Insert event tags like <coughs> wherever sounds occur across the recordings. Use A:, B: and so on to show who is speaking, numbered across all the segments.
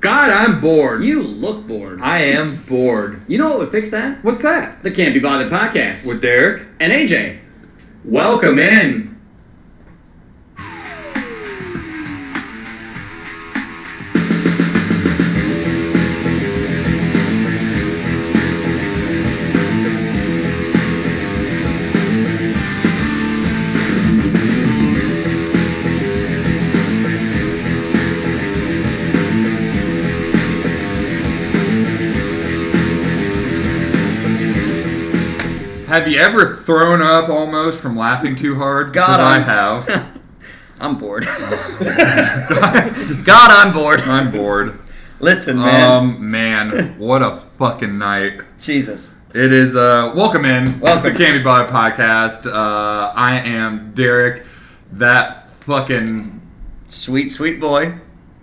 A: God, I'm bored.
B: You look bored.
A: I am bored.
B: You know what would fix that?
A: What's that?
B: The Can't Be Bothered podcast
A: With Derek?
B: and AJ.
A: Welcome in. Have you ever thrown up almost from laughing too hard? 'Cause
B: God,
A: I
B: I'm-
A: have.
B: I'm bored. <laughs> God, I'm bored.
A: I'm bored.
B: <laughs> Listen, <laughs> man.
A: Um, man, what a fucking night.
B: Jesus.
A: It is, uh, welcome in.
B: Welcome.
A: It's the Candy Body Podcast. Uh, I am Derek. That fucking,
B: Sweet, sweet boy.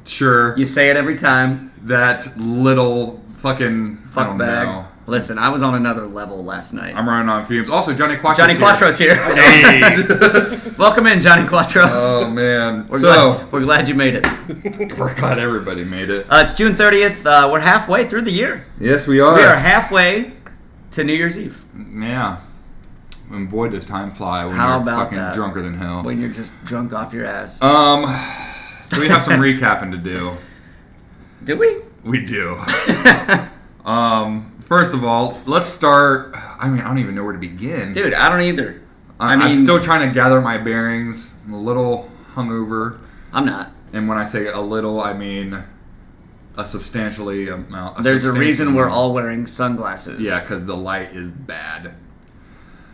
A: sure,
B: You say it every time.
A: that little fucking, I
B: Fuck
A: don't
B: bag.
A: know.
B: Listen, I was on another level last night.
A: Oh, I'm running on fumes. Also, Johnny Quattro.
B: Johnny Quattro's here. <laughs> Welcome in, Johnny Quattro.
A: oh man.
B: <laughs> we're,
A: so
B: glad, we're glad you made it.
A: <laughs> we're glad everybody made it.
B: Uh, it's June 30th. Uh, we're halfway through the year.
A: Yes, we are.
B: We are halfway to New Year's Eve
A: yeah. And boy, does time fly when
B: How
A: you're
B: about
A: fucking
B: that?
A: drunker than hell.
B: when you're just drunk off your ass.
C: Uh,
A: Um. So we have some recapping to do.
B: Did we?
A: We
B: <laughs>
A: do. um. First of all, let's start. I mean, I don't even know where to begin.
B: Dude, I don't either.
A: I,
B: I mean-
A: am still trying to gather my bearings. I'm a little hungover,
B: I'm not.
A: and when I say a little, I mean a substantially amount.
B: There's a reason
A: substantial
B: we're
A: amount.
B: all wearing sunglasses.
A: Yeah, because the light is bad.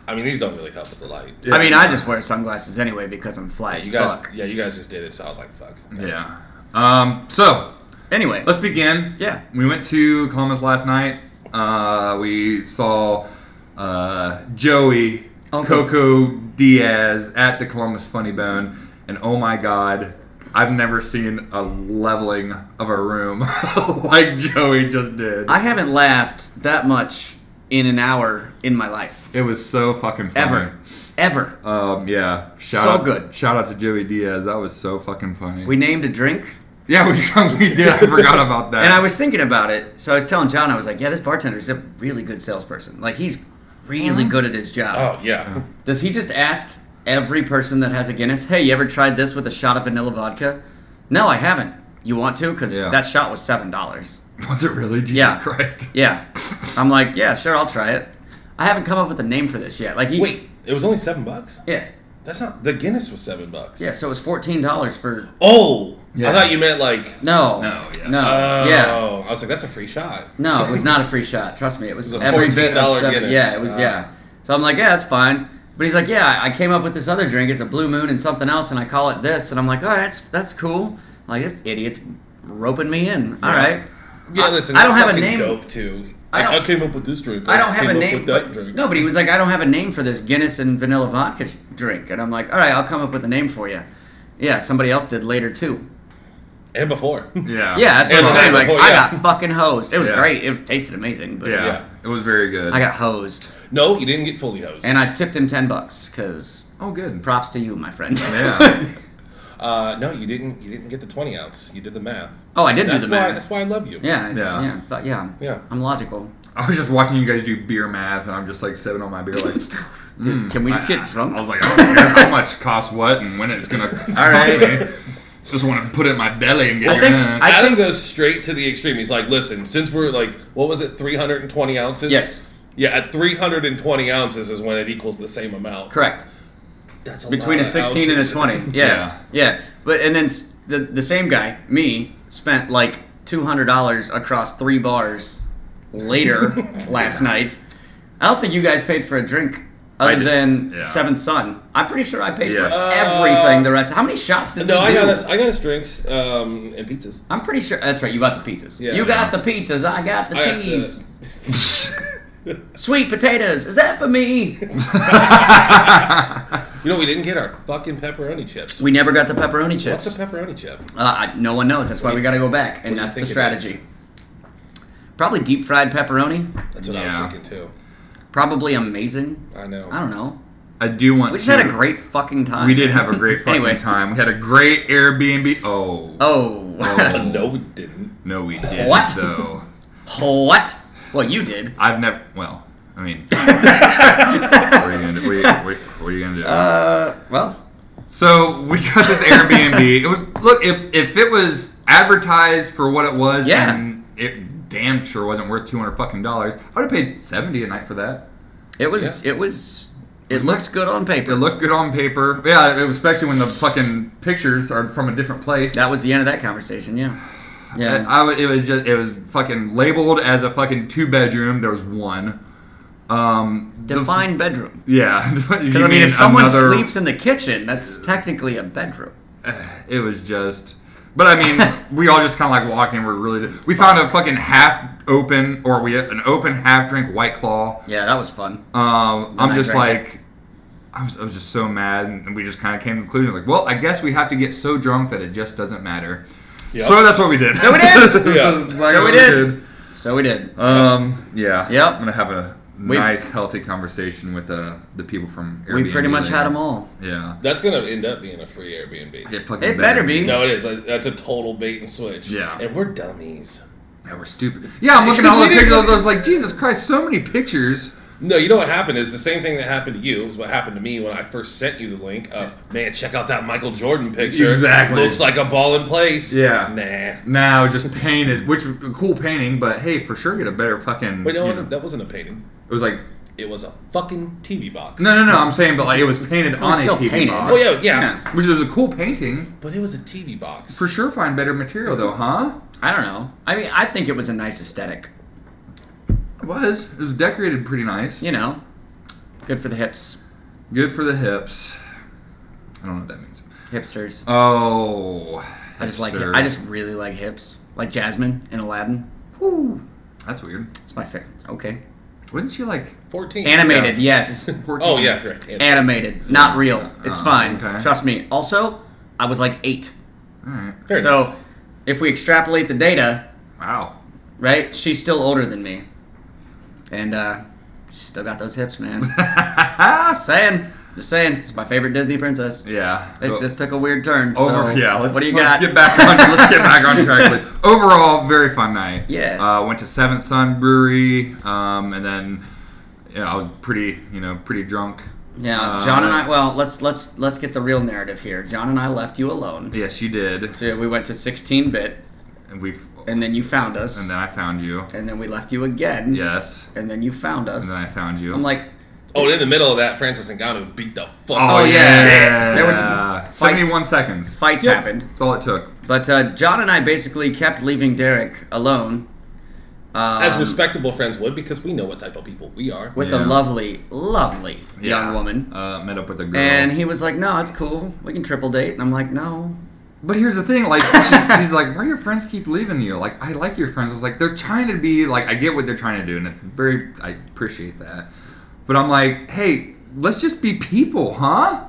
C: I mean, these don't really help with the light.
A: Yeah.
B: I mean, I just wear sunglasses anyway because I'm fly as
C: You guys,
B: fuck.
C: yeah, you guys just did it, so I was like, fuck.
A: Yeah. Um. So
B: Anyway,
A: let's begin.
B: yeah.
A: We went to Columbus last night. Uh, we saw uh, Joey
B: Uncle-
A: Coco Diaz at the Columbus Funny Bone, and oh my god, I've never seen a leveling of a room <laughs> like Joey just did.
B: I haven't laughed that much in an hour in my life.
A: it was so fucking funny.
B: Ever. Ever.
A: Um, yeah. Shout
B: So
A: out,
B: good.
A: Shout out to Joey Diaz. That was so fucking funny.
B: We named a drink,
A: yeah, we, <laughs> we did. I forgot about that.
B: and I was thinking about it. So I was telling John, I was like, yeah, this bartender's a really good salesperson. Like, he's really good at his job.
C: Mm-hmm. Oh yeah,
B: Does he just ask every person that has a Guinness, hey, you ever tried this with a shot of vanilla vodka? No, I haven't. You want to? Because
A: Yeah.
B: that shot was $7.
A: was it really Jesus
B: Yeah.
A: Christ?
B: Yeah. I'm like, yeah, sure, I'll try it. I haven't come up with a name for this yet. Like, he,
C: <laughs> wait, it was only seven bucks.
B: Yeah.
C: That's not the Guinness was seven bucks.
B: Yeah, so it was $14 for.
C: Oh,
A: Yeah.
C: I thought you meant like.
B: No.
A: No, yeah.
B: No.
C: Oh,
B: Yeah.
C: I was like, that's a free shot.
B: No, it was not a free shot. Trust me, it was,
C: It was a
B: every bit of
C: $14
B: seven.
C: Guinness.
B: Yeah, it was.
C: Ah.
B: yeah. So I'm like, yeah, that's fine. But he's like, yeah, I came up with this other drink. It's a Blue Moon and something else, and I call it this. And I'm like, all right, that's that's cool. I'm like this idiot's roping me in. All
A: Yeah.
B: right.
C: Yeah,
B: I-
C: listen,
B: I
C: that's
B: don't have a
C: fucking
B: name.
C: Dope too.
B: I
C: Like, I,
B: don't-
C: came up with this drink.
B: I don't have
C: came
B: a
C: up
B: name.
C: with that
B: but-
C: drink.
B: No, but he was like, I don't have a name for this Guinness and vanilla vodka sh- drink. And I'm like, all right, I'll come up with a name for you. Yeah, somebody else did later too. <laughs>
C: and before.
A: Yeah.
B: Yeah, that's what
C: And
B: I'm
C: the
B: saying.
C: night
B: Like,
C: before,
B: I
C: yeah.
B: got fucking hosed. It was
A: Yeah.
B: great. It tasted amazing, but
A: Yeah,
C: Yeah.
A: it was very good.
B: I got hosed.
C: no, you didn't get fully hosed.
B: And I tipped him ten bucks because
A: oh, good.
B: props to you, my friend.
A: Yeah.
C: uh, no, you didn't. You didn't get the twenty ounce. You did the math.
B: <laughs> oh, I did do
C: that's
B: the
C: why.
B: math.
C: That's why I love you.
B: yeah, I-
A: Yeah.
B: yeah, yeah, but yeah,
C: Yeah.
B: I'm logical.
A: I was just watching you guys do beer math, and I'm just like sipping on my beer, like.
B: Dude, can we just
A: I-
B: get drunk?
A: I was like, I don't
B: <laughs>
A: care how much costs what and when it's gonna. cost
B: All right.
A: me. Just want to put it in my belly and get
B: I
A: it
B: think
A: in.
B: I-
C: Adam goes straight to the extreme. He's like, "Listen, since we're like, what was it, 320 ounces?
B: Yes.
C: Yeah, at 320 ounces is when it equals the same amount.
B: Correct.
C: That's
B: Between
C: lot
B: a
C: of
B: 16 and a
C: ounces.
B: 20. Yeah,
A: Yeah.
B: yeah. But and then s- the the same guy, me, spent like two hundred dollars across three bars later last night. I don't think you guys paid for a drink.
A: I
B: Other
A: did.
B: than
A: Yeah.
B: Seventh Son, I'm pretty sure I paid
A: Yeah.
B: for everything. The rest. How many shots did
C: No,
B: we
C: I
B: do?
C: got us. I got us drinks um, and pizzas.
B: I'm pretty sure that's right. You got the pizzas.
C: Yeah.
B: you got the pizzas. I got the
C: I got the-
B: cheese. Sweet potatoes. Is that for me?
C: You know, we didn't get our fucking pepperoni chips.
B: We never got the pepperoni
C: What's
B: chips.
C: a pepperoni chip?
B: uh, I- no one knows. That's why we got to go back,
C: what
B: and
C: do you
B: that's the
C: think it is?
B: strategy. Probably deep fried pepperoni.
C: That's what I
A: Yeah.
C: was thinking too.
B: Probably amazing.
C: I know.
B: I don't know.
A: I do want.
B: We just
A: to-
B: had a great fucking time.
A: We did have
B: <laughs>
A: a great fucking
B: Anyway.
A: time. We had a great Airbnb. Oh,
B: Oh.
A: Oh.
C: no, we didn't.
A: no, we didn't.
B: What?
A: Though
B: <laughs>
A: Oh.
B: what? Well, you did.
A: I've never. Well, I
B: <laughs>
A: mean, what are you gonna do? What are you, what are you- what are you gonna do?
B: Uh, well,
A: so we got this
B: <laughs>
A: Airbnb. it was look if if it was advertised for what it was,
B: Yeah.
A: and it damn sure wasn't worth two hundred fucking dollars. I would have paid seventy a night for that.
B: it was. It was. It looked good on
A: It
B: paper.
A: looked good on paper. Yeah, especially when the fucking pictures are from a different place.
B: That was the end of that conversation. Yeah.
A: And
B: Yeah.
A: I wa- it was just it was fucking labeled as a fucking two bedroom. There was one. Um, the-
B: Define bedroom.
A: yeah. <laughs> You
B: Because I mean,
A: mean
B: if someone
A: another-
B: sleeps in the kitchen, that's technically a bedroom.
A: it was just. But I
B: <laughs>
A: mean, we all just kind of like walked in. We're really we found a fucking half open or we an open half drink White Claw.
B: Yeah, that was fun. I
A: Um, I'm just
B: drank it.
A: like. I was, I was just so mad, and we just kind of came to the conclusion like, well, I guess we have to get so drunk that it just doesn't matter.
C: Yep.
A: <laughs> So that's what we did.
B: So we did!
A: This is
C: Yeah.
A: exactly
B: So we
A: what
B: did. So we did.
A: Um. Yeah.
B: Yep.
A: I'm gonna have a
B: We-
A: nice, healthy conversation with uh, the people from. Airbnb
B: we pretty much
A: later.
B: had them all.
A: Yeah.
C: That's gonna end up being a free Airbnb.
A: It fucking
B: It better be.
C: No, it is. Like, That's a total bait and switch.
A: Yeah.
C: and we're dummies.
A: Yeah, we're stupid. Yeah, I'm looking at all
C: Because
A: the
C: we didn't-
A: pictures. I was like, Jesus Christ, so many pictures.
C: No, you know what happened is the same thing that happened to you is what happened to me when I first sent you the link of man, check out that Michael Jordan picture.
A: Exactly.
C: looks like a ball in place.
A: Yeah.
C: nah.
A: Now just painted, which a cool painting, but hey, for sure get a better fucking.
C: Wait, no,
A: you
C: it wasn't.
A: know.
C: That wasn't a painting.
A: It was like
C: It was a fucking TV box.
A: no, no, no. I'm saying, but like it was painted
B: was
A: on
B: still
A: a TV
B: painted.
A: box.
C: Oh yeah, yeah,
A: Which was a cool painting.
C: But it was a TV box.
A: For sure, find better material though, huh?
B: I don't know. I mean, I think it was a nice aesthetic.
A: It was. It was decorated pretty nice.
B: You know, good for the hips,
A: Good for the hips. I don't know what that means.
B: hipsters.
A: Oh,
B: I just like.
A: hipster.
B: I just really like hips, like Jasmine in Aladdin.
A: Whew. That's weird.
B: It's my favorite. Okay,
A: Wouldn't you like?
C: Fourteen.
B: animated. Yes,
C: Oh yeah, correct. Anim-
B: animated, not real. It's
A: Uh,
B: fine.
A: okay.
B: Trust me. Also, I was like eight.
A: All right.
C: Fair enough.
B: So, if we extrapolate the data,
A: Wow. <laughs>
B: right? She's still older than me, and uh, she's still got those hips, man. saying, just saying, it's my favorite Disney princess.
A: yeah.
B: It- this took a weird turn. so
A: Over. yeah. Let's,
B: what do you
A: let's
B: got?
A: get back on. let's
B: <laughs>
A: get back on track. please. overall, very fun night.
B: Yeah.
A: Uh, went to Seventh Sun Brewery, um, and then you know, I was pretty, you know, pretty drunk.
B: Yeah,
A: Uh,
B: John and I. Well, let's let's let's get the real narrative here. John and I left you alone.
A: Yes, you did.
B: So we went to 16 bit,
A: And we've.
B: and then you found us,
A: And
B: and
A: then
B: then,
A: I found you.
B: we left you again,
A: Yes.
B: and then you found us.
A: And then I found you.
B: I'm like,
C: oh, and in the middle of that, Francis Ngannou beat the
A: Oh,
C: fuck. out of
A: yeah.
B: yeah. There was
A: Yeah.
B: fight-
A: 71 seconds.
B: fights
C: Yep.
B: happened,
A: That's all it took.
B: but uh, John and I basically kept leaving Derek alone. Um,
C: As respectable friends would, because we know what type of people we are.
B: with
A: Yeah.
B: a lovely, lovely
A: Yeah.
B: young woman.
A: Uh, met up with a girl.
B: And he was like, "No, it's cool. We can triple date." And I'm like, "No."
A: But here's the thing, like she's, <laughs> she's like, why do your friends keep leaving you? Like I like your friends. I was like, they're trying to be like, I get what they're trying to do, and it's very, I appreciate that. But I'm like, hey, let's just be people, huh?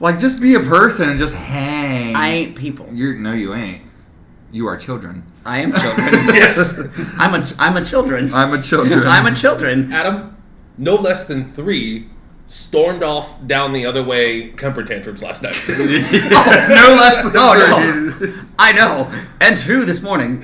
A: Like just be a person and just hang.
B: I ain't people.
A: You're no, you ain't. You are children.
B: I am
A: <laughs>
B: children.
C: yes,
B: I'm a I'm a children.
A: I'm <laughs> a
B: <laughs>
A: children.
B: I'm a children.
C: Adam, no less than three stormed off down the other way temper tantrums last night.
A: <laughs>
C: <laughs>
A: no less than
B: Oh,
A: thirty.
B: I know. And two this morning.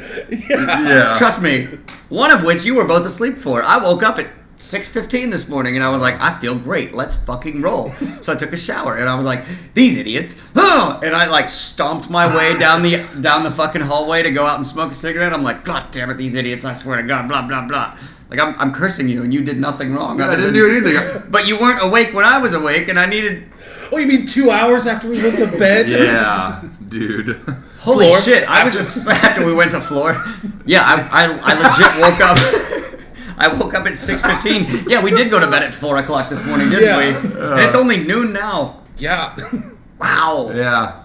A: Yeah.
B: Trust me. One of which you were both asleep for. I woke up at 6:15 this morning and I was like, I feel great. Let's fucking roll. So I took a shower and I was like, these idiots. <gasps> Huh! And I like stomped my way down the down the fucking hallway to go out and smoke a cigarette. I'm like, god damn it, these idiots. I swear to god, blah blah blah. Like I'm, I'm cursing you and you did nothing wrong.
A: <laughs> I
B: other
A: didn't
B: than-
A: do
B: <laughs>
A: anything.
B: But you weren't awake when I was awake and I needed
C: oh, you mean two hours after we went to bed?
A: Yeah, dude. <laughs>
B: Holy
C: floor.
B: shit! I was
C: After-
B: just <laughs> after we went to floor. Yeah, I, I, I legit woke up. <laughs> I woke up at six fifteen. Yeah, we did go to bed at four o'clock this morning, didn't
C: Yeah.
B: we?
A: Uh,
B: And it's only noon now.
C: Yeah.
B: Wow.
A: Yeah.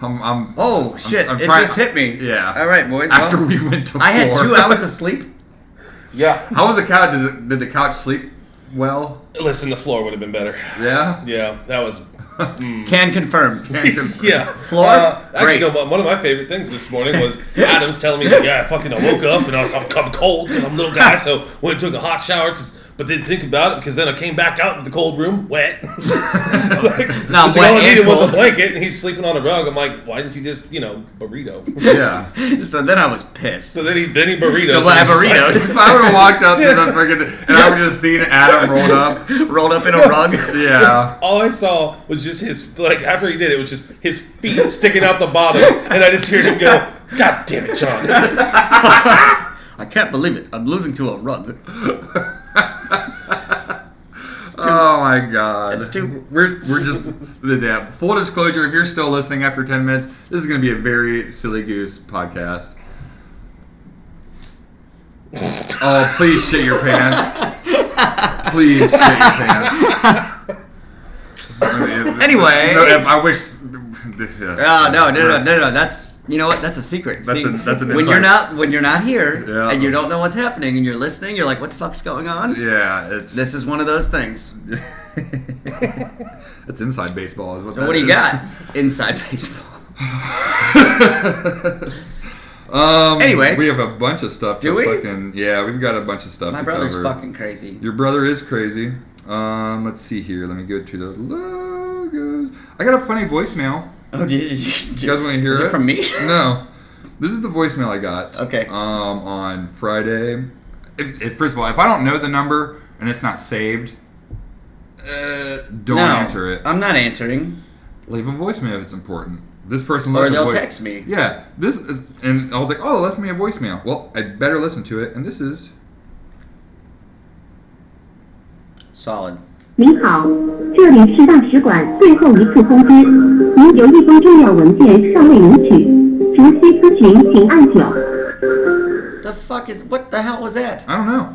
A: I'm. I'm
B: Oh shit!
A: I'm
B: it
A: trying-
B: just hit me.
A: Yeah.
B: All right, boys.
A: after
B: well,
A: we went to.
B: I had
A: floor.
B: two hours of sleep.
C: yeah.
A: How was the couch? Did the, did the couch sleep well?
C: Listen, the floor would have been better.
A: Yeah.
C: Yeah, that was.
B: Can confirm. <laughs>
C: Yeah.
B: Floor?
C: Uh, actually,
B: Great.
C: you know what? One of my favorite things this morning was Adam's telling me, he's like, yeah, I fucking I woke up and I was, I'm, I'm cold because I'm a little guy, so went and took a hot shower. It's but didn't think about it because then I came back out in the cold room, wet. <laughs> like,
B: Not
C: it's like,
B: wet
C: all I
B: and
C: needed was
B: cold.
C: a blanket, and he's sleeping on a rug. I'm like, why didn't you just, you know, burrito? <laughs>
A: Yeah.
B: So then I was pissed.
C: So then he then he
B: So
C: burritos.
B: I
C: and he's just like-
B: burritoed,
A: If I would have walked up to the freaking and I would have just seen Adam rolled up.
B: rolled up in a
A: <laughs>
B: rug.
A: Yeah.
C: All I saw was just his like after he did it was just his feet sticking out the bottom, and I just hear him go, "God damn it, John!" <laughs>
B: I can't believe it. I'm losing to a rug.
A: Oh my god.
B: That's too-
A: <laughs> We're we're just yeah. Full disclosure, if you're still listening after ten minutes, this is gonna be a very silly
B: <laughs>
A: goose podcast. Oh, please shit your pants. Please shit your pants.
B: <laughs> Anyway.
A: No, I wish.
B: Ah, no, no, no, no, no. That's you know what? That's a secret.
A: That's
B: See,
A: an- that's an
B: when
A: insight.
B: you're not when you're not here
A: Yeah.
B: and you don't know what's happening and you're listening, you're like, what the fuck's going on?
A: Yeah, it's <laughs>
B: This is one of those things.
A: That's inside baseball, is what.
B: What do you
A: <laughs>
B: got? Inside baseball.
A: Um,
B: Anyway.
A: we have a bunch of stuff.
B: Do
A: to
B: we?
A: Fucking, yeah, we've got a bunch of stuff.
B: My
A: to
B: brother's
A: cover.
B: fucking crazy.
A: Your brother is crazy. Um, let's see here. Let me go to the logos. I got a funny voicemail.
B: Oh, did you, did
A: You guys want to hear
B: is
A: it?
B: it from me?
A: <laughs>
B: <laughs>
A: No. This is the voicemail I got.
B: Okay.
A: Um, on Friday. If, if, first of all, if I don't know the number and it's not saved, uh, don't
B: no,
A: answer it.
B: I'm not answering.
A: leave a voicemail if it's important. This person
B: Or
A: left a
B: they'll
A: voi-
B: text me.
A: Yeah, this and I was like, oh, left me a voicemail. Well, I better listen to it. And this is
B: Solid.
D: 您好，这里是大使馆最后一次通知，您邮一封重要文件尚未领取，直需咨询请按九。
B: The fuck is what the hell was that?
A: I don't know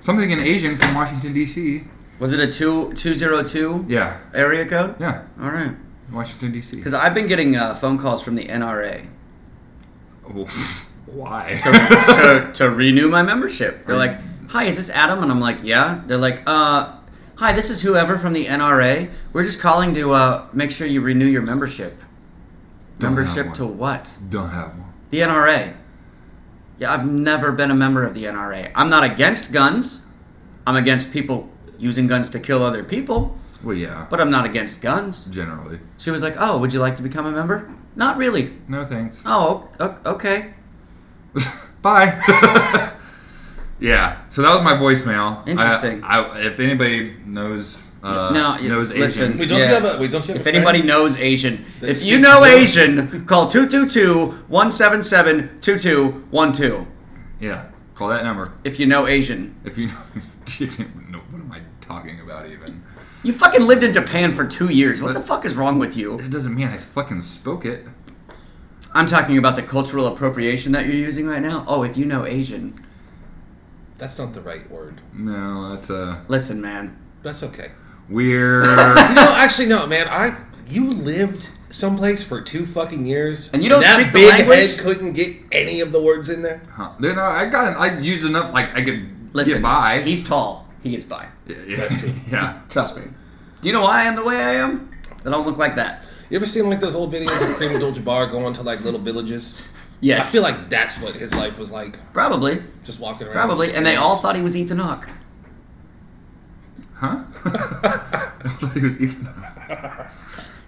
A: something in Asian from Washington D.C.
B: Was it a two two zero two
A: Yeah,
B: area code?
A: yeah,
B: All right.
A: Washington D.C.
B: Because I've been getting uh, phone calls from the NRA
A: Oh, <laughs> why?
B: to, to, to renew my membership. They're like, "Hi, is this Adam?" And I'm like, "Yeah." They're like, "Uh, hi, this is whoever from the NRA. We're just calling to uh, make sure you renew your membership."
A: Don't have
B: membership
A: one.
B: to what?
A: <laughs> don't have one.
B: The NRA. Yeah, I've never been a member of the NRA. I'm not against guns. I'm against people using guns to kill other people,
A: Well, yeah,
B: but I'm not against guns.
A: generally,
B: She was like, "Oh, would you like to become a member?" Not really.
A: no thanks.
B: Oh, o- okay.
A: Bye. <laughs> yeah. So that was my voicemail. I-
B: Interesting.
A: I, if anybody knows, uh,
B: No, you-
A: knows
B: listen.
A: Asian.
C: Wait, don't
B: Yeah.
C: you have a wait? Don't you have
B: If
C: a
B: anybody
C: friend?
B: knows Asian,
C: That
B: if you
C: speaks
B: know
C: English.
B: Asian, call 222-177-2212.
A: Yeah, call that number.
B: If you know Asian.
A: If you, <laughs> if you no, what am I talking about even?
B: You fucking lived in Japan for 2 years. What the fuck is wrong with you?
A: That doesn't mean I fucking spoke it.
B: I'm talking about the cultural appropriation that you're using right now. Oh, if you know Asian.
C: That's not the right word.
A: No, that's uh,
B: Listen, man.
C: That's okay.
B: <laughs>
A: weird.
C: No, actually, no, man. I you lived someplace for two fucking years,
B: And you don't
C: that
B: speak the
C: big
B: language?
C: head couldn't get any of the words in there.
A: huh. No, no, I got. I used enough. Like I could
B: Listen.
A: get by.
B: He's tall. He gets by.
A: yeah, yeah, <laughs> yeah.
B: Trust me. Do you know why I am the way I am? I don't look like that.
C: You ever seen like those old videos of Kareem Abdul-Jabbar going to like little villages? I
B: Yes.
C: feel like that's what his life was like,
B: probably.
C: just walking around.
B: Probably.
C: with
B: And they
C: scales.
B: all thought he was Ethan Hawke.
A: Huh? <laughs> I thought he was Ethan.
B: Yeah,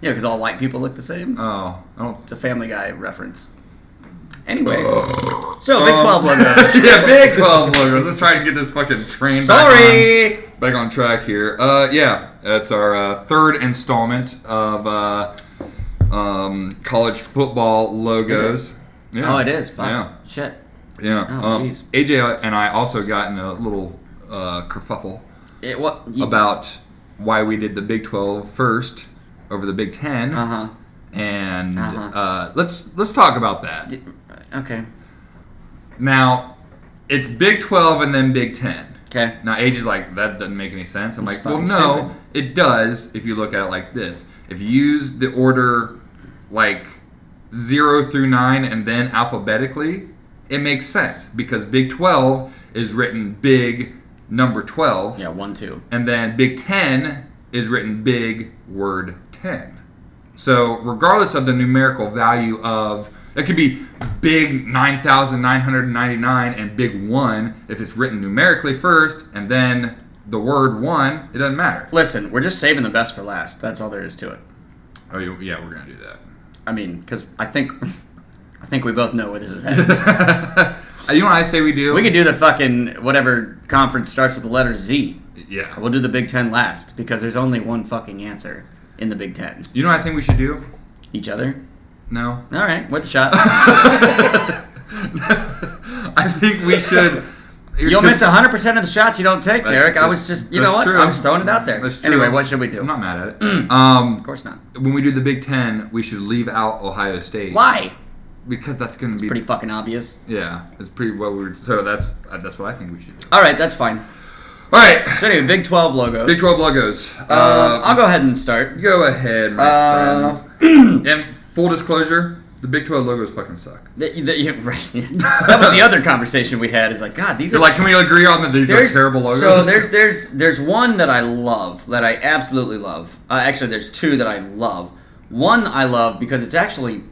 B: because all white people look the same.
A: Oh, I don't.
B: <laughs>
A: <laughs>
B: It's a Family Guy reference. <gasps> Anyway, so Big Twelve logos.
A: yeah, big twelve logo. Let's try and get this fucking train. Back on.
B: <laughs> Sorry.
A: back on track here. Uh, yeah, that's our uh, third installment of uh, um, college football logos. Yeah.
B: Oh, it is. Fuck.
A: Yeah,
B: Shit.
A: yeah.
B: Oh,
A: um,
B: jeez.
A: AJ and I also got in a little uh, kerfuffle
B: It what?
A: about why we did the Big 12 first over the Big 10,
B: Uh huh.
A: and
B: Uh-huh.
A: uh, let's let's talk about that.
B: Okay.
A: Now, it's Big 12 and then Big 10.
B: Okay.
A: Now Age is like that doesn't make any sense. I'm
B: It's
A: like, well,
B: fucking
A: no, it does if you look at it like this. If you use the order like zero through nine and then alphabetically, it makes sense because Big Twelve is written big number twelve,
B: Yeah. One two.
A: and then Big Ten is written big word ten. So regardless of the numerical value of It could be big 9,999 and big 1 if it's written numerically first and then the word 1, it doesn't matter.
B: Listen, we're just saving the best for last. That's all there is to it.
A: Oh, you- yeah, we're going to do that.
B: I mean, because I think, <laughs> I think we both know where this is <laughs> headed.
A: <laughs> you know what I say we do?
B: we could do the fucking whatever conference starts with the letter Z.
A: Yeah.
B: We'll do the Big Ten last because there's only one fucking answer in the Big Ten.
A: You know what I think we should do?
B: Each other.
A: No. <laughs>
B: All right, worth a <laughs> shot.
A: I think we should.
B: <laughs> You'll miss 100 percent of the shots you don't take, Derek. I was just, you know
A: That's
B: what?
A: true.
B: I'm just throwing it out there.
A: That's true.
B: Anyway, what should we do?
A: I'm
B: Of
A: not mad at it. Um,
B: course not.
A: when we do the Big Ten, we should leave out Ohio State.
B: Why?
A: Because that's going to be
B: Pretty fucking obvious.
A: Yeah, it's pretty well weird. So that's uh, that's what I think we should do.
B: All right, that's fine.
A: All right,
B: So anyway, Big 12 logos.
A: Big Twelve uh, logos.
B: Um, I'll go ahead and start.
A: Go ahead, my
B: Uh, <clears throat>
A: friend. and full disclosure, the Big Twelve logos fucking suck.
B: That, that, yeah, <laughs> right. that was the other conversation we had. Is like, God, these
A: You're
B: are
A: like, can we agree on that these are
B: there's-
A: terrible logos?
B: So there's there's there's one that I love that I absolutely love. Uh, actually, there's two that I love. One I love because it's actually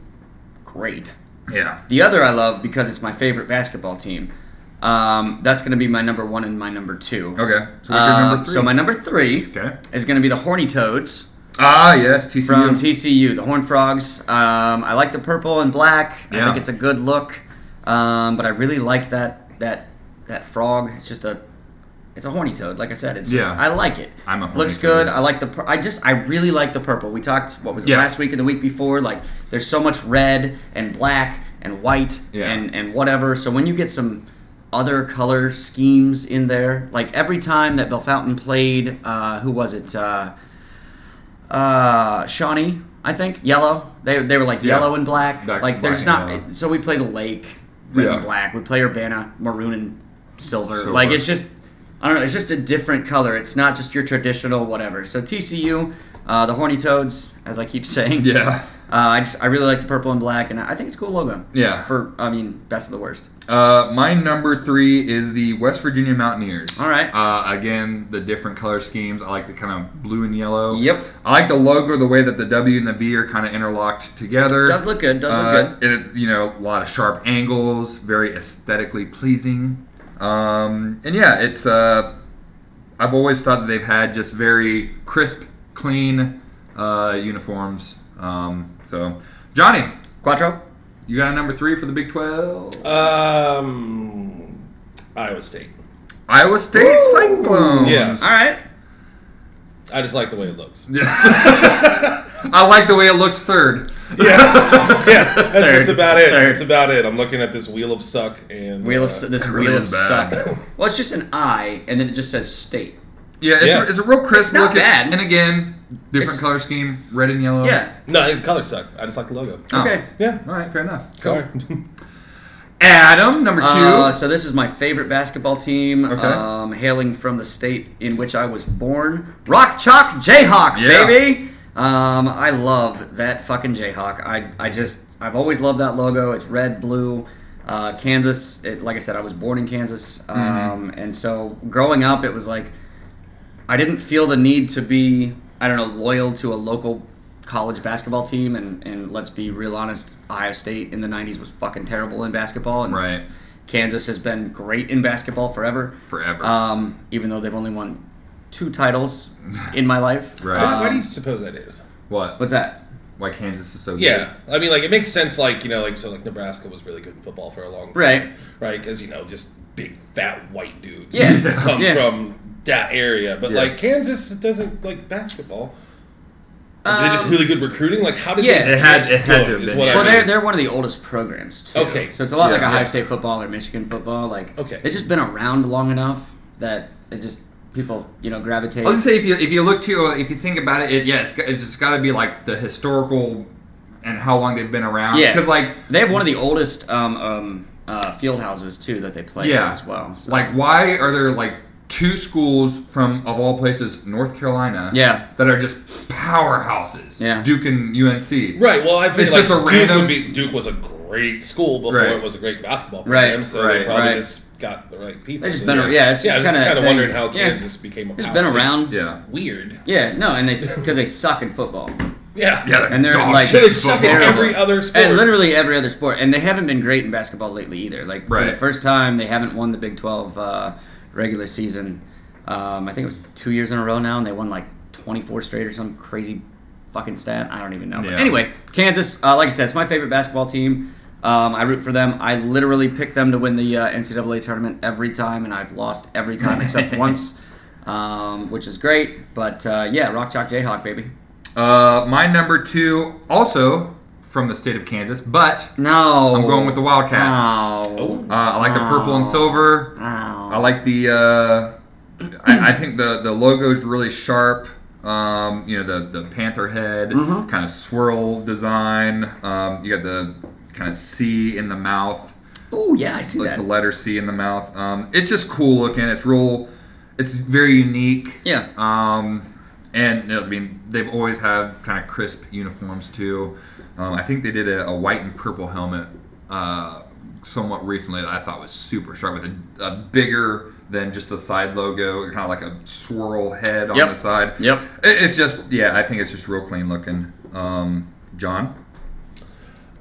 B: great.
A: yeah,
B: The other I love because it's my favorite basketball team. Um, that's going to be my number one and my number two.
A: okay. So what's your
B: Uh,
A: number three?
B: so my number three
A: okay.
B: is going to be the Horny Toads
A: Ah, yes, TCU.
B: from TCU, the Horn Frogs. Um, I like the purple and black. I
A: Yeah.
B: think it's a good look. Um, but I really like that that that frog. It's just a it's a horny toad. Like I said, it's just,
A: Yeah.
B: I like it.
A: I'm a horny
B: looks
A: toad.
B: good. I like the. Pur- I just I really like the purple. We talked what was it
A: Yeah.
B: last week and the week before. Like there's so much red and black and white
A: Yeah.
B: and and whatever. So when you get some other color schemes in there, like every time that Belfountain played, uh, who was it? Uh, uh, Shawnee, I think yellow. They they were like
A: Yeah.
B: yellow and black.
A: Black-
B: like there's
A: black and
B: not.
A: yellow.
B: So we play the lake red
A: Yeah.
B: and black. We play Urbana maroon and silver.
A: Silver.
B: Like it's just. I don't know. It's just a different color. It's not just your traditional whatever. So TCU, uh, the Horny Toads, as I keep <laughs> saying.
A: Yeah.
B: Uh, I, just, I really like the purple and black, and I think it's a cool logo.
A: Yeah.
B: For I mean, best of the worst.
A: Uh, my number three is the West Virginia Mountaineers.
B: All right.
A: Uh, again, the different color schemes. I like the kind of blue and yellow.
B: Yep.
A: I like the logo, the way that the W and the V are kind of interlocked together.
B: Does look good. Does
A: Uh,
B: look good.
A: And it's you know a lot of sharp angles, very aesthetically pleasing. Um, and yeah, it's uh, I've always thought that they've had just very crisp, clean uh, uniforms. Um, so, Johnny,
B: Quattro.
A: you got a number three for the Big Twelve.
C: Um, Iowa State.
A: Iowa State Cyclones.
C: Yeah.
B: All right.
C: I just like the way it looks.
A: <laughs> I like the way it looks third.
C: <laughs> yeah, <laughs> yeah. That's, that's
B: Third.
C: about it.
B: Third.
C: That's about it. I'm looking at this wheel of suck and
B: Wheel of
C: uh,
B: Su- this
A: <laughs> really
B: wheel of
A: is bad.
B: suck. Well, it's just an I, and then it just says state.
A: Yeah, it's,
C: Yeah.
A: A, it's a real crisp
B: It's not
A: look. It's-
B: bad.
A: And again, different
B: It's-
A: color scheme, red and yellow.
B: Yeah.
C: No, the colors suck. I just like the logo.
A: Oh.
B: Okay.
C: Yeah.
A: All right, fair enough. Cool.
C: Sorry.
A: Adam, number two.
B: Uh, so this is my favorite basketball team,
A: Okay.
B: um, hailing from the state in which I was born, Rock Chalk Jayhawk,
A: Yeah.
B: baby. Um, I love that fucking Jayhawk. I I just I've always loved that logo. It's red, blue. Uh, Kansas, it, like I said, I was born in Kansas, um,
A: Mm-hmm.
B: and so growing up, it was like I didn't feel the need to be, I don't know, loyal to a local college basketball team. And, and let's be real honest, Ohio State in the 90s was fucking terrible in basketball. And
A: Right.
B: Kansas has been great in basketball forever.
A: Forever.
B: Um, even though they've only won two titles in my
C: <laughs>
B: life.
A: Right.
C: Why, why do
B: Um,
C: you suppose that is?
A: what?
B: what's that?
A: Why Kansas is so
C: Yeah, I mean, like it makes sense. Like you know, like so, like Nebraska was really good in football for a long time,
B: Right.
C: Right, because you know, just big fat white dudes <laughs>
B: Yeah.
C: come
B: Yeah.
C: from that area. But
A: Yeah.
C: like Kansas doesn't like basketball. Are they just really good recruiting. Like how did
B: Um, yeah.
C: they?
A: It had-
C: get
A: it had to
C: good
A: have
C: is
A: been.
C: what I
B: Well,
C: mean.
B: they're, they're one of the oldest programs, too.
C: Okay.
B: So it's a lot
A: Yeah,
B: like Ohio
A: yeah.
B: State football or Michigan football. Like,
C: Okay.
B: they've just been around long enough that it just, people, you know, gravitate.
A: I'll just say if you if you look to if you think about it, it yeah, it's, it's just got to be like the historical and how long they've been around.
B: Yeah,
A: Because like
B: they have one of the oldest um, um, uh, field houses too that they play
A: yeah,
B: in as well. So.
A: Like why are there like two schools from of all places, North Carolina?
B: Yeah.
A: That are just powerhouses.
B: Yeah Duke
A: Duke and UNC.
C: Right. Well, I feel
A: It's
C: like
A: just a
C: Duke
A: random-
C: would be Duke was a great school before
A: Right.
C: it was a great basketball
B: Right,
C: program, so they
A: right,
C: probably
B: right.
C: just got the right people.
B: They just
C: So,
B: been
C: yeah.
B: ar- yeah, it's just
C: yeah. I was
B: kinda a
C: just kind of
B: thing.
C: wondering how
B: Yeah.
C: Kansas became a
B: just
C: power.
B: been
C: It's
B: around.
A: Yeah.
C: Weird.
B: Yeah, no, and they because they suck in football.
C: Yeah.
A: Yeah, they're
B: And they're
A: dog
B: like
A: shit
C: They suck at
A: football.
C: every other sport.
B: and literally every other sport, and they haven't been great in basketball lately either. Like for
A: Right.
B: the first time, they haven't won the Big Twelve uh, regular season. Um, I think it was two years in a row now, and they won like twenty four straight or some crazy fucking stat. I don't even know.
A: Yeah.
B: But anyway, Kansas, uh, like I said, it's my favorite basketball team. Um, I root for them. I literally pick them to win the uh, NCAA tournament every time, and I've lost every time
A: <laughs>
B: except once, um, which is great. But uh, yeah, Rock Chalk Jayhawk, baby.
A: Uh, my number two, also from the state of Kansas, but
B: No,
A: I'm going with the Wildcats.
B: No.
C: Oh.
A: uh, I like the purple and silver.
B: Wow.
A: I like the. Uh, I, I think the the logo's really sharp. Um, you know the the panther head
B: Mm-hmm.
A: kind of swirl design. Um, you got the kind of C in the mouth,
B: Oh yeah, I see
A: like
B: that.
A: the letter C in the mouth. Um, it's just cool looking. It's real. It's very unique.
B: Yeah. uh,
A: Um, and you know, I mean they've always had kind of crisp uniforms too. Um, I think they did a, a white and purple helmet uh, somewhat recently that I thought was super sharp with a, a bigger than just the side logo, kind of like a swirl head on
B: Yep.
A: the side.
B: Yep.
A: It, it's just yeah, I think it's just real clean looking. Um, John,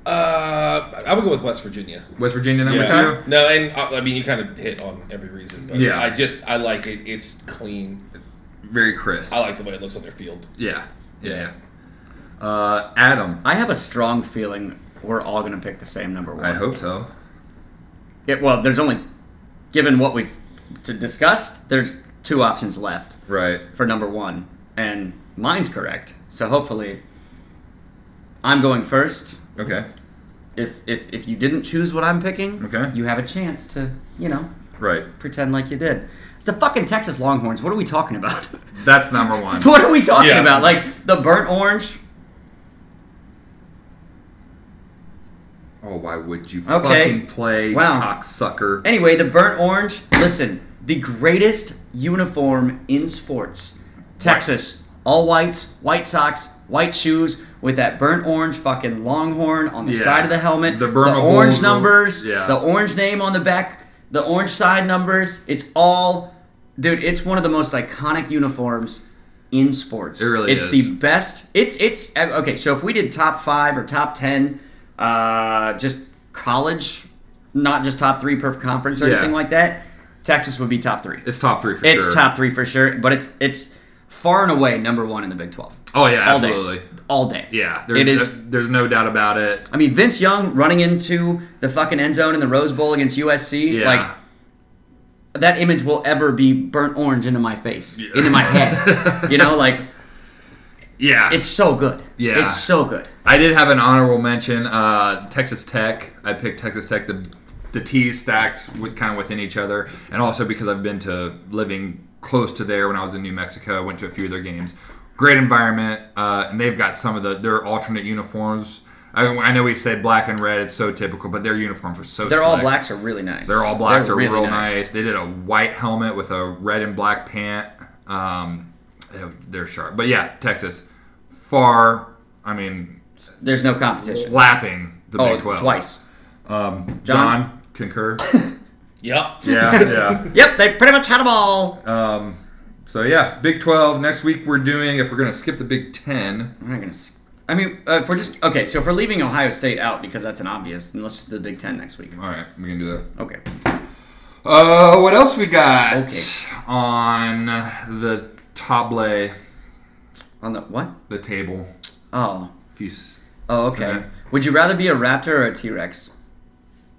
C: Uh, I would go with West Virginia.
A: West Virginia number
C: Yeah.
A: two.
C: No, and uh, I mean you kind of hit on every reason. But
A: Yeah.
C: I just I like it. It's clean.
A: Very crisp.
C: I like the way it looks on their field.
A: Yeah. Yeah. yeah. Uh, Adam.
B: I have a strong feeling we're all going to pick the same number one.
A: I hope so.
B: Yeah, well, there's only, given what we've to discussed, there's two options left
A: Right.
B: for number one, and mine's correct. So hopefully, I'm going first.
A: Okay.
B: If if if you didn't choose what I'm picking,
A: Okay.
B: you have a chance to you know
A: Right.
B: pretend like you did. It's the fucking Texas Longhorns. What are we talking about? <laughs>
A: That's number one.
B: what are we talking
C: Yeah.
B: about? Like the burnt orange.
A: Oh, why would you
B: Okay.
A: fucking play
B: Wow.
A: cocksucker?
B: Anyway, the burnt orange. Listen, the greatest uniform in sports. Texas, all whites, white socks, white shoes, with that burnt orange fucking longhorn on the
A: Yeah.
B: side of the helmet.
A: The
B: The,
A: vermible-
B: orange numbers,
A: yeah.
B: the orange name on the back, the orange side numbers. It's all, dude. It's one of the most iconic uniforms in sports.
A: It really
B: it's
A: is.
B: the best. It's it's okay. So if we did top five or top ten, uh, just college, not just top three per conference or
A: Yeah.
B: anything like that, Texas would be top three. It's,
A: It's top three for sure.
B: top three for sure, but it's it's far and away number one in the Big Twelve.
A: Oh yeah,
B: all
A: absolutely.
B: day, all day.
A: Yeah, there's,
B: it is.
A: There's no doubt about it.
B: I mean, Vince Young running into the fucking end zone in the Rose Bowl against USC,
A: Yeah.
B: like that image will ever be burnt orange into my face, into my head.
A: <laughs>
B: you know, like
A: Yeah,
B: it's so good.
A: Yeah.
B: it's so good.
A: I did have an honorable mention. Uh, Texas Tech. I picked Texas Tech. The the T's stacked with kind of within each other, and also because I've been to living close to there when I was in New Mexico. I went to a few of their games. Great environment, uh, and they've got some of the their alternate uniforms. I, I know we said black and red. It's so typical, but their uniforms are so.
B: They're all
A: slick.
B: blacks are really nice.
A: They're all blacks are
B: really
A: real nice. They did a white helmet with a red and black pant. Um, they're- they're sharp. But yeah, Texas, far, I mean,
B: There's no competition.
A: lapping the
B: Oh,
A: Big 12.
B: twice.
A: Um, John,
B: John? <laughs>
A: concur?
C: Yep.
A: yeah,
B: Yep, they pretty much had them all.
A: yeah. Um, so yeah, Big 12. Next week we're doing, if we're going to skip the Big 10,
B: I'm not gonna. s- I mean, uh, if we're just okay. So if we're leaving Ohio State out because that's an obvious, then let's just do the Big Ten next week.
A: all right, we can do that.
B: Okay.
A: Uh, what else we got
B: Okay.
A: on the table?
B: On the what?
A: The table.
B: Oh.
A: Peace.
B: Oh, okay.
A: Okay.
B: Would you rather be a raptor or a T Rex?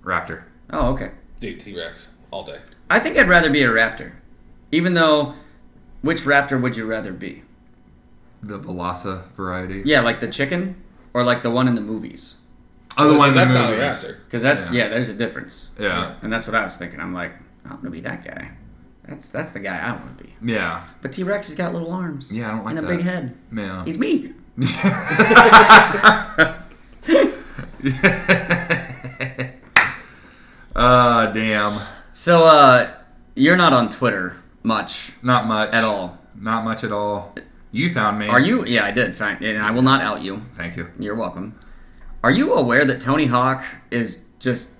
A: Raptor.
B: Oh, okay.
C: Dude, T Rex all day.
B: I think I'd rather be a raptor. Even though, which raptor would you rather be?
A: The Velosa variety.
B: Yeah, like the chicken or like the one in the movies?
A: Other ones
C: that's
A: Oh, in
C: not a
A: movies.
C: raptor.
B: Because that's,
A: Yeah.
B: yeah, there's a difference.
A: Yeah,
B: And that's what I was thinking. I'm like, I'm gonna be that guy. That's that's the guy I want to be.
A: yeah,
B: But T Rex has got little arms.
A: yeah. I don't like
B: and a
A: that.
B: big head.
A: Yeah.
B: He's me.
A: Ah, damn.
B: So uh, you're not on Twitter much
A: Not much
B: at all,
A: Not much at all. You found me.
B: are you? Yeah, I did. Fine, and I will not out you.
A: Thank you.
B: You're welcome. Are you aware that Tony Hawk is just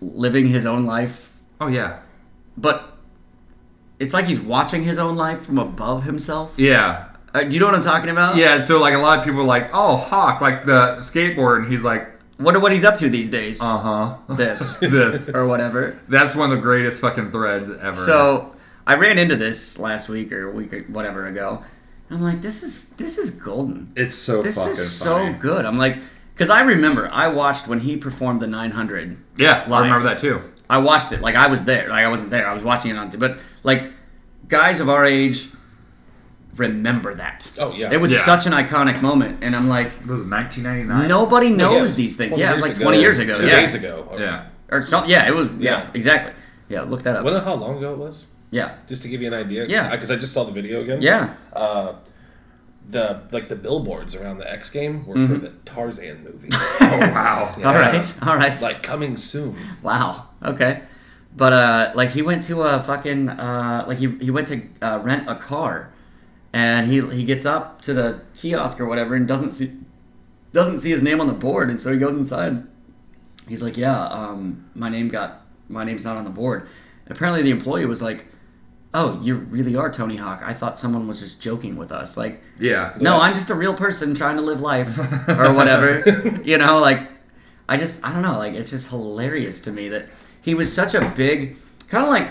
B: living his own life,
A: Oh yeah,
B: but it's like he's watching his own life from above himself?
A: yeah.
B: Uh, do you know what I'm talking about?
A: Yeah, so like a lot of people are like, oh, Hawk, like the skateboard, and he's like,
B: Wonder what he's up to these days.
A: uh huh.
B: This
A: this.
B: or whatever.
A: <laughs> That's one of the greatest fucking threads ever.
B: So I ran into this last week or a week or whatever ago. I'm like, this is this is golden.
A: it's so
B: This
A: fucking
B: is so
A: funny.
B: good. I'm like, because I remember I watched when he performed the 900.
A: Yeah, I
B: Live.
A: remember that too.
B: I watched it. Like I was there. Like I wasn't there. I was watching it on. But like guys of our age remember that.
C: Oh, yeah.
B: It was
A: Yeah.
B: such an iconic moment, and I'm like,
A: It was 1999.
B: nobody knows
C: Yeah, it was
B: these things.
C: 20
B: Yeah, it was
C: years
B: like 20 years ago.
C: Two
B: yeah,
C: days ago. or-
A: Yeah.
B: or something. Yeah, it was. Yeah,
C: Yeah.
B: exactly. Yeah, look that up.
C: Wanna know how long ago it was?
B: yeah,
C: Just to give you an idea.
B: Yeah.
C: Because I just saw the video again.
B: yeah.
C: The like the billboards around the X game were
B: Mm-hmm.
C: for the Tarzan
B: <laughs>
C: movie.
A: Oh wow.
B: All right, all right.
C: like coming soon.
B: Wow. Okay. But uh, like he went to a fucking uh, like he, he went to uh, rent a car, and he he gets up to the kiosk or whatever and doesn't see doesn't see his name on the board, and so he goes inside. He's like, yeah, um, my name got my name's not on the board. And apparently, the employee was like, oh, you really are Tony Hawk. I thought someone was just joking with us. Like,
A: <laughs> Yeah.
B: no, I'm just a real person trying to live
A: <laughs>
B: life or whatever. you know, like I just I don't know, like it's just hilarious to me that he was such a big kind of like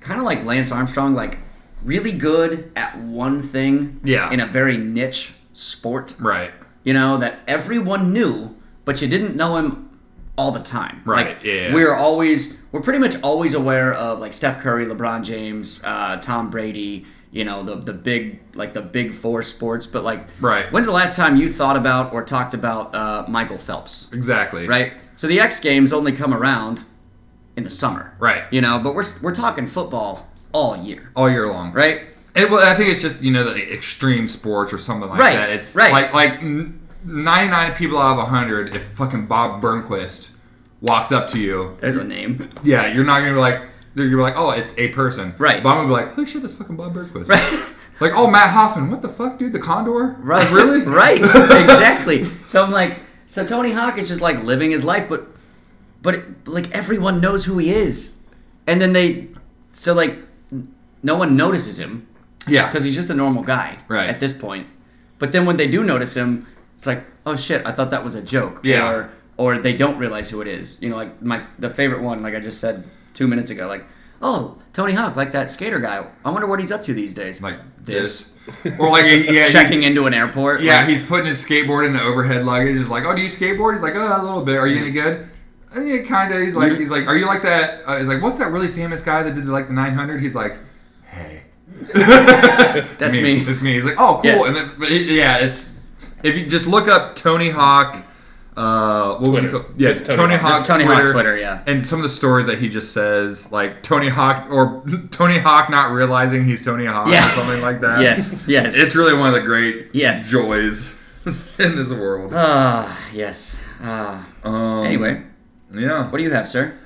B: kind of like Lance Armstrong like really good at one thing
A: Yeah.
B: in a very niche sport,
A: Right.
B: you know, that everyone knew, but you didn't know him all the time.
A: Right,
B: Like,
A: yeah.
B: We're always we're pretty much always aware of like Steph Curry, LeBron James, uh, Tom Brady, you know, the the big like the big four sports, but like
A: Right.
B: when's the last time you thought about or talked about uh, Michael Phelps?
A: Exactly.
B: Right? So the X games only come around in the summer.
A: Right.
B: You know, but we're we're talking football all year.
A: All year long.
B: Right?
A: It, well, I think it's just you know the extreme sports or something like
B: Right,
A: that. It's
B: right.
A: like like n- 99 people out of 100. If fucking Bob Burnquist walks up to you,
B: There's a name. <laughs>
A: yeah, you're not gonna be like you're gonna be like, oh, it's a person.
B: Right.
A: But I'm gonna be like, holy shit, that's fucking Bob Burnquist.
B: Right.
A: <laughs> Like, oh, Matt Hoffman, what the fuck, dude? The Condor?
B: Right.
A: Like, <laughs>
B: <laughs>
A: really?
B: right. Exactly. So I'm like, so Tony Hawk is just like living his life, but, but it, like everyone knows who he is, and then they, so like, no one notices him
A: Yeah.
B: because he's just a normal guy
A: Right.
B: at this point. But then when they do notice him, it's like, oh shit, I thought that was a joke.
A: Yeah.
B: Or or they don't realize who it is. You know, like my the favorite one, like I just said two minutes ago, like, oh, Tony Hawk, like that skater guy. I wonder what he's up to these days.
A: like this, or like yeah, he-
B: Checking into an airport.
A: Yeah,
B: like-
A: he's putting his skateboard in the overhead luggage. He's like, "Oh, do you skateboard?" He's like, "Oh, a little bit. Are you any good?" Uh, Yeah, kind of. He's like, he's like, "Are you like that?" Uh, he's like, "What's that really famous guy that did like the 900?" He's like, "Hey,
B: that's me. <laughs>
A: It's me." He's like, "Oh, cool."
B: Yeah.
A: And then, but it- yeah, it's if you just look up Tony Hawk. Uh, what would you
C: Twitter.
A: call? Yes,
C: Just
A: Tony,
C: Tony Hawk.
A: Hawk.
B: Just Tony Hawk Twitter, yeah.
A: And some of the stories that he just says, like Tony Hawk or <laughs> Tony Hawk not realizing he's Tony Hawk
B: Yeah.
A: or something like that. <laughs>
B: Yes, yes.
A: It's really one of the great
B: Yes.
A: joys <laughs> in this world.
B: Ah, yes. Ah.
A: Um,
B: anyway,
A: yeah.
B: what do you have, sir?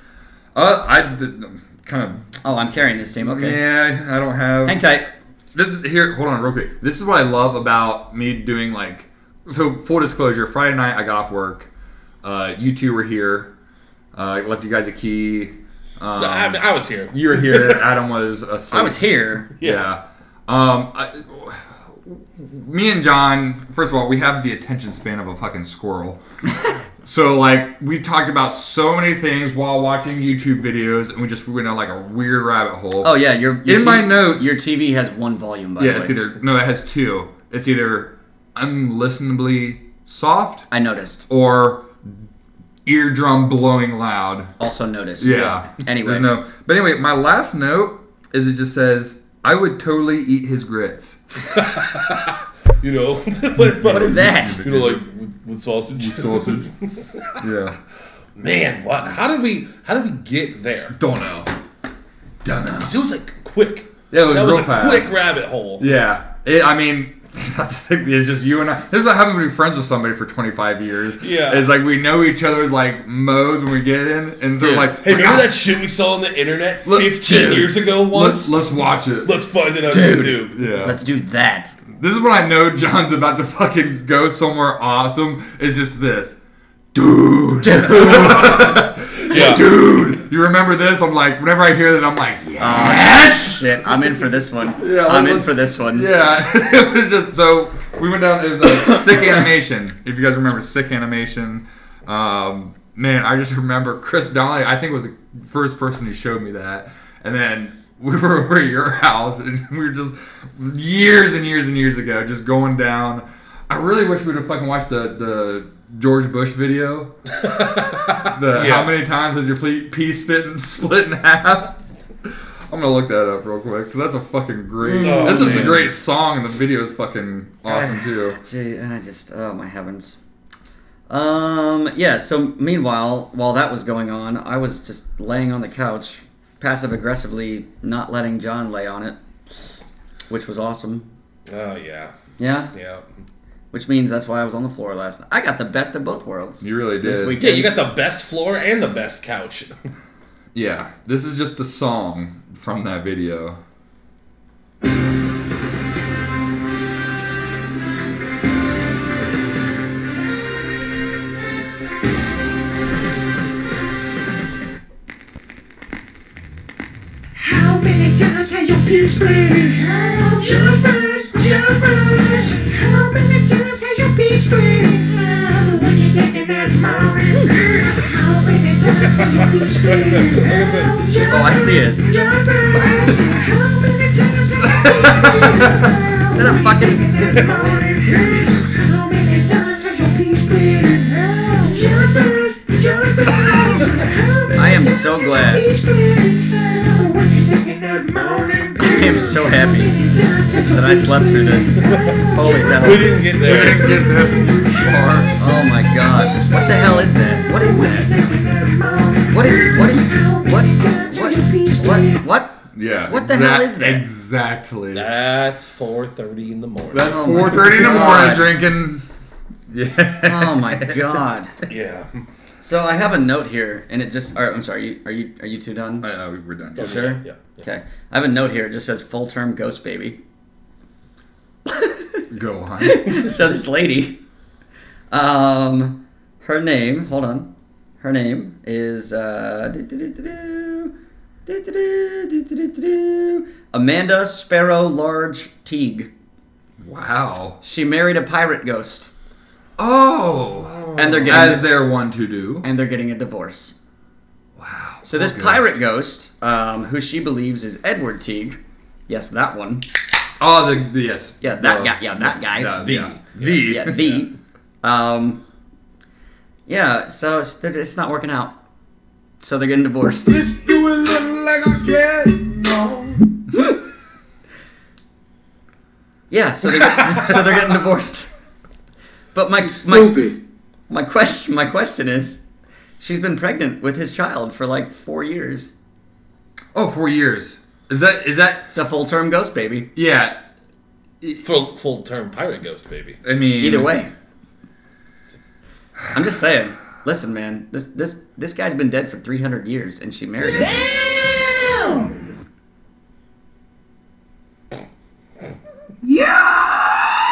A: Uh, I did, kind
B: Oh, I'm carrying this team.
A: of.
B: Okay.
A: Yeah, I don't have.
B: Hang tight.
A: This is here. Hold on, real quick. This is what I love about me doing like. So full disclosure, Friday night I got off work. Uh, you two were here. Uh, I left you guys a key. Um,
C: I, mean, I was here.
A: you
B: <laughs>
A: were here. Adam was asleep.
B: I was here.
A: Yeah. Um, I, me and John, first of all, we have the attention span of a
B: <laughs>
A: fucking squirrel. so, like, we talked about so many things while watching YouTube videos, and we just went down like a weird rabbit hole.
B: Oh yeah, your, your
A: In my notes-
B: Your TV has one volume. By
A: yeah.
B: the way.
A: It's either no, it has two. It's either unlistenably soft
B: I noticed.
A: or eardrum blowing loud.
B: Also noticed.
A: Yeah.
B: Anyway.
A: There's no. But anyway, my last note is it just says I would totally eat his grits.
C: You know. <laughs> what,
B: What is that?
C: You know, like with, with
A: <laughs>
C: sausage.
A: sausage. yeah.
C: <laughs> Man, what? How did we? How did we get there?
A: Don't know. Don't know.
C: 'Cause it was like quick.
A: Yeah, it was
C: that
A: real
C: was a
A: fast.
C: quick rabbit hole.
A: Yeah. It, I mean, <laughs> that's the thing, it's just you and I. This is what happens when you're friends with somebody for 25 years.
C: Yeah.
A: It's like we know each other's like modes when we get in, and so
C: Dude,
A: like,
C: hey, remember
A: "Ah, <laughs>
C: that shit we saw on the internet
A: let-
C: 15
A: dude,
C: years ago once?
A: Let's, let's watch it.
C: Let's find it on
A: Dude.
C: YouTube.
A: Yeah.
B: Let's do that.
A: this is when I know John's about to fucking go somewhere awesome. It's just this. dude,
C: Yeah.
A: dude, you remember this? I'm like, whenever I hear that, I'm like,
B: Oh,
A: yes.
B: Shit, I'm in for this one.
A: Yeah,
B: I'm in
A: let's-
B: for this one.
A: Yeah, <laughs> it was just so we went down. It was like sick animation. If you guys remember sick animation, um, man, I just remember Chris Donnelly. I think was the first person who showed me that, and then we were <laughs> over at your house, and we were just years and years and years ago, just going down. I really wish we'd have fucking watched the the George Bush video. The
C: Yeah.
A: how many times has your ple- piece fit and <laughs> split in half? I'm gonna look that up real quick because that's a fucking great.
B: Mm.
C: Oh,
A: that's just a
C: man.
A: great song, and the video is fucking
B: Ah.
A: awesome too.
B: <sighs> Gee, I just oh my heavens. Um yeah, so meanwhile, while that was going on, I was just laying on the couch, passive aggressively not letting John lay on it. Which was awesome.
C: Oh yeah.
B: Yeah?
C: Yeah.
B: Which means that's why I was on the floor last night. I got the best of both worlds.
A: You really did.
B: This week-
C: Yeah, you got the best floor and the best couch.
A: Yeah, this is just the song from that video.
E: How many times has your penis been in hell? Jumpers, jumpers. How many times has your penis been in hell? When you're taking that morning girl. How many times has your penis been in hell?
B: Oh, I see it.
E: Jumpers, jumpers. How many times has your penis been in hell?
B: Is that a
E: When you
B: fucking-
E: taking that morning girl? How many times has your penis been in hell? Jumpers, jumpers. How many
B: I am
E: times
B: so
E: has your
B: glad.
E: penis I
B: am so happy that I slept through this. Holy hell.
C: <laughs> We didn't get
A: We
C: there.
A: didn't get this far.
B: Oh my god. What the hell is that? What is that? What is what is what what what what
A: Yeah.
B: What the hell
A: exac-
B: is that?
A: Exactly.
C: That's 4:30 in the morning.
A: That's
B: Oh my
A: 4:30 in the morning
B: God.
A: drinking. Yeah.
B: Oh my god.
C: yeah.
B: So I have a note here and it just or, I'm sorry, you- are you are you two done?
A: I know we're done.
B: Sure.
C: Yeah, yeah.
B: Okay. I have a note here. It just says full term ghost baby. <laughs>
A: Go on.
B: so this lady, um, her name. Hold on. Her name is uh, do-do-do-do-do, do-do-do, do-do-do-do-do, Amanda Sparrow Large Teague.
A: Wow.
B: She married a pirate ghost,
A: Oh.
B: and they're getting
A: As their one to do.
B: and they're getting a divorce.
A: Wow.
B: So this
A: Okay.
B: pirate ghost, um, who she believes is Edward Teague, yes, that one.
A: Oh, the, the yes.
B: Yeah, that
A: The-
B: guy. Yeah, that guy.
A: Yeah, <laughs>
C: The.
A: yeah. The.
B: yeah, the, um, yeah. So it's, they're- it's not working out. So they're getting divorced.
E: Just do a little like I can. No.
B: Yeah. So they so they're getting divorced. But my my
E: Stupid.
B: my question my question is, she's been pregnant with his child for like four years.
A: Oh, four years. Is that is that
B: It's a full term ghost baby.
A: yeah?
C: Full full term pirate ghost baby.
A: I mean,
B: Either way, I'm just saying. Listen, man, this this this guy's been dead for 300 years, and she married him.
E: Damn! Yeah!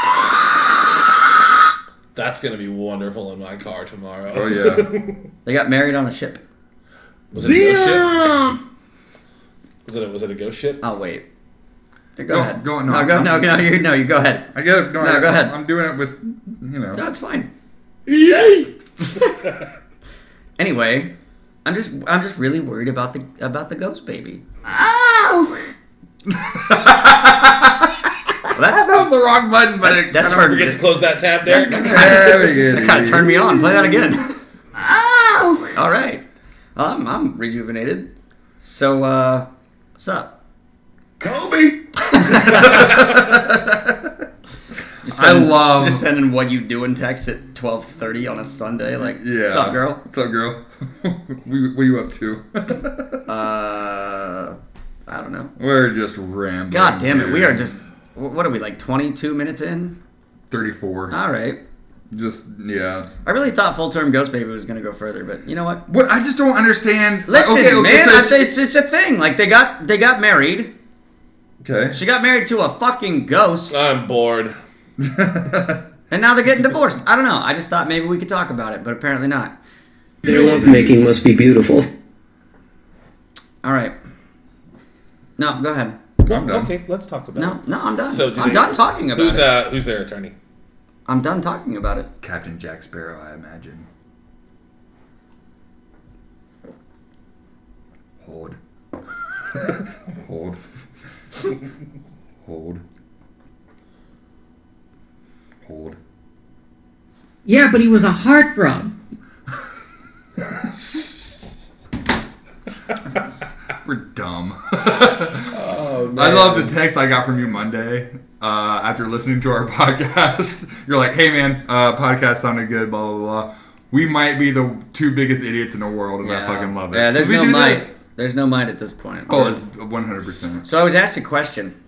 C: That's gonna be wonderful in my car tomorrow.
A: Oh yeah.
B: They got married on a ship.
C: <laughs> Was it a ghost ship? Was it a, was it a ghost ship?
B: I'll Oh, wait. Go,
A: Go-
B: ahead.
A: go- no,
B: no, go,
A: I'm-
B: no, no, you, no, you go ahead.
A: I get it. No,
B: No, go ahead.
A: I'm doing it with you know. <laughs>
B: No, it's fine.
E: Yay!
B: <laughs> Anyway, I'm just, I'm just really worried about the, about the ghost baby.
E: Ow!
B: Well,
A: <laughs>
B: that's,
A: That's the wrong button, but it
B: that's
A: kind
B: her.
C: Forget to close that tab
B: <laughs>
A: <laughs>
C: there.
A: Very good.
B: Kind of <laughs> turned me on. Play that again.
E: Ow!
B: All right. Well, I'm, I'm rejuvenated. So, uh, what's
A: <laughs>
B: up?
E: Kobe!
B: Just
A: I love-
B: just sending what you do in text at 12:30 on a Sunday. Like,
A: <laughs> Yeah.
B: what's up, girl?
A: What's up, girl? <laughs> we, what are you
B: <laughs>
A: up to? <laughs>
B: Uh, I don't know.
A: We're just rambling.
B: God damn it, we
A: here.
B: are just. wh- What are we like? 22 minutes in?
A: 34.
B: All right.
A: just yeah.
B: I really thought full term Ghost Baby was gonna go further, but you know what?
A: What I just don't understand.
B: Listen,
A: okay, okay,
B: man,
A: so
B: I say it's it's a thing. Like they got they got married.
A: okay.
C: Uh.
B: She got married to a fucking ghost.
C: I'm bored.
B: And now they're getting divorced. I don't know. I just thought maybe we could talk about it, but apparently not.
F: Their love making must be beautiful.
B: All right. No, go ahead.
A: I'm done.
C: Okay, let's talk about
B: No,
C: it.
B: no, I'm done.
C: So do
B: I'm
C: they-
B: done talking about
C: Who's
B: it.
C: uh who's their attorney?
B: I'm done talking about it.
A: <laughs> Captain Jack Sparrow, I imagine. Hold. <laughs> Hold. Hold. Hold.
G: Yeah, but he was a heartthrob.
A: We're dumb. <laughs>
B: Oh,
A: I love the text I got from you Monday uh, after listening to our <laughs> podcast. You're like, hey man, uh, podcast sounded good, blah, blah, blah. We might be the two biggest idiots in the world, and I fucking love it.
B: Yeah, there's
A: We
B: no
A: do
B: might.
A: this.
B: There's no might at this point.
A: Oh, it's 100%.
B: So I was asked a question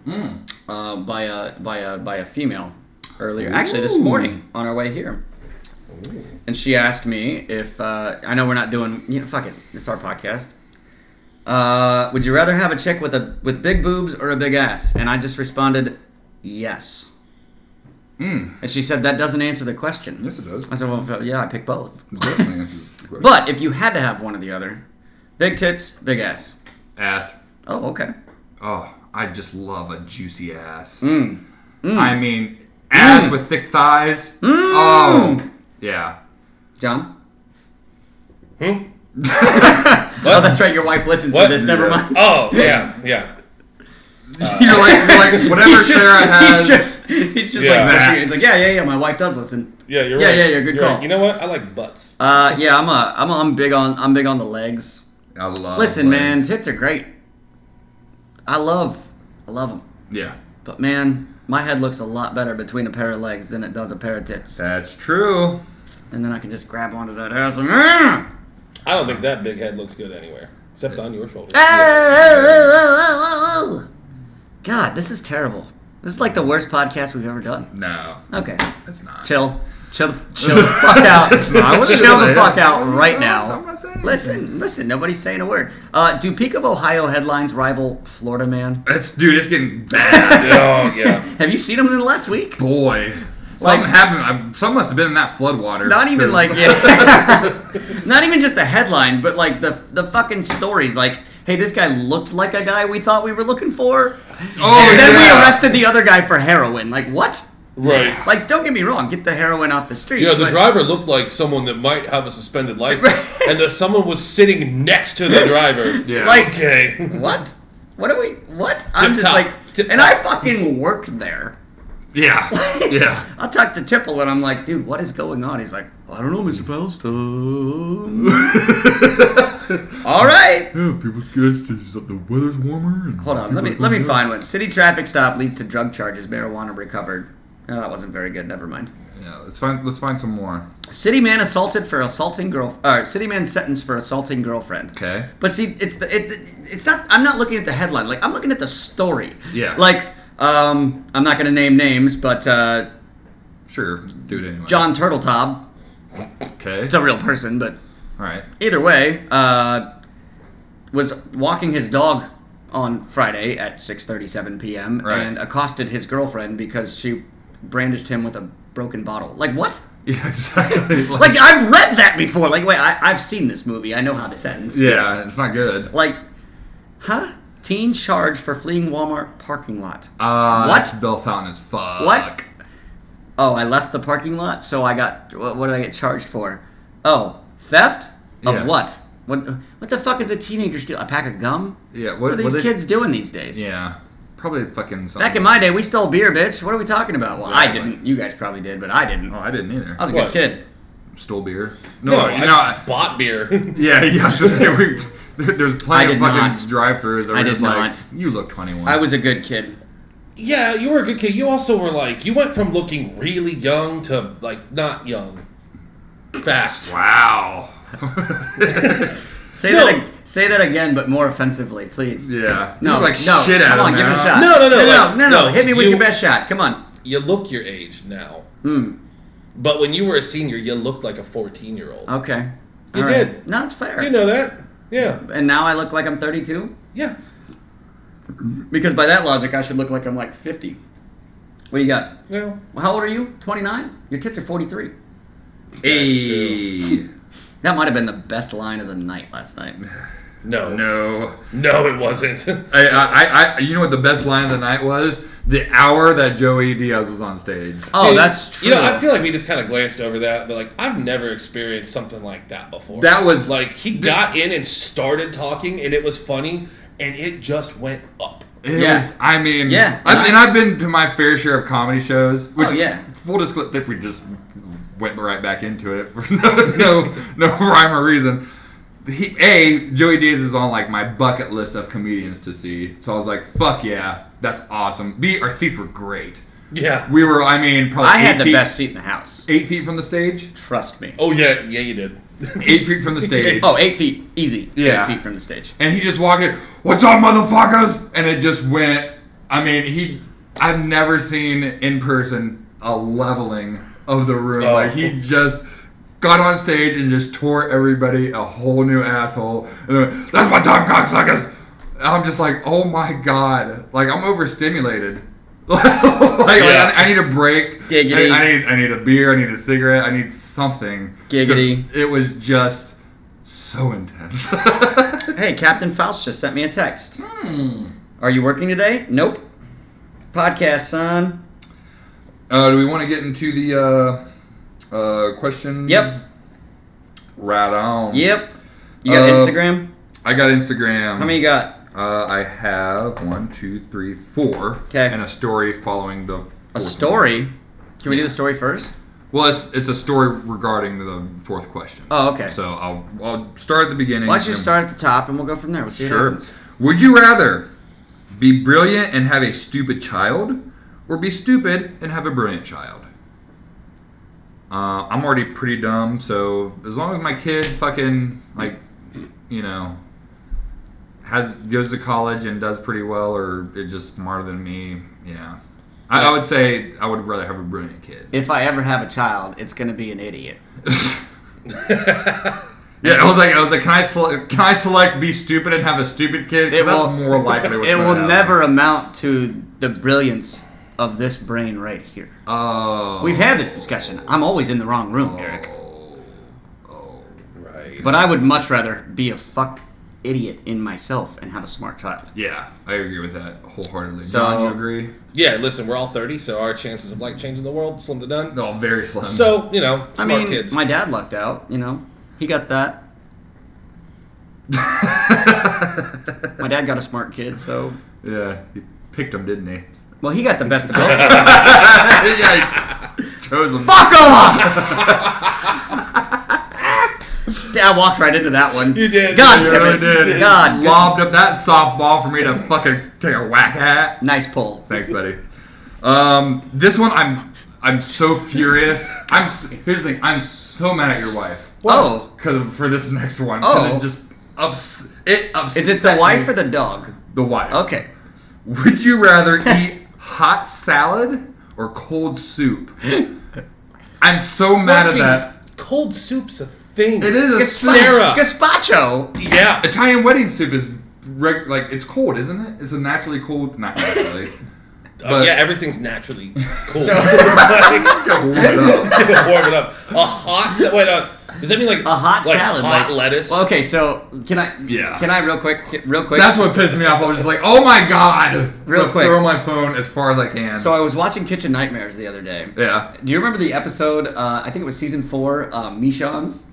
B: uh, by a by a by a female earlier, actually this morning on our way here, and she asked me if uh, I know we're not doing you know fuck it, it's our podcast. Uh, would you rather have a chick with a with big boobs or a big ass? And I just responded, yes. And she said that doesn't answer the question.
A: Yes, it
B: <laughs>
A: does.
B: I said, well, yeah, I pick both.
A: Definitely answers the question.
B: But if you had to have one or the other, big tits, big ass.
A: ass.
B: Oh, okay.
A: Oh, I just love a juicy ass.
B: Mm.
A: I mean, ass with thick thighs. Oh, yeah.
B: John.
C: Hmm?
B: Oh, that's right. Your wife listens
C: What?
B: to this. Never mind.
C: Oh yeah, yeah.
A: <laughs> you're
B: <laughs>
A: like, you're like whatever
B: he's just,
A: Sarah has.
B: He's just, he's just
C: Yeah.
B: like, pushing it. he's like, yeah, yeah, yeah. My wife does listen.
C: Yeah, you're
B: Yeah,
C: right.
B: yeah, yeah, good
C: You're right.
B: call.
C: You know what? I like butts.
B: Uh, yeah, I'm a, I'm, a, I'm big on, I'm big on the legs.
A: I love.
B: Listen,
A: Oh, legs.
B: man, tits are great. I love, I love them.
A: Yeah,
B: But man, my head looks a lot better between a pair of legs than it does a pair of tits.
A: that's true.
B: And then I can just grab onto that ass and. "Ah!"
C: I don't think that big head looks good anywhere, except on your shoulders.
B: "Ah!" God, this is terrible. This is like the worst podcast we've ever done.
A: No,
B: Okay,
A: that's not.
B: chill, chill, chill the fuck out,
A: <laughs> not what it
B: chill the
A: is.
B: fuck out right
A: I'm
B: now.
A: not saying
B: Listen, listen, nobody's saying a word. Uh, do Peak of Ohio headlines rival Florida Man?
A: It's dude, it's getting
B: <laughs>
A: bad.
C: oh yeah.
B: Have you seen them in the last week?
A: Boy,
B: Like-
A: something happened. I, some must have been in that floodwater.
B: Not even
A: 'cause-
B: like yeah, <laughs> not even just the headline, but like the the fucking stories. Like, hey, this guy looked like a guy we thought we were looking for.
A: Oh,
B: And then
A: yeah.
B: we arrested the other guy for heroin. Like what?
C: Right.
B: Like, don't get me wrong, get the heroin off the street.
C: You know, the
B: but-
C: driver looked like someone that might have a suspended license, and that someone was sitting next to the driver.
A: Yeah.
B: Like,
C: Okay.
B: What? What are we? What? I'm just
C: top.
B: like,
C: Tip
B: and
C: top.
B: I fucking work there.
C: <laughs>
A: Yeah,
B: <laughs>
A: yeah.
B: I talked to Tipple and I'm like, dude, what is going on? He's like, I don't know, Mr. Falston. <laughs>
A: <laughs>
B: All right.
A: yeah people's guess is that the weather's warmer. And
B: Hold on. Let me let me find one. City traffic stop leads to drug charges. Marijuana recovered. No, that wasn't very good. Never mind.
A: Yeah, let's find let's find some more.
B: City man assaulted for assaulting girl. Or city man sentenced for assaulting girlfriend.
A: Okay.
B: But see, it's the it, it's not. I'm not looking at the headline. Like I'm looking at the story.
A: Yeah.
B: Like um, I'm not gonna name names, but uh,
A: Sure, do it anyway.
B: John Turtletaub.
A: Okay.
B: It's a real person, but
A: All right. <laughs>
B: either way, uh, was walking his dog on Friday at 6:37 p.m.
A: Right.
B: and accosted his girlfriend because she brandished him with a broken bottle. Like what?
A: Yeah, exactly. Like,
B: Like I've read that before. Like wait, I, I've seen this movie. I know how this ends.
A: yeah, it's not good.
B: Like, huh? Teen charged for fleeing Walmart parking lot.
A: Uh,
B: What?
A: That's Bell Fountain as fuck.
B: What? Oh, I left the parking lot, so I got. What, what did I get charged for? Oh, theft of
A: Yeah.
B: what? What? What the fuck is a teenager steal? A pack of gum?
A: Yeah, what-
B: What, are these
A: what is-
B: kids doing these days?
A: Yeah, probably fucking something.
B: Back in my day, we stole beer, bitch. What are we talking about? Well, I
A: Exactly.
B: didn't. You guys probably did, but I didn't.
A: Oh,
B: I
A: I didn't either.
B: was a
C: What?
B: good kid.
A: Stole beer.
C: No, <laughs>
A: No, you
C: I
A: know,
C: just
A: I-
C: bought beer. <laughs>
A: yeah, <laughs> yeah. I was just saying, we, there- there's
B: I
A: plenty of
B: did
A: fucking
B: not.
A: drive-throughs. that
B: I
A: were
B: did
A: just like,
B: not.
A: You look 21.
B: I was a good kid.
C: yeah, you were a good kid. You also were like, you went from looking really young to like not young, fast.
A: Wow. <laughs>
B: Say
C: No.
B: that. ag- Say that again, but more offensively, please.
A: Yeah.
B: No,
A: You look like
B: no.
A: shit out
B: Come
A: of
B: on, give it a
A: now.
B: shot.
C: No, no, no,
B: no,
C: like,
B: no, no.
C: no,
B: Hit me with
C: you-
B: your best shot. Come on.
C: You look your age now, but when you were a senior, you looked like a fourteen-year-old.
B: Okay.
C: You
B: All right.
C: did.
B: No, it's fair.
C: You know that? Yeah,
B: And now I look like I'm 32.
C: yeah.
B: Because by that logic, I should look like I'm like 50. What do you got?
C: Well,
B: Well, how old are you? 29? Your tits are 43.
A: Hey.
B: <laughs> That might have been the best line of the night last night.
C: no, no,
A: No.
C: no, it wasn't. <laughs>
A: I, I, I, you know what the best line of the night was? The hour that Joey Diaz was on stage.
B: Oh,
C: Dude,
B: that's true.
C: You know, I feel like we just kind of glanced over that, but like I've never experienced something like that before.
A: That was-
C: like he got in and started talking, and it was funny, and it just went up.
A: It
B: Yeah.
A: was, I mean,
B: Yeah.
A: I, and I've been to my fair share of comedy shows. Which,
B: Oh, yeah.
A: Full disclosure, if we just went right back into it for <laughs> no, no, no rhyme or reason. He, a Joey Diaz is on like my bucket list of comedians to see, so I was like, "Fuck yeah, that's awesome." B, our seats were great.
C: Yeah.
A: We were, I mean, probably
B: I
A: eight
B: had the
A: feet,
B: best seat in the house.
A: eight feet from the stage,
B: Trust me.
C: Oh yeah, yeah,
A: <laughs>
C: you did.
A: eight feet
B: <laughs>
A: from the stage.
B: Oh, eight feet. Easy.
A: Yeah.
B: Eight feet from the stage.
A: and he just walked in, "What's up, motherfuckers?" And it just went. I mean, he. I've never seen in person a leveling of the room.
C: Oh.
A: Like he just got on stage and just tore everybody a whole new asshole. And then went, that's my time, cocksuckers. And I'm just like, oh my god, like I'm overstimulated. <laughs> like, like,
C: Yeah.
A: I, I need a break.
B: Giggity.
A: I, I need I need a beer. I need a cigarette. I need something.
B: Giggity.
A: It was just so intense. <laughs>
B: Hey, Captain Faust just sent me a text. Are you working today? Nope. Podcast, son.
A: Uh, do we want to get into the uh, uh, questions?
B: Yep.
A: Right on.
B: Yep. You got
A: Uh,
B: Instagram?
A: I got Instagram.
B: How many you got?
A: Uh, I have one, two, three, four.
B: 'Kay.
A: And a story following the.
B: A
A: fourth
B: story? Can we do the story first?
A: one. Well, it's, it's a story regarding the fourth question.
B: Oh, okay.
A: So I'll, I'll start at the beginning.
B: Why don't you
A: and-
B: start at the top and we'll go from there. We'll see what
A: Sure.
B: happens.
A: Would you rather be brilliant and have a stupid child, or be stupid and have a brilliant child? Uh, I'm already pretty dumb, so as long as my kid fucking like, you know, has goes to college and does pretty well, or is just smarter than me, yeah. I, I would say I would rather have a brilliant kid.
B: If I ever have a child, it's going to be an idiot.
A: Yeah, I was like, I was like, can I sele- can I select be stupid and have a stupid kid? 'Cause
B: It
A: that's
B: will-
A: more likely. what's
B: It
A: gonna
B: will
A: happen.
B: never amount to the brilliance of this brain right here.
A: Oh,
B: We've had this discussion. I'm always in the wrong room, Eric.
C: Right.
B: But I would much rather be a fuck idiot in myself and have a smart child.
A: Yeah, I agree with that wholeheartedly.
B: So-
A: John, you agree?
C: Yeah, listen, we're all 30, so our chances of like changing the world slim to none.
A: No, very slim.
C: So, you know, smart
B: I mean,
C: kids.
B: my dad lucked out, you know. He got that. My dad got a smart kid, so
A: yeah, he picked him, didn't
B: <laughs>
A: he?
B: well, he got the best of both. worlds.
A: yeah, he chose him.
B: Fuck off! Dad walked right into that one.
C: You did.
B: God
A: He
B: damn
A: really
B: it.
A: did.
B: God,
A: he lobbed up that softball for me to fucking take a whack at.
B: Nice pull.
A: Thanks, buddy. Um, this one, I'm, I'm so furious. I'm. s- Here's the thing. I'm so mad at your wife.
B: Oh,
A: Cause for this next one. 'cause
B: Oh.
A: It just ups. It upset.
B: is it the wife or
A: me.
B: the dog?
A: the wife?
B: Okay.
A: Would you rather eat hot salad or
B: <laughs>
A: cold soup? I'm so mad at
C: Fucking
A: that.
C: Cold soup's a thing.
A: It is a soup.
C: Sarah.
B: Gazpacho.
C: Yeah.
A: Italian wedding soup is reg- like it's cold, isn't it? It's a naturally
B: <laughs>
A: cold, not naturally.
C: Uh,
B: Oh,
A: but
C: yeah, everything's naturally cool. <laughs>
B: So-
C: Like,
A: Warm it up.
C: warm it up. <laughs> A hot sa- wait, uh, does that mean like
B: A hot
C: like
B: salad, like-
C: hot lettuce?
B: Well, okay, so can I?
A: Yeah.
B: Can I real quick? Real quick.
A: That's what pissed me off. I was just like, "Oh my god!"
B: Real
A: I'll
B: quick.
A: throw my phone as far as I can.
B: so I was watching Kitchen Nightmares the other day.
A: yeah,
B: Do you remember the episode? Uh, I think it was season four. Uh, Michon's.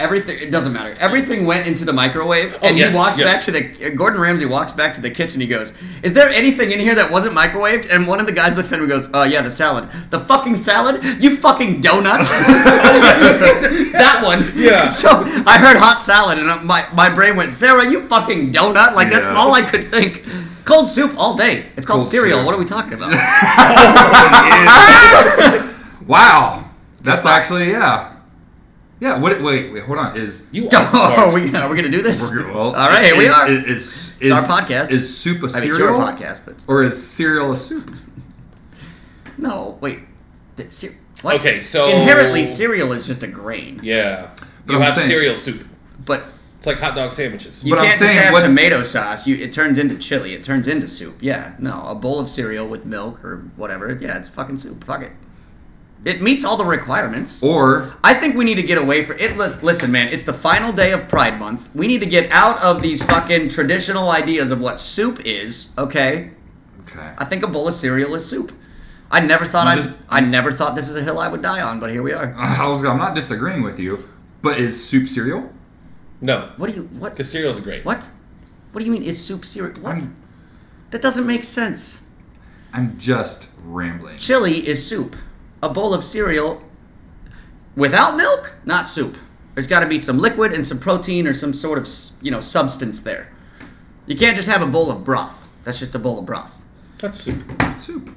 B: Everything. It doesn't matter. Everything went into the microwave, and
C: yes,
B: he walks
C: yes.
B: back to the. Gordon Ramsay walks back to the kitchen. He goes, "Is there anything in here that wasn't microwaved?" And one of the guys looks at him and goes, "Oh yeah, the salad. The fucking salad. You fucking donuts. <laughs> that one.
C: Yeah.
B: So I heard hot salad, and my my brain went, Sarah, you fucking donut. Like that's
A: Yeah.
B: all I could think. Cold soup all day. It's called
A: Cold
B: cereal.
A: soup.
B: What are we talking about?
A: wow. That's actually yeah, yeah. What? Wait, wait, hold on. Is
B: <laughs>
C: you are
B: Oh,
C: smart.
B: are we, are we gonna do this?
A: We're good. Well,
B: All right, here we
A: is-
B: are.
A: Is, is, is-
B: our podcast.
A: Is soup a
B: I mean,
A: cereal?
B: it's your podcast, but
A: Or is cereal a soup?
B: no, wait. That cer- what?
C: Okay, so-
B: inherently cereal is just a grain,
C: Yeah. You
A: I'm
C: have
A: saying-
C: cereal soup.
B: but
C: It's like hot dog sandwiches.
B: You
A: But I'm
B: can't just
A: saying,
B: have
A: what's-
B: tomato sauce. You, it turns into chili. It turns into soup. Yeah, no, a bowl of cereal with milk or whatever. Yeah, it's fucking soup. Fuck it. It meets all the
A: Oh.
B: requirements.
A: Or
B: I think we need to get away from it. lis- Listen, man, it's the final day of Pride Month. We need to get out of these fucking traditional ideas of what soup is. Okay,
A: okay, <laughs>
B: I think a bowl of cereal is soup. I never thought
A: I'm
B: I
A: just-
B: would I never thought this is a hill I would die on, but here we are.
A: I was, I'm not disagreeing with you, but is soup cereal?
C: No,
B: What do you what
C: because cereal's great.
B: what? What do you mean is soup cereal? What?
A: I'm
B: That doesn't make sense.
A: I'm just rambling.
B: Chili is soup. A bowl of cereal without milk, not soup. There's got to be some liquid and some protein or some sort of s- you know substance there. You can't just have a bowl of broth. That's just a bowl of broth. Mm,
C: That's soup.
A: Soup.
C: <laughs>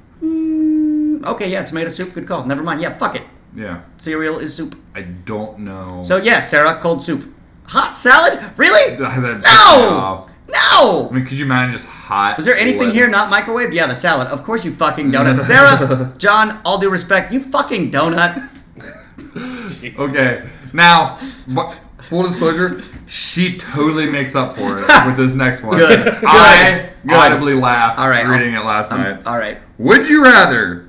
B: Okay, yeah, tomato soup. Good call. Never mind. Yeah, fuck it.
A: Yeah,
B: Cereal is soup.
A: I don't know.
B: So yeah, Sarah, cold soup. Hot salad? Really?
A: <laughs> That pissed me
B: No!
A: off. I
B: No!
A: mean, could you imagine just hot?
B: Was there anything
A: lip-
B: here not microwaved? Yeah, the salad. Of course you fucking donut.
A: <laughs>
B: Sarah, John, all due respect, you fucking donut.
C: Jesus.
A: Okay, now but full disclosure, she totally makes up
B: <laughs>
A: for it with this next one.
B: Good,
A: <laughs> I
B: good, good.
A: audibly laughed
B: All right,
A: reading it last
B: I'm-
A: night.
B: all right.
A: Would you rather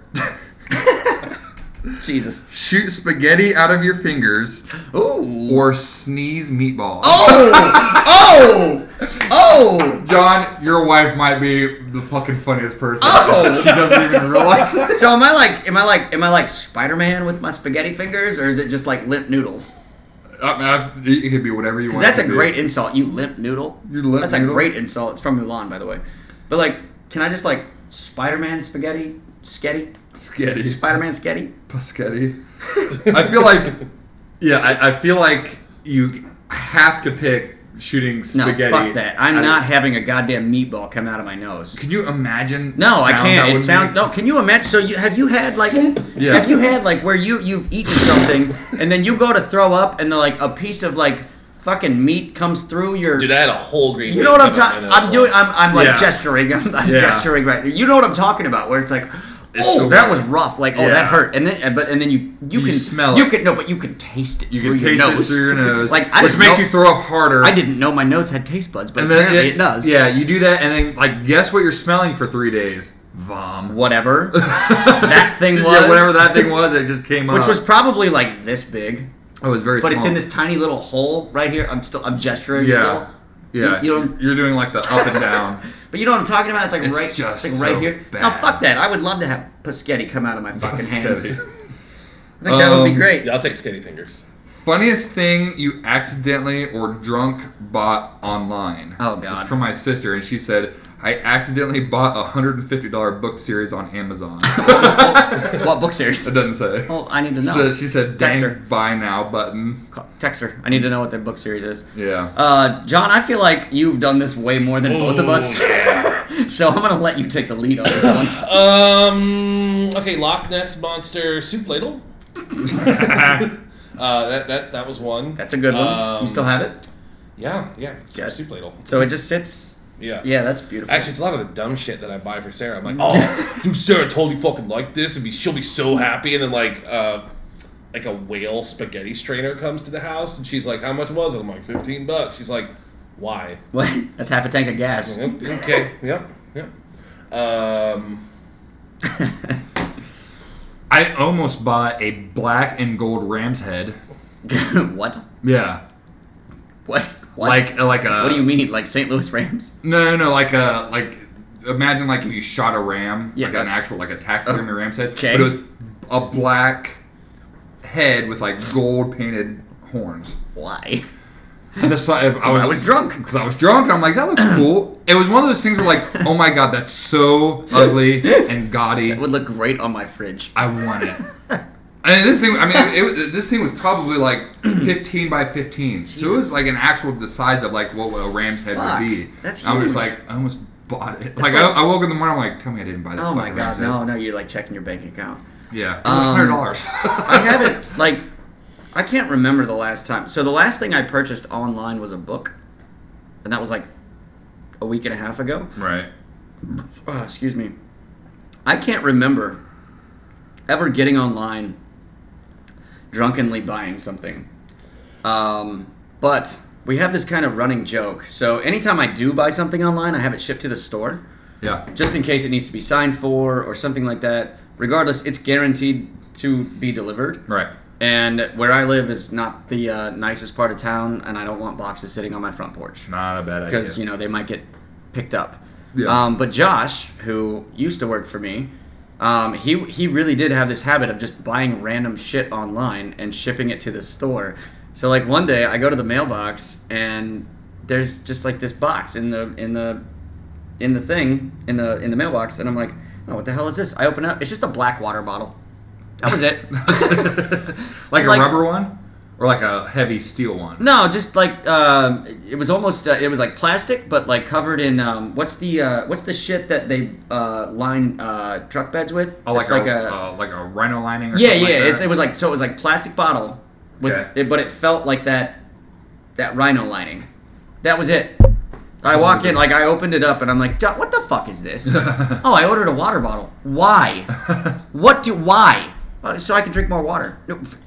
B: Jesus.
A: shoot spaghetti out of your fingers
B: Ooh.
A: or sneeze meatballs?
B: Oh! oh! Oh!
A: John, your wife might be the fucking funniest person.
B: Oh!
A: <laughs> She doesn't even realize it.
B: So am I like am I like am I like Spider-Man with my spaghetti fingers or is it just like limp noodles?
A: I mean, I- it could be whatever Uh, you want.
B: Because that's
A: it
B: a
A: to be.
B: great insult. You limp noodle.
A: You limp
B: That's
A: noodle?
B: a great insult. It's from Mulan, by the way. But like, can I just like Spider-Man spaghetti? Sketty?
A: Spaghetti.
B: Spider-Man sketty?
A: Paschetti. I feel like, yeah, I, I feel like you have to pick shooting
B: No,
A: spaghetti.
B: fuck that. I'm
A: I-
B: not having a goddamn meatball come out of my nose.
A: Can you imagine? the
B: No, I
A: sound that
B: can't. It
A: would
B: sounds
A: make?
B: no. Can you imagine? So you have you had like
A: Yeah.
B: have you had like where you you've eaten something and then you go to throw up and then like a piece of like fucking meat comes through your.
C: Dude, I had a whole green.
B: You know what I'm
C: bean
B: talking?
C: coming out of my
B: I'm
C: nose
B: doing.
C: once.
B: I'm, I'm like
A: Yeah.
B: gesturing. I'm, I'm
A: Yeah.
B: gesturing right. You know what I'm talking about? Where it's like, oh,
A: so
B: that
A: bad.
B: was rough. Like, oh,
A: Yeah.
B: that hurt. And then, but and then you you,
A: You
B: can
A: smell
B: You
A: it.
B: can no, but you can taste it.
A: You
B: through
A: can taste
B: your
A: it
B: nose.
A: through your
B: <laughs>
A: nose,
B: like, I
A: which
B: didn't
A: makes
B: know-
A: you throw up harder.
B: I didn't know my nose had taste buds, but
A: And then
B: apparently it, does.
A: Yeah, you do that, and then like, guess what? You're smelling for three days. Vom. <laughs>
B: Whatever
A: Uh-huh.
B: that thing was.
A: Yeah, whatever that thing was, it just came
B: Which
A: up.
B: was probably like this big,
A: it was Oh, very.
B: but it's in
A: small.
B: this tiny little hole right here. I'm still. I'm gesturing
A: Yeah.
B: still.
A: Yeah,
B: you- you
A: you,
B: don't-
A: are doing like the up and down.
B: But you know what I'm talking about? It's like
A: It's
B: right,
A: just
B: it's like right
A: so
B: here.
A: bad.
B: Now fuck that. I would love to have Paschetti come out of my <laughs> fucking hands. I
A: Spaghetti.
B: think that would be
A: Um,
B: great.
C: Yeah, I'll take skinny fingers.
A: Funniest thing you accidentally or drunk bought online.
B: Oh, God.
A: It's from my sister, and she said I accidentally bought a hundred and fifty dollar book series on
B: <laughs>
A: Amazon. it
B: what book series?
A: doesn't say.
B: Oh, I need to know.
A: So she said, "Dang,
B: Text her.
A: buy now button."
B: Call- Text her. I need to know what their book series is.
A: Yeah.
B: Uh, John, I feel like you've done this way more than both of us. <laughs> so I'm gonna let you take the lead on this one.
C: Um. Okay, Loch Ness monster soup ladle. <laughs> uh, that, that that was one.
B: That's a good one.
C: Um,
B: you still have it?
C: Yeah, yeah. It's
B: Yes.
C: a soup ladle.
B: So it just sits.
C: Yeah.
B: Yeah, that's beautiful.
C: Actually, it's a lot of the dumb shit that I buy for Sarah. I'm
B: <laughs>
C: like, oh, dude, Sarah totally fucking like this, and be she'll be so happy. And then like, uh, like a whale spaghetti strainer comes to the house, and she's like, how much was it? I'm like, fifteen bucks. She's like, why?
B: What? <laughs> that's half a tank of gas.
C: okay, yep, yep. Um,
A: I almost bought a black and gold ram's head.
B: <laughs> what?
A: Yeah.
B: What? What?
A: Like like a.
B: what do you mean? Like St. Louis Rams?
A: No, no, no, like a like imagine like if you shot a ram,
B: Yeah,
A: like
B: but-
A: an actual like a taxidermy ram's head,
B: Okay.
A: but it was a black head with like gold painted horns.
B: Why?
A: And that's why I, I,
B: I was drunk.
A: <laughs> because I was drunk. And I'm like, that looks cool. It was one of those things where like, oh my god, that's so
B: <laughs>
A: ugly and gaudy.
B: It would look great on my fridge.
A: I want it. And this thing, I mean, it, was- this thing was probably like 15 by 15. So it
B: Jesus.
A: was like an actual the size of like what a ram's head
B: Fuck,
A: would be.
B: that's
A: I was
B: huge.
A: like, I almost bought it.
B: like-
A: Like, I, I woke up in the morning, I'm like, tell me I didn't buy that.
B: Oh my
A: fucking
B: god,
A: ram's
B: no,
A: head.
B: no, you're like checking your bank account.
A: Yeah, it
B: Um,
A: was $100.
B: I haven't like I can't remember the last time. So the last thing I purchased online was a book. And that was like a week and a half ago.
A: <laughs> right.
B: Oh, excuse me. I can't remember ever getting online drunkenly buying something. Um, but we have this kind of running joke. So anytime I do buy something online, I have it shipped to the store
A: Yeah.
B: just in case it needs to be signed for or something like that. Regardless, it's guaranteed to be delivered.
A: Right.
B: And where I live is not the uh, nicest part of town, and I don't want boxes sitting on my front porch
A: Not a bad idea.
B: because you
A: <laughs>
B: know they might get picked up.
A: Yeah.
B: Um, but Josh, who used to work for me, um, he he really did have this habit of just buying random shit online and shipping it to the store. So like one day I go to the mailbox and there's just like this box in the in the in the thing in the in the mailbox and I'm like, oh, what the hell is this? I open up, it's just a black water bottle. That was it.
A: <laughs>
B: <laughs>
A: like a
B: Like-
A: rubber one, or like a heavy steel one.
B: No, just like um, it was almost uh, it was like plastic, but like covered in um, what's the uh, what's the shit that they uh, line uh, truck beds with?
A: Oh, like,
B: It's
A: a, uh, like a rhino lining. Or
B: yeah, yeah.
A: something like that.
B: it's, it was like so it was like plastic bottle with
A: Okay.
B: it, but it felt like that that rhino lining. That was it. I walk in like I opened it up and I'm like, "Jo- what the fuck is
A: <laughs>
B: this? oh, I ordered a water bottle. Why? what do why? Uh, so I can drink more water. No, f-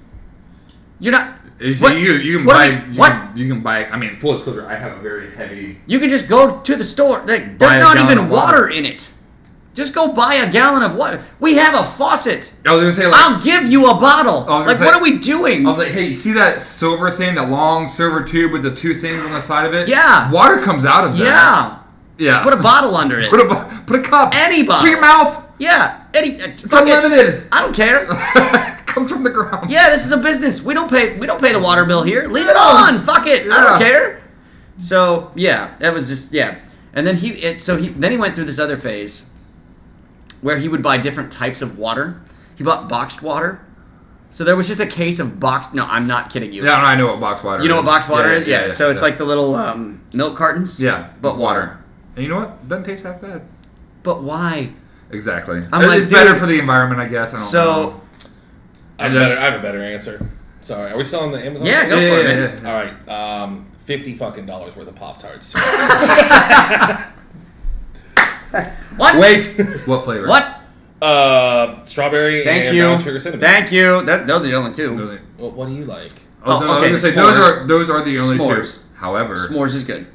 B: you're not.
A: Is-
B: what-
A: you you can
B: what
A: buy
B: do you-
A: you,
B: what?
A: Can, you can buy. I mean, full disclosure, I have a very heavy.
B: You can just go to the store. Like,
A: Buy
B: there's
A: a
B: not
A: gallon
B: even
A: of
B: water.
A: water.
B: in it. Just go buy a gallon of water. We have a faucet.
A: I was gonna say like.
B: I'll give you a bottle.
A: I
B: Like,
A: was gonna say-
B: what are we doing?
A: I was like, hey, you see that silver thing, that long silver tube with the two things on the side of it?
B: Yeah.
A: Water comes out of that.
B: yeah.
A: Yeah.
B: Put a bottle under it.
A: <laughs> Put a, bu- put a cup.
B: Any bottle.
A: Put your mouth.
B: yeah. Any. uh,
A: It's
B: fuck it.
A: unlimited. <laughs>
B: I don't care.
A: comes from the ground.
B: yeah, this is a business. We don't pay. We don't pay the water bill here. Leave it on. Fuck it. I don't
A: Yeah.
B: care. So yeah, that was just yeah. And then he it, so he then he went through this other phase where he would buy different types of water. He bought boxed water. So there was just a case of boxed. No, I'm not kidding you.
A: Yeah, I know what box water
B: You know
A: is.
B: what boxed water
A: Yeah,
B: is? Yeah. so it's
A: yeah.
B: like the little um, milk cartons.
A: Yeah.
B: But water.
A: And you know what? Doesn't taste half bad.
B: But why?
A: Exactly.
B: I'm
A: It-
B: like,
A: it's better
B: dude-
A: for the environment, I guess. I don't
B: So
A: know.
C: I have, a better, I have a better answer. Sorry, are we still on the Amazon?
B: Yeah, go
A: Yeah,
B: for it.
A: yeah,
B: man.
A: yeah.
C: All right, um, fifty fucking dollars worth of Pop Tarts. <laughs>
B: What?
A: wait, what flavor?
B: What?
C: uh, strawberry
B: Thank
C: and
B: you.
C: brown sugar cinnamon.
B: Thank you. That, those are the only two.
A: Really?
C: What, what do you like?
A: Oh,
B: Oh,
A: no,
B: okay,
A: I was gonna say, those
B: s'mores.
A: are those are the only
B: S'mores.
A: two. However,
B: S'mores is good.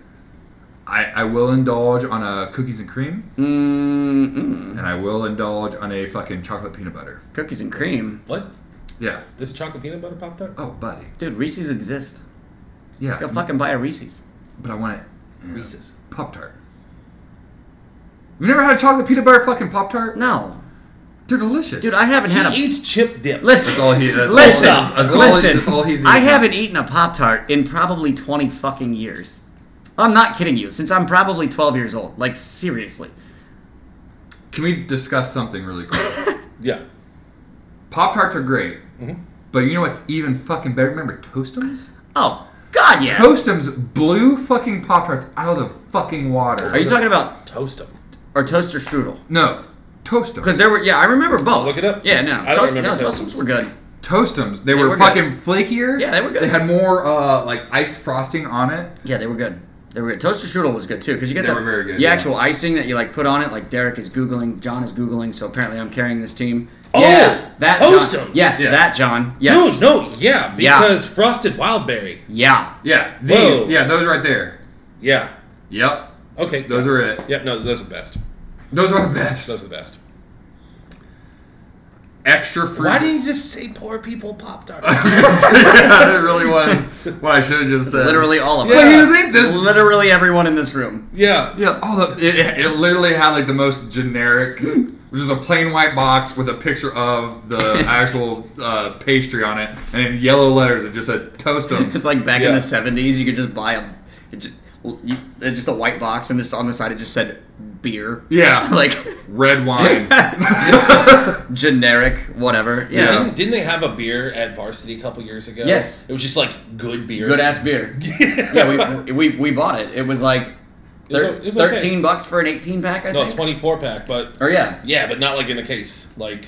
A: I, I will indulge on a cookies and cream,
B: Mm-hmm. Mm-mm.
A: and I will indulge on a fucking chocolate peanut butter.
B: Mm-hmm. Cookies and cream.
C: What?
A: Yeah.
C: This is chocolate peanut butter Pop Tart?
A: Oh, buddy.
B: Dude, Reese's exist.
A: Yeah.
B: Go fucking buy a Reese's.
A: But I want it
C: Reese's.
A: Pop Tart. You never had a chocolate peanut butter fucking Pop Tart?
B: No.
A: They're delicious.
B: Dude, I haven't
C: He
B: had a.
C: eats chip dip.
A: That's all
B: <laughs> listen.
A: he. That's
B: Listen.
A: All, that's all-
B: listen.
A: that's all he's
B: I
A: eating.
B: haven't eaten a Pop Tart in probably 20 fucking years. I'm not kidding you, since I'm probably 12 years old. Like, seriously.
A: Can we discuss something really quick? <coughs>
C: Yeah.
A: Pop Tarts are great,
B: Mm-hmm.
A: but you know what's even fucking better? Remember Toastums?
B: Oh, God, yes.
A: Toastums blew fucking Pop Tarts out of the fucking water.
B: Are you talking about.
C: Toast them.
B: Or Toaster Strudel?
A: No, Toastums.
B: Because there were. Yeah, I remember both.
C: look it up.
B: Yeah, no.
C: I don't remember
B: no,
C: Toastums.
B: Toastums were good.
A: Toastums. They
B: were
A: were
B: good.
A: fucking flakier.
B: Yeah, they were good.
A: They had more uh, like iced frosting on it.
B: Yeah, they were good. They were good. Toaster strudel was good too because you get
A: They
B: the,
A: were very good,
B: the
A: yeah.
B: actual icing that you like put on it. Like Derek is googling, John is googling, so apparently I'm carrying this team.
C: Oh,
B: that John.
C: Toastums.
B: Yes,
A: Yeah.
B: that John. Yes,
C: Dude, no, yeah,
B: Yeah.
C: because frosted wild berry.
B: yeah.
A: Yeah. The,
C: Whoa.
A: Yeah, those right there.
C: Yeah.
A: Yep.
C: Okay.
A: Those are it.
C: Yeah, no, those are the best.
A: Those are the best.
C: Those are the best.
A: Extra fruit. <laughs>
C: Why didn't you just say poor people Pop Tarts?
A: yeah, it really was what I should have just said.
B: Literally all of
A: But
B: us.
A: you think this?
B: Literally everyone in this room.
C: <laughs>
B: <laughs>
C: yeah.
A: Yeah, all the it, it- it literally had like the most generic, which is a plain white box with a picture of
B: <laughs>
A: the actual uh, pastry on it, and in yellow letters it just said
B: <laughs> It's
A: Toastums.
B: like back in
C: Yeah.
B: the '70s, you could just buy a, it just, you, it's just a white box, and this on the side it just said beer.
A: Yeah,
B: <laughs>
A: <laughs>
B: like
A: red
B: <laughs>
A: wine.
B: generic, whatever. Yeah.
A: Yeah.
C: Didn't, didn't they have a beer at Varsity a couple years ago?
B: Yes.
C: It was just like good beer. <laughs>
B: Good ass <laughs> beer. yeah, we, we we bought it. It was like
C: It was
B: thir-
C: o- it was okay.
B: thirteen bucks for an eighteen pack. I
C: No,
B: think.
C: 24 pack, but.
B: Or yeah,
C: Yeah, but not like in a case. Like.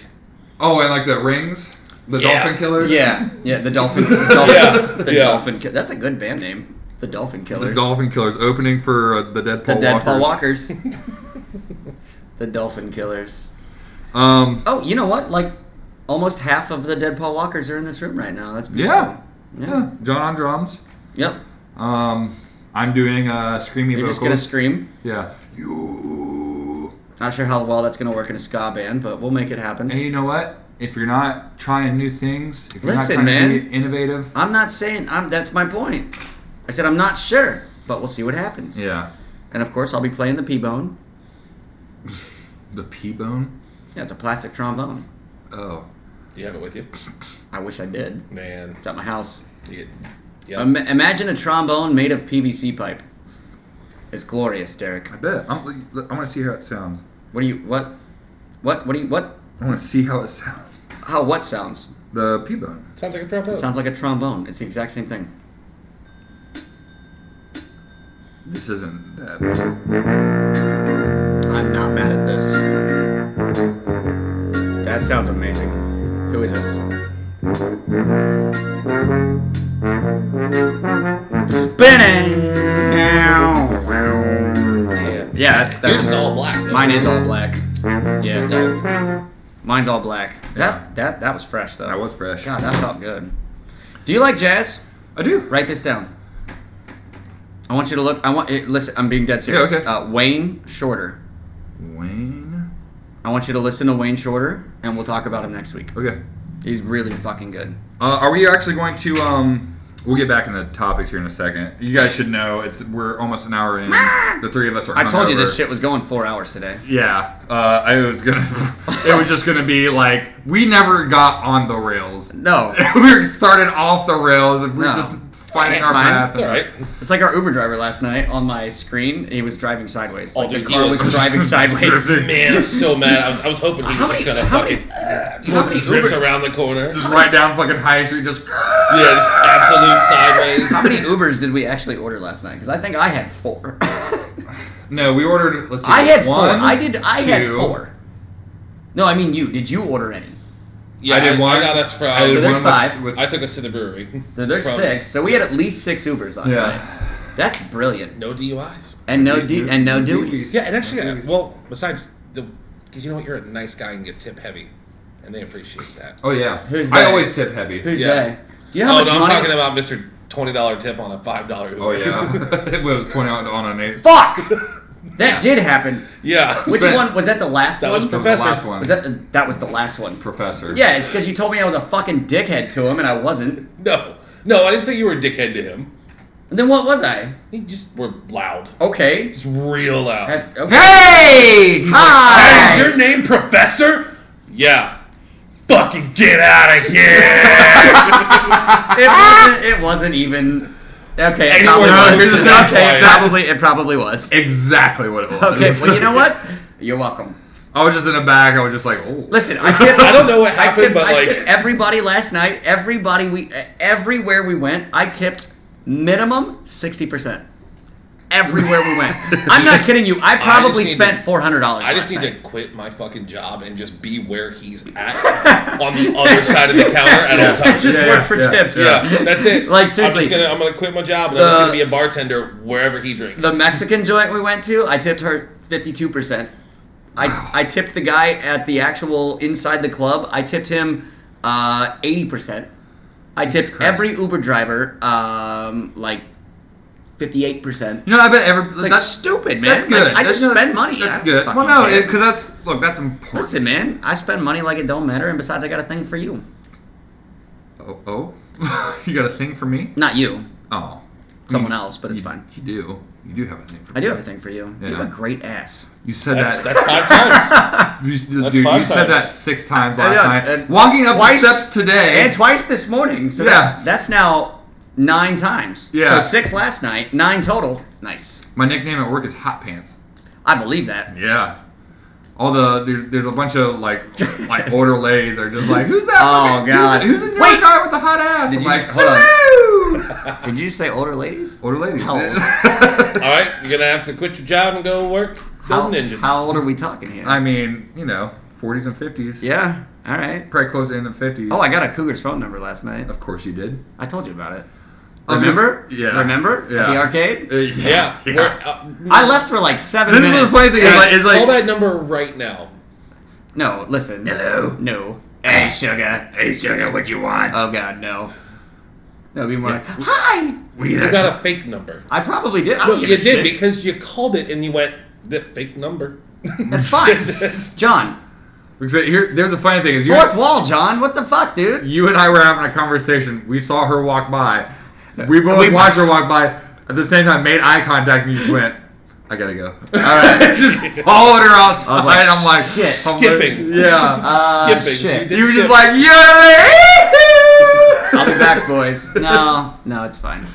A: Oh, and like the rings, the
C: Yeah.
A: dolphin killers.
B: yeah, yeah. The
A: <laughs>
B: dolphin. The dolphin.
C: Yeah,
B: The
C: yeah.
B: dolphin. Ki- That's a good band name. The Dolphin Killers.
A: the dolphin killers opening for uh, the dead
B: The
A: Paul
B: Dead
A: Walkers.
B: Paul Walkers.
A: <laughs>
B: the Dolphin Killers.
A: Um,
B: Oh, you know what? Like, almost half of the Dead Paul Walkers are in this room right now. That's beautiful.
A: yeah.
B: Yeah.
A: yeah, John on drums.
B: Yep.
A: Um, I'm doing a screamy
B: You're
A: vocal.
B: just gonna scream.
A: yeah.
B: Not sure how well that's gonna work in a ska band, but we'll make it happen.
A: And you know what? If you're not trying new things, if you're
B: Listen,
A: not trying to
B: man.
A: be innovative,
B: I'm not saying I'm. That's my point. I said I'm not sure, but we'll see what happens.
A: yeah.
B: And of course, I'll be playing the P-bone.
A: The P bone.
B: Yeah, it's a plastic trombone.
A: Oh,
C: You have it with you,
B: I wish I did.
C: man.
B: It's at my house.
C: You get, yeah.
B: Im- imagine a trombone made of PVC pipe. It's glorious, Derek.
A: I bet. I'm. I want to see how it sounds.
B: What do you what? What? What do you what?
A: I want to see how it sounds.
B: How what sounds?
A: The P bone.
C: Sounds like a drop
B: It sounds like a trombone. It's the exact same thing.
A: This isn't that.
B: I'm not mad at this. That sounds amazing. Who is this?
C: yeah.
B: Yeah, that's
C: Yours
B: that's
C: is all black. Though.
B: Mine is all black. Yeah,
C: Stuff.
B: mine's all black. That that that was fresh though.
A: That was fresh.
B: God, that felt good. Do you like jazz?
A: I do.
B: Write this down. I want you to look. I want eh, listen. I'm being dead serious.
A: okay.
B: Uh, Wayne Shorter.
A: Wayne.
B: I want you to listen to Wayne Shorter, and we'll talk about him next week.
A: Okay.
B: He's really fucking good.
A: Uh, are we actually going to? Um, we'll get back in the topics here in a second. You guys should know it's we're almost an hour in. The three of us are.
B: Ah! I told you
A: hungover.
B: this shit was going four hours today.
A: Yeah, uh, I was gonna. <laughs> it was just gonna be like we never got on the rails. <laughs>
B: No,
A: we were started off the rails and we we're
B: No.
A: just finding
B: It's
A: our
B: fine.
A: path.
C: It's all right.
B: it's like our Uber driver last night on my screen. He was driving sideways.
C: Oh,
B: Like the
C: dude,
B: car
C: he
B: was
C: was-
B: driving sideways.
C: Man, I'm so mad. I was, I was hoping he
B: How
C: was just
B: many-
C: gonna
B: how
C: fucking
B: How many
C: drift
B: Uber-
C: around the corner.
A: Just right down fucking High Street, just
B: <laughs>
C: yeah, just absolute sideways.
B: How many Ubers did we actually order last night? Because I think I had
C: <coughs>
B: four.
A: <laughs> no. We ordered. Let's see.
B: I had four.
A: one,
B: I did. I had
A: two.
B: four. No, I mean you. Did you order any?
C: Yeah,
A: I did one.
C: I got us
A: I
C: fries.
A: did
B: So there's
A: one with-
B: five.
A: with-
C: I took us to the brewery.
B: So there's
C: From-
B: six. So we had at least six Ubers last
A: Yeah.
B: night. That's brilliant.
C: No DUIs.
B: And no
A: You-
B: de- and no
A: you-
B: Deweys.
C: Yeah, and actually, uh, well, besides the, because you know what, you're a nice guy and get tip heavy, and they appreciate that.
A: oh yeah.
B: Who's
A: I
B: that?
A: always tip heavy.
B: Who's
C: Yeah.
B: they? Do you know how
C: Oh,
B: much
C: no, I'm
B: money?
C: talking about Mr. Twenty dollar tip on a five dollar Uber.
A: oh yeah. <laughs> it was twenty on, on an eight.
B: Fuck. That did happen.
C: <laughs> yeah.
B: Which
A: Spent-
B: one was that? The last
C: That
B: one.
C: was
A: That was
C: Professor.
A: the last one.
B: Was that the, that was the last one?
A: professor?
B: Yeah, it's because you told me I was a fucking dickhead to him, and I wasn't.
C: <laughs> no, no, I didn't say you were a dickhead to him.
B: And then what was I?
C: You just were loud.
B: Okay.
C: Just real loud.
B: Had- okay.
A: Hey! He's
B: Hi!
C: Hey, your name, Professor? Yeah. Fucking get out of here!
B: It
C: Ah!
B: wasn't, it wasn't even. Okay. It
C: Anyone
B: probably
C: knows
B: was.
A: who's the dickhead.
B: Okay. It probably. It probably was.
A: like, exactly what it was.
B: Okay. Well, you know what? You're welcome.
A: <laughs> I was just in a bag. I was just like, oh.
B: Listen, I tip.
C: <laughs> I don't know what
B: I
C: happened,
B: tipped,
C: but
B: I
C: like,
B: tipped everybody last night. Everybody we everywhere we went, I tipped minimum sixty percent. Everywhere we <laughs> went, I'm not kidding you. I probably
C: need
B: spent
C: to-
B: four hundred dollars.
C: I just need to quit my fucking job and just be where he's at on the other side of the
B: <laughs>
C: counter at all times.
B: just
A: Yeah,
B: work
A: yeah,
B: for
A: yeah,
B: tips.
C: yeah, that's it.
B: Like, seriously.
C: I'm just gonna I'm gonna quit my job and I'm just
B: The-
C: gonna be a bartender wherever he drinks.
B: The Mexican joint we went to, I tipped her fifty two percent. I I tipped the guy at the actual inside the club. I tipped him uh, eighty percent. I tipped
A: Christ.
B: every Uber driver um, like fifty eight percent.
A: You know, I bet every
B: It's like
A: that's
B: stupid, man.
A: That's good.
B: Like, I
A: That's
B: just
A: not-
B: spend money.
A: That's
B: I
A: good.
B: fucking
A: Well, no,
B: care.
A: because that's look, that's important.
B: Listen, man, I spend money like it don't matter, and besides, I got a thing for you.
A: Oh, oh, <laughs> you got a thing for me?
B: Not you,
A: Oh,
B: someone else, but it's
A: you,
B: fine.
A: You do. You do have a thing for me.
B: I do have a thing for you. You
A: Mm. Yeah.
B: have a great ass.
A: You said
C: that's,
A: that.
C: that's five
B: <laughs>
C: times.
A: you,
C: that's
A: dude,
C: five
A: you said
C: times.
A: that six times
B: I
A: last
B: know,
A: night.
B: and
A: Walking up
B: twice-
A: the steps today.
B: And twice this morning. So
A: Yeah.
B: that, that's now nine times.
A: Yeah.
B: So six last night, nine total. Nice.
A: my nickname at work is Hot Pants.
B: I believe that.
A: Yeah. All the there, there's a bunch of like
B: <laughs>
A: like older ladies are just like who's that?
B: Oh,
A: fucking-
B: God.
A: Who's, who's
B: Wait.
A: the Wait. guy with the hot ass?
B: Did
A: I'm
B: you-
A: like
B: hold on.
A: hello.
B: <laughs> Did you say older ladies?
A: older ladies.
B: How
C: All right, you're gonna have to quit your job and go work
B: How,
C: building engines.
B: how old are we talking here?
A: <laughs> I mean, you know, 40s and 50s.
B: yeah. All right.
A: Probably close to end of 50s.
B: Oh, I got a Cougar's phone number last night.
A: Of course you did.
B: I told you about it.
A: I was
B: Remember?
A: just- Oh, yeah.
B: Remember? At
A: Yeah.
B: the arcade?
A: Uh,
C: yeah, we're, uh,
B: I left for like seven
A: This
B: minutes.
A: is the funny thing. Is
C: yeah,
A: like, it's like
C: call that number right now.
B: No, listen. Hello. No.
F: Hey, sugar. Hey, sugar, what you want?
B: Oh God, no. That would be more like, hi!
A: We
C: You got a fake number.
B: I probably did. I don't
C: Well,
B: give
C: you
B: a
C: did
B: shit.
C: because you called it and you went the fake number.
B: <laughs> That's
C: <laughs>
B: fine. John.
A: Because here, there's a funny thing is you,
B: Fourth wall, John. What the fuck,
A: <laughs>
B: dude?
A: you and I were having a conversation. We saw her walk by. We both
B: We-
A: watched her walk by at the same time. Made eye contact and you just went. I gotta go. All
C: <laughs>
A: right, just
B: Ah,
A: followed her outside.
B: I was like,
A: I'm like
B: shit.
A: I'm like,
C: Skipping.
A: Yeah,
B: Uh,
C: <laughs> skipping.
B: shit.
C: did
A: you were just
C: skip.
A: like yeah.
B: I'll be
A: <laughs>
B: back, boys. No, no, it's fine.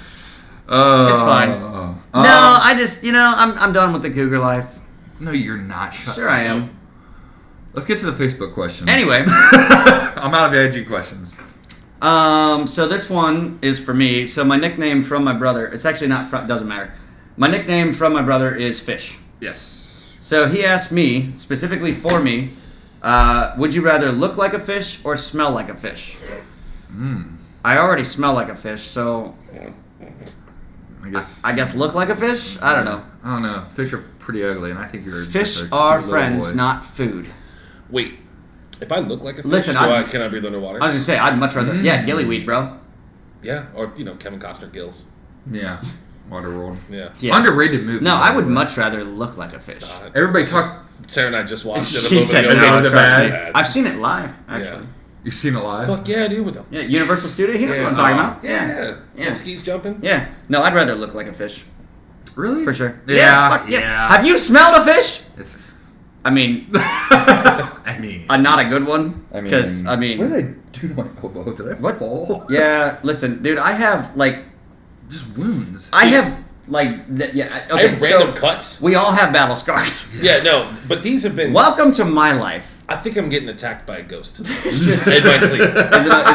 A: Oh.
B: It's fine.
A: Um,
B: no, I just, you know, I'm, I'm done with the cougar life.
A: no, you're not. Shut
B: Sure, I am.
A: Let's get to the Facebook questions.
B: Anyway,
A: <coughs> I'm out of the IG questions.
B: um, so this one is for me. So my nickname from my brother, it's actually not from, doesn't matter. My nickname from my brother is Fish.
A: Yes.
B: So he asked me, specifically for me, uh, would you rather look like a fish or smell like a fish? I already smell like a fish, so
A: I guess.
B: I guess look like a fish? I don't know.
A: I don't know. Fish are pretty ugly, and I think you're
B: Fish
A: just a
B: are
A: cute little
B: friends,
A: boy.
B: not food.
C: Wait, if I look like a fish,
B: Listen,
C: do
B: I-
C: I, can I breathe underwater?
B: I was gonna say, I'd much rather. Yeah, gillyweed,
A: Mm.
B: bro.
C: yeah, or you know Kevin Costner gills.
A: Yeah. Waterworld.
C: Yeah.
B: Yeah.
A: Underrated movie.
B: No, I would
A: Waterworld.
B: much rather look like a fish. <laughs>
C: Uh,
A: Everybody talk.
C: Sarah and I just watched it a
B: She
C: moment
B: said,
C: ago.
A: no,
C: It's
A: it's
C: trust
A: bad.
C: bad.
B: I've seen it live, actually.
A: You've seen Alive.
C: Fuck yeah, dude. With the
B: Yeah, Universal Studio. He knows what I'm talking
A: Oh,
B: about. Yeah.
C: yeah, jet skis jumping.
B: Yeah. No, I'd rather look like a fish
A: Really?
B: for sure.
A: Yeah.
B: fuck Have you smelled a fish? <laughs>
A: It's.
B: I
A: <laughs>
B: mean,
A: I mean.
B: uh, not a good one.
A: I mean.
B: Because I mean,
A: What did I do to my elbow? Did I
B: What?
A: fall?
B: yeah. Listen, dude, I have like,
A: Just wounds.
B: I have like, th- yeah. I-
C: I
B: Okay,
C: have random
B: so
C: cuts.
B: we all have battle
A: <laughs>
B: scars.
C: Yeah, no, but these have been.
B: Welcome to my life.
C: I think I'm getting attacked by a
B: <laughs>
C: ghost in my sleep.
B: Is it a, is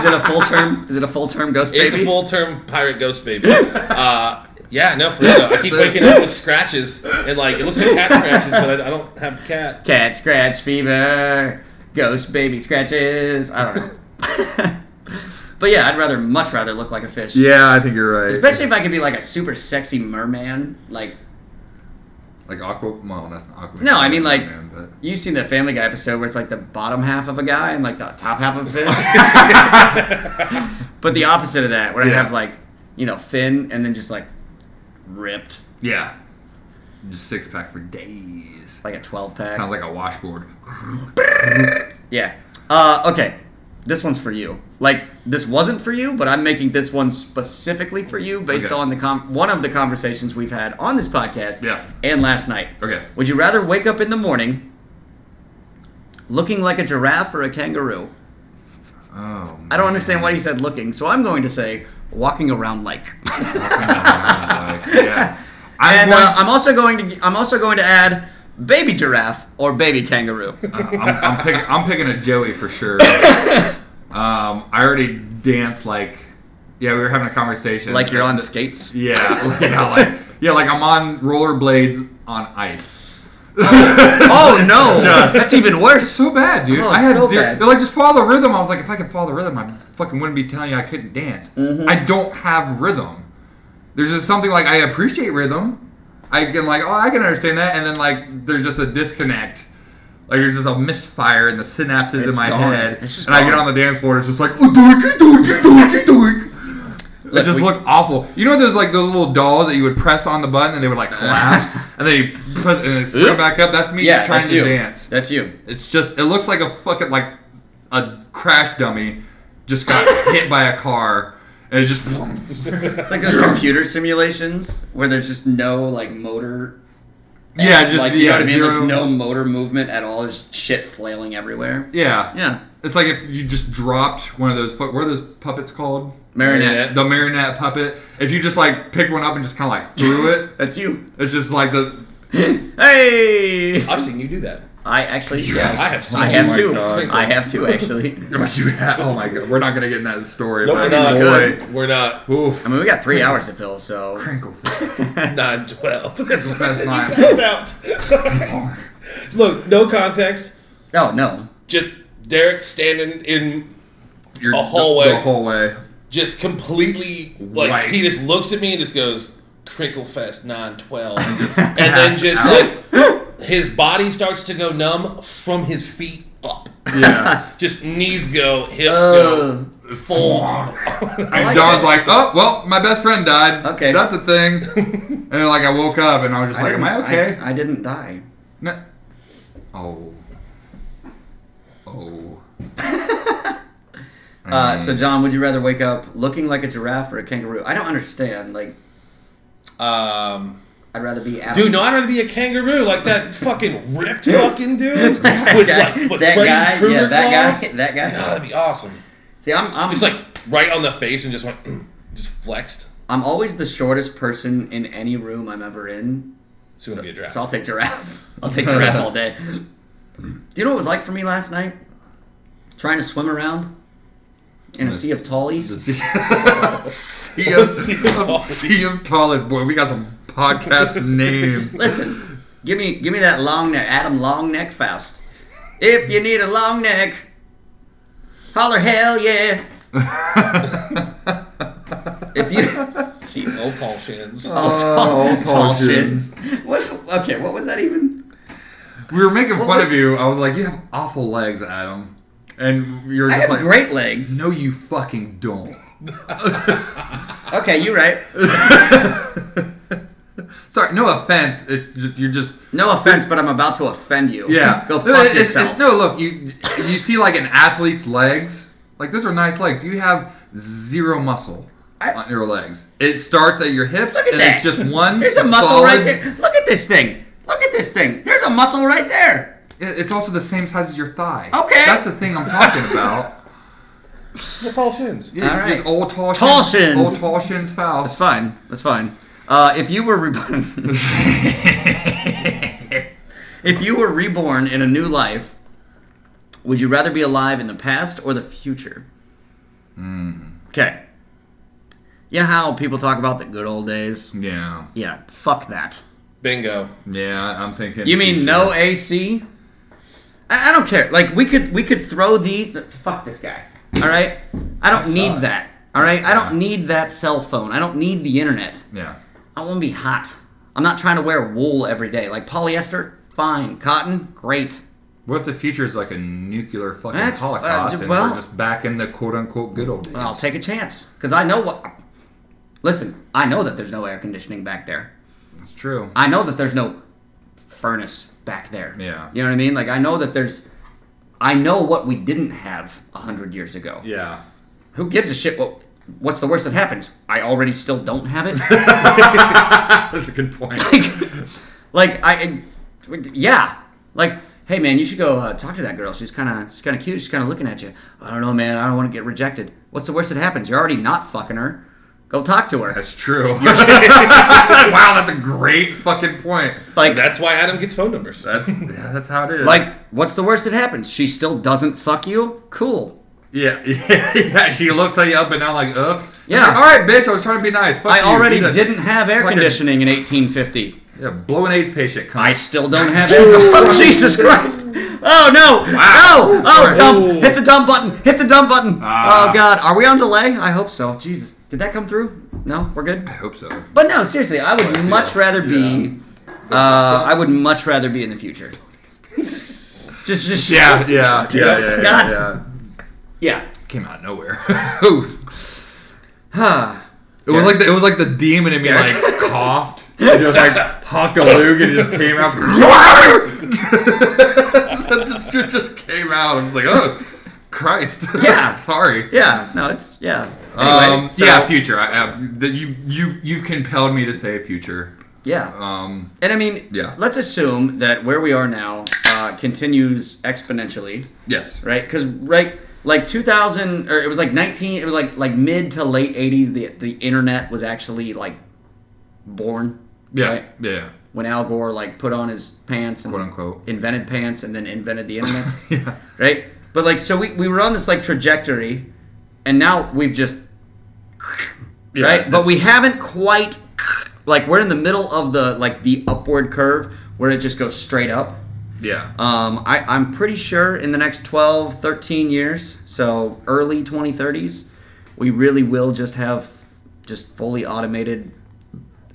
B: it a full term? Is it a full term ghost baby?
C: It's a full term pirate ghost baby. Uh, yeah, no, for real. though. I keep waking up with scratches and like it looks like cat scratches, but I, I don't have cat.
B: Cat scratch fever, ghost baby scratches. I don't know. <laughs> but yeah, I'd rather, much rather look like a fish.
A: Yeah, I think you're right.
B: Especially if I could be like a super sexy merman. Like,
A: like Aqua. Well, that's not Aqua.
B: No, I mean, like-
A: Man, but-
B: you've seen the Family Guy episode where it's like the bottom half of a guy and like the top half
A: <laughs>
B: of a fish. but the opposite of that, where I
A: Yeah.
B: have like, you know, fin and then just like ripped,
A: Yeah. Just six pack for days.
B: like a 12 pack.
A: Sounds like a washboard. <sighs> Oh,
B: Yeah. Uh, okay. This one's for you. Like this wasn't for you, but I'm making this one specifically for you based
A: Okay.
B: on the com- one of the conversations we've had on this podcast
A: Yeah.
B: and last night.
A: Okay.
B: Would you rather wake up in the morning looking like a giraffe or a kangaroo?
A: Oh.
B: I don't understand why he said looking, so I'm going to say walking around
A: <laughs>
B: like.
A: yeah. I'm
B: <laughs> and
A: going,
B: uh, I'm also going to I'm also going to add baby giraffe or baby
A: <laughs>
B: kangaroo.
A: I'm, I'm, pick, I'm picking a Joey for sure. um, I already dance like, yeah, we were having a conversation.
B: like you're on skates.
A: <laughs> Yeah, yeah, like yeah, like I'm on rollerblades on ice.
B: Oh no,
A: <laughs> Just-
B: that's even worse.
A: So bad, dude.
B: Oh,
A: I had
B: so
A: zero.
B: bad.
A: They're like, just follow the rhythm. I was like, if I could follow the rhythm, I fucking wouldn't be telling you I couldn't dance.
B: Mm-hmm.
A: I don't have rhythm. There's just something like I appreciate rhythm. I can like, oh, I can understand that, and then like, there's just a disconnect. Like there's just a misfire in the synapses in
B: It's
A: my
B: gone.
A: head,
B: It's just
A: and I get
B: gone.
A: on the dance floor. It's just like, oh, doink,
B: <laughs>
A: doink, doink, doink. It
B: Look,
A: just
B: we-
A: looked awful. You know those like those little dolls that you would press on the button and they would like collapse,
B: <laughs>
A: and then you put and it's
B: Oop.
A: back up. That's me
B: Yeah,
A: trying
B: that's
A: to
B: you.
A: dance.
B: That's you.
A: It's just it looks like a fucking like a crash dummy
B: <laughs>
A: just got hit by a car and it just
B: It's like those computer simulations where there's just no like motor.
A: yeah just
B: like,
A: yeah
B: you know what I mean.
A: zero,
B: There's no motor movement at all. There's shit flailing everywhere.
A: yeah
B: Yeah,
A: It's like if you just dropped one of those fu- what are those puppets called
B: marionette.
A: the marionette puppet if you just like picked one up and just kind of like threw it
B: That's you.
A: it's just like the
B: <laughs>
A: <laughs>
B: Hey,
C: I've seen you do that.
B: I actually yes,
C: I have seen
B: I
C: you.
B: have
A: Oh my
B: two.
A: God.
B: I have two
A: <laughs>
B: actually.
A: what you had oh my god we're not gonna get in that story
C: Nope, we're
A: but
C: not.
A: boy
C: We're not.
A: oof
B: I mean, we got three hours to fill, so
A: crinkle
C: <laughs> Nine twelve. <laughs> That's
A: That's
C: you
A: fine.
C: passed out. <laughs> Look, no context.
B: oh no.
C: Just Derek standing in
A: Your-
C: A hallway.
A: the hallway
C: just completely like
A: Right.
C: he just looks at me and just goes crinkle fest 912 <laughs> and then just like his body starts to go numb from his feet up
A: yeah
B: <laughs>
C: just knees go hips
B: Uh,
C: go Full.
A: And John's like, oh, well, my best friend died.
B: Okay.
A: That's a
B: <laughs>
A: thing. and then, like, I woke up and I was just like, am I okay?
B: I, I didn't die.
A: No. Oh. Oh.
B: Uh, so, John, would you rather wake up looking like a giraffe or a kangaroo? I don't understand. Like,
C: <laughs> um,
B: I'd rather be Adam.
C: dude, no, I'd rather be a kangaroo like that fucking ripped fucking dude.
B: <laughs> That
C: With
B: guy-
C: like with
B: that
C: Freddy
B: guy,
C: Krueger
B: yeah, that
C: claws.
B: guy, that guy.
C: God, that'd be awesome.
B: See, I'm I'm
C: Just like right on the face and just went, <clears throat> just flexed.
B: I'm always the shortest person in any room I'm ever in.
C: So it'd be a draft.
B: So I'll take giraffe. <laughs> I'll take giraffe all day. Do you know what it was like for me last night? Trying to swim around in a sea of tallies.
A: sea
B: <laughs>
A: of, <laughs> sea of, sea of tallest boy. We got some
B: <laughs>
A: podcast names.
B: Listen, give me give me that long neck, Adam Long Neck Faust. If you need a long neck, holler hell yeah. if you
C: old
B: Jesus, <laughs>
C: Paul Shins.
B: oh,
A: Oh,
B: tall,
A: tall
B: tall
A: shins.
B: shins. What? Okay, what was that even?
A: <laughs> We were making
B: What
A: fun
B: was-
A: of you. I was like, you have awful legs, Adam. And you're
B: I
A: just
B: have
A: like,
B: great legs.
A: no, you fucking don't.
B: Okay, you're right.
A: Sorry, no offense. It's just, you're just
B: No offense, but I'm about to offend you.
A: Yeah.
B: <laughs> Go fuck
A: No, it's- it's-
B: yourself.
A: no, look, you you see like an athlete's legs. Like those are nice legs. You have zero muscle
B: I-
A: on your legs. It starts at your hips
B: Look at
A: and
B: that.
A: it's just one
B: There's a muscle
A: solid-
B: right there. Look at this thing. Look at this thing. There's a muscle right there.
A: It- It's also the same size as your thigh.
B: Okay.
A: That's the thing I'm talking
B: <laughs>
A: about.
C: Old Paul Shins.
A: Yeah,
B: All
A: Just
B: right.
A: old tall
B: Tall
A: shins.
B: shins.
A: Old tall shins
B: That's
A: fouls.
B: fine. That's fine. Uh, if you were reborn, <laughs> if you were reborn in a new life, would you rather be alive in the past or the future? Okay. You know how people talk about the good old days?
A: Yeah.
B: Yeah. Fuck that.
C: Bingo.
A: Yeah, I- I'm thinking.
B: You mean
A: future.
B: no AC? I, I don't care. Like we could we could throw the fuck this guy. All right. I don't need that. All right. I don't need that cell phone. I don't need the internet.
A: Yeah.
B: I want to be hot. I'm not trying to wear wool every day. Like polyester, fine. Cotton, great.
A: What if the future is like a nuclear fucking
B: That's- uh,
A: holocaust and
B: well-
A: we're just back in the quote unquote good old days?
B: I'll take a chance because I know what. Listen, I know that there's no air conditioning back there.
A: That's true.
B: I know that there's no furnace back there.
A: Yeah.
B: You know what I mean? Like I know that there's. I know what we didn't have a hundred years ago.
A: yeah.
B: Who gives a shit? What What's the worst that happens? I already still don't have it.
A: <laughs> That's a good point.
B: <laughs> like I, yeah. Like, hey man, you should go uh, talk to that girl. She's kind of she's kind of cute. She's kind of looking at you. I don't know, man. I don't want to get rejected. What's the worst that happens? You're already not fucking her. Go talk to her.
A: That's true. <laughs> wow, that's a great fucking point.
B: Like,
C: That's why Adam gets phone numbers.
A: That's yeah, that's how it is.
B: like, what's the worst that happens? She still doesn't fuck you. Cool.
A: yeah, <laughs> yeah, yeah. She looks at you up and down like, ugh.
B: Yeah.
A: All right, bitch. I was trying to be nice. Fuck
B: I
A: you.
B: already
A: Be the-
B: didn't have air
A: Fucking-
B: conditioning in 1850.
A: Yeah, blow an AIDS patient. Cunt.
B: I still don't have air. <laughs> oh, Jesus Christ! Oh no! Oh! Oh!
A: Sorry.
B: Dump! Hit the dumb button! Hit the dumb button!
A: Ah.
B: Oh God! Are we on delay? I hope so. Jesus, did that come through? No, we're good.
A: I hope so.
B: But no, seriously, I
A: Oh,
B: would much rather be. Uh, I would much rather be in the
A: <laughs>
B: future. just, just
A: Yeah, yeah, yeah, yeah, yeah,
B: God.
A: yeah.
B: yeah.
A: Came out of nowhere. <laughs> Ooh.
B: Huh.
A: It was like the, it was like the demon in me like <laughs> coughed. It just like honked a lug and it just came out. it just, it just came out. I was like, oh, Christ.
B: <laughs> Yeah.
A: <laughs> Sorry.
B: <laughs> Yeah. No, it's yeah. Anyway,
A: um,
B: so-
A: yeah, future. I, I, that you you you've compelled me to say future.
B: Yeah.
A: Um,
B: And I mean,
A: Yeah.
B: Let's assume that where we are now uh, continues exponentially,
A: yes.
B: right? Because right, like 2000, or it was like 19, it was like like mid to late 80s. The the internet was actually like born.
A: Yeah.
B: Right?
A: Yeah.
B: when Al Gore like put on his pants and
A: Quote, unquote.
B: invented pants and then invented the internet,
A: <laughs> Yeah.
B: right? But like so we, we were on this like trajectory, and now we've just
A: yeah
B: right, but
A: that's-
B: we haven't quite like we're in the middle of the like the upward curve where it just goes straight up.
A: yeah.
B: Um, I, I'm pretty sure in the next 12, 13 years, so early 2030s, we really will just have just fully automated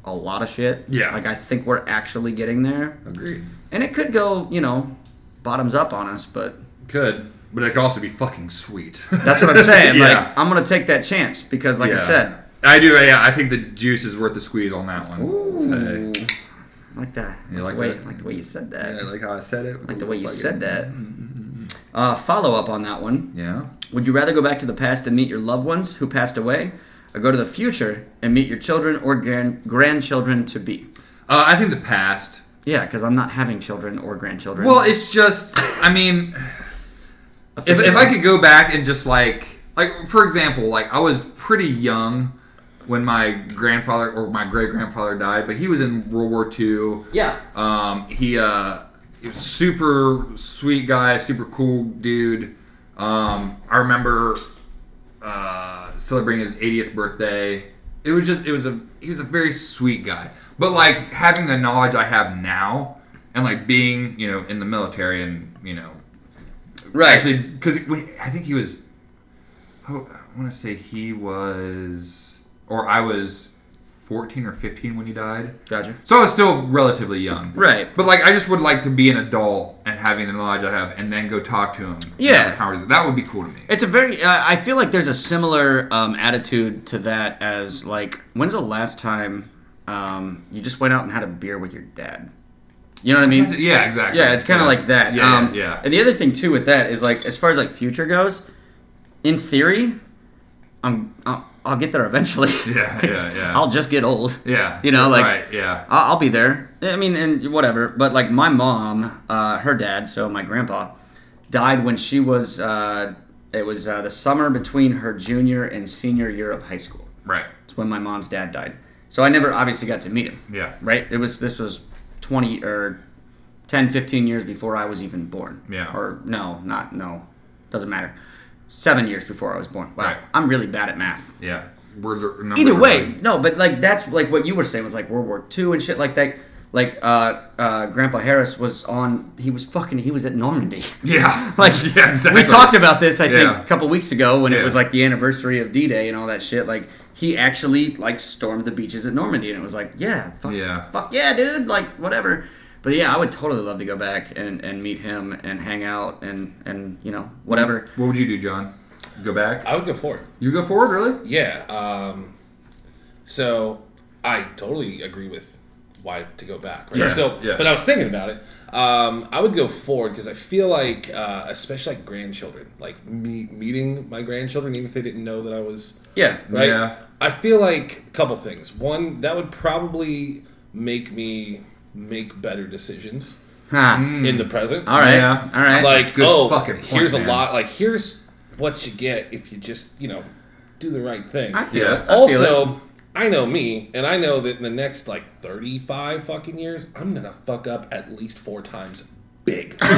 B: a lot of shit.
A: Yeah.
B: Like I think we're actually getting there.
A: Agreed.
B: And it could go, you know, bottoms up on us, but
A: Could. but it could also be fucking sweet.
B: That's what
A: <laughs>
B: I'm saying.
A: yeah.
B: Like I'm gonna take that chance because, like I
A: Yeah.
B: said,
A: I do. Yeah, I think the juice is worth the squeeze on that one. Say.
B: ooh, I like that. I
A: You
B: Like
A: like
B: the way,
A: that?
B: like the way you said that.
A: Yeah, I like how I said it.
B: like the way you said that. Uh, follow up on that one.
A: Yeah.
B: Would you rather go back to the past and meet your loved ones who passed away, or go to the future and meet your children or gran- grandchildren to be?
A: Uh, I think the past.
B: Yeah, because I'm not having children or grandchildren.
A: Well, it's just. I mean, if, if I could go back and just like like for example, like I was pretty young when my grandfather or my great grandfather died, but he was in World War II.
B: yeah,
A: Um, he uh, he was super sweet guy, super cool dude. Um, I remember uh, celebrating his 80th birthday. It was just, it was a, he was a very sweet guy. But like having the knowledge I have now, and like being, you know, in the military, and you know,
B: right.
A: actually, because I think he was, oh, I want to say he was, or I was, 14 or 15 when he died.
B: gotcha.
A: So I was still relatively young.
B: Right.
A: But like, I just would like to be an adult and having the knowledge I have, and then go talk to him.
B: Yeah.
A: Have a conversation. that would be cool to me.
B: It's a very. Uh, I feel like there's a similar um, attitude to that as like, when's the last time um, you just went out and had a beer with your dad? You know what I mean?
A: yeah, exactly.
B: Yeah, it's kind of like that.
A: Yeah,
B: um,
A: yeah.
B: And the other thing too with that is like, as far as like future goes, in theory, I'm I'll, I'll get there eventually.
A: <laughs> Yeah,
B: <laughs>
A: yeah, yeah.
B: I'll just get old.
A: yeah.
B: You know, like
A: right, yeah,
B: I- I'll be there. I mean, and whatever. But like my mom, uh, her dad, so my grandpa, died when she was. Uh, it was uh, the summer between her junior and senior year of high school.
A: right,
B: It's when my mom's dad died. So I never obviously got to meet him.
A: yeah,
B: Right? It was this was 20 or 10, 15 years before I was even born.
A: Yeah.
B: Or no, not no. Doesn't matter. 7 years before I was born. Wow.
A: Right.
B: I'm really bad at math.
A: yeah. Words are numbers
B: Either
A: are
B: way,
A: like-
B: no, but like that's like what you were saying with like World War II and shit like that. Like uh, uh, Grandpa Harris was on. He was fucking. He was at Normandy. <laughs>
A: yeah,
B: Like
A: <laughs> yeah, exactly.
B: we talked about this, I think,
A: Yeah.
B: a couple weeks ago when it
A: Yeah.
B: was like the anniversary of D-Day and all that shit. Like he actually like stormed the beaches at Normandy, and it was like, yeah, fuck
A: Yeah.
B: fuck yeah, dude, like whatever. But yeah, I would totally love to go back and, and meet him and hang out and and you know whatever.
A: What would you do, John? Go back?
C: <laughs> I would go for it.
A: You go forward, really?
C: Yeah. Um, so I totally agree with why to go back. Right?
A: Yeah,
C: So,
A: yeah.
C: but I was thinking about it. Um, I would go forward because I feel like, uh, especially like grandchildren, like me- meeting my grandchildren, even if they didn't know that I was
B: Yeah,
C: right?
A: Yeah. <laughs>
C: I feel like a couple things. One, that would probably make me make better decisions
B: Huh.
A: Hmm.
C: in the present.
B: All <laughs> right,
A: Mm. Yeah.
B: all right.
C: Like,
A: Good
C: oh,
A: fucking point,
C: here's
A: man.
C: a lot. Like, here's what you get if you just, you know, do the right thing.
B: I feel
A: Yeah.
B: it. I feel it.
C: also, I know me, and I know that in the next like 35 fucking years, I'm gonna fuck up at least four times
A: <laughs>
C: big. like,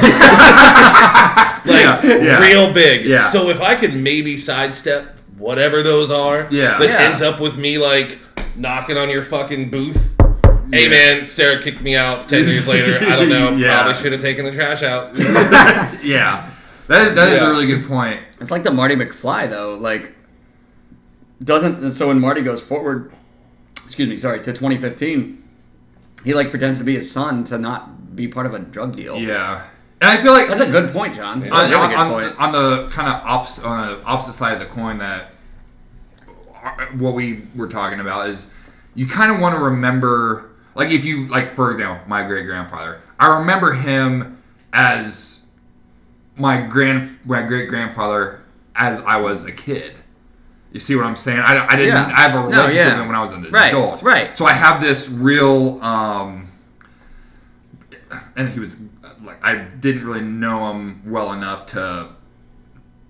A: Yeah, yeah.
C: real big.
A: Yeah.
C: So if I could maybe sidestep whatever those are,
A: Yeah.
C: that
A: Yeah.
C: ends up with me like knocking on your fucking booth. Hey man, Sarah kicked me out. It's ten years later. I don't know.
A: <laughs> Yeah.
C: Probably should have taken the
A: <laughs>
C: trash out.
B: <laughs>
A: Yeah. That is, that is
C: Yeah.
A: a really good point.
B: It's like the Marty McFly though, like doesn't so when Marty goes forward, excuse me, sorry, to 2015, he like pretends to be his son to not be part of a drug deal.
A: Yeah. And I feel like
B: That's a good point, John. That's
A: on,
B: a really
A: on,
B: good
A: on,
B: point.
A: on the kind of ops, on the opposite side of the coin that uh, what we were talking about is you kind of want to remember like if you like for example my great grandfather i remember him as my grand my great grandfather as i was a kid you see what i'm saying i, I didn't
B: Yeah.
A: i have a
B: No,
A: relationship
B: yeah.
A: with him when i was an
B: Right,
A: adult
B: right.
A: so i have this real um and he was like I didn't really know him well enough to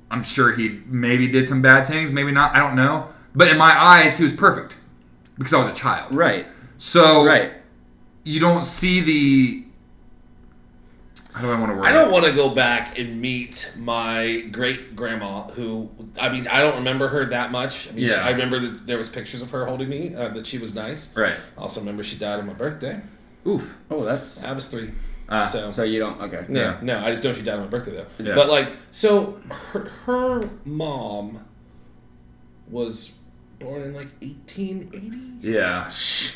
A: I'm sure he maybe did some bad things, maybe not, I don't know. But in my eyes he was perfect because I was a child.
B: right.
A: So
B: Right.
A: you don't see the how do I want to word
C: I don't
A: it?
C: want to go back and meet my great grandma, who I mean, I don't remember her that much. I mean,
A: Yeah.
C: I remember that there was pictures of her holding me, uh, that she was nice.
A: Right.
C: Also, remember she died on my birthday.
A: Oof.
B: Oh, that's
C: I was three.
A: Ah,
C: so,
B: so you don't okay.
C: no,
A: yeah.
C: no, I just know she died on my birthday though.
A: Yeah.
C: But like, so her, her mom was born in like 1880.
A: Yeah.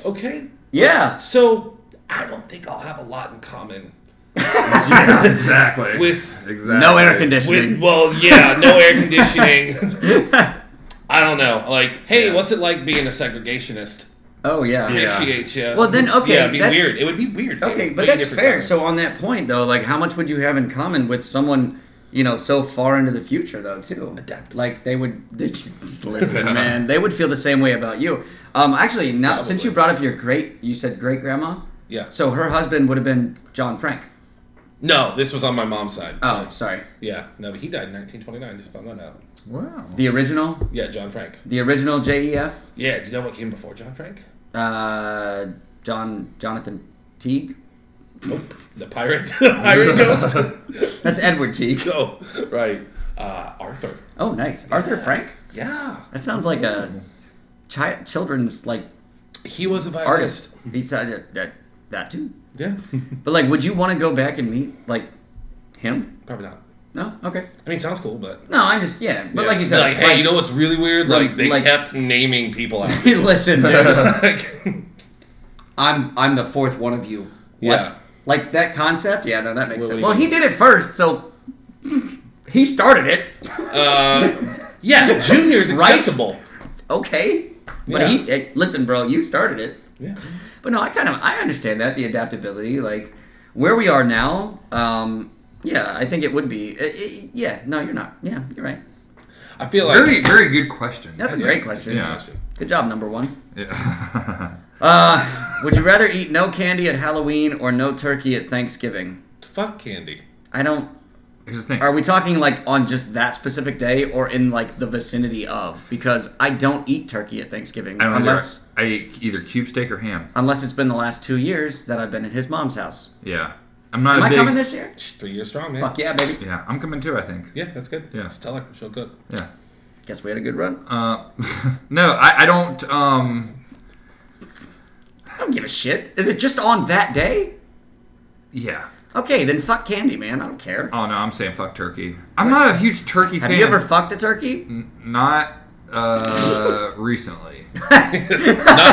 C: Okay,
B: Yeah.
C: so I don't think I'll have a lot in common
A: <laughs> yeah, exactly.
C: With-
A: exactly
B: No air conditioning.
C: With, well, yeah, no air conditioning. I don't know. Like, hey, what's it like being a segregationist?
B: oh yeah.
A: Yeah.
C: Appreciate you.
B: Well, then, okay,
C: Yeah, it'd be
B: that's-
C: weird. It would be weird.
B: Okay,
C: Way
B: but that's
C: different
B: fair.
C: time.
B: So on that point though, like how much would you have in common with someone you know so far into the future though too?
C: Adapt.
B: Like they would <laughs> they just just listen, man. They would feel the same way about you. Um, actually, now since you brought up your great, you said great grandma.
C: yeah. So
B: So her husband would have been John Frank.
C: no, this was on my mom's side.
B: Oh, sorry,
C: Yeah, no, but he died in 1929. Just found that out.
A: wow.
B: the original,
C: Yeah, John Frank.
B: the original E JEF,
C: Yeah, do you know what came before John Frank?
B: uh, John Jonathan Teague.
C: Nope. The pirate. <laughs> the pirate ghost.
B: That's Edward Teague.
C: <laughs> no, right. Uh, Arthur.
B: Oh, nice, Arthur Frank.
C: Yeah.
B: That sounds like a chi- children's like
C: He was a violinist.
B: artist. Besides that, that, that too.
C: Yeah.
B: But like, would you want to go back and meet like him?
C: Probably not.
B: No. Okay.
C: I mean, it sounds cool, but.
B: No, I'm just yeah. But like you said,
C: like, hey, you know what's really weird? Like,
B: Like-
C: they
B: like-
C: kept naming people
B: <laughs>
C: out.
B: listen, dude,
C: <laughs> Like,
B: I'm I'm the fourth one of you. What?
C: Yeah.
B: Like that concept? Yeah, no, that makes
C: Well,
B: sense.
C: we-
B: Well, he did it first, so <laughs> he started it.
C: uh, yeah, junior's
B: Right?
C: acceptable.
B: Okay. But
C: Yeah.
B: he hey, listen, bro, you started it.
C: Yeah.
B: But no, I kind of I understand that the adaptability, like where we are now. Um, yeah, I think it would be. It, it- yeah, no, you're not. Yeah, you're right.
C: I feel like.
A: Very, very good question.
B: That's a
C: Yeah,
B: great
C: it's a
B: question.
A: Yeah.
B: Good job, number one.
A: Yeah. <laughs>
B: Uh, would you rather eat no candy at Halloween or no turkey at Thanksgiving?
C: Fuck candy.
B: I don't.
A: Here's the thing.
B: Are we talking like on just that specific day or in like the vicinity of? Because I don't eat turkey at Thanksgiving
A: I don't
B: unless
A: either, I eat either cube steak or ham.
B: unless it's been the last two years that I've been at his mom's house.
A: Yeah. I'm not
B: Am
A: a
B: I
A: big.
B: coming this year?
C: She's three years strong, man.
B: Fuck yeah, baby.
A: yeah, I'm coming too. I think.
C: Yeah, that's good.
A: Yeah.
C: Just tell her. She'll cook. <laughs>
A: Yeah.
B: Guess we had a good run.
A: Uh, <laughs> no, I, I don't. Um,
B: I don't give a shit. Is it just on that day?
A: yeah.
B: Okay, then fuck candy, man. I don't care.
A: Oh no, I'm saying fuck turkey. I'm not a huge turkey
B: Have
A: fan.
B: you ever fucked a turkey?
A: Mm, not uh, <laughs> recently.
C: not,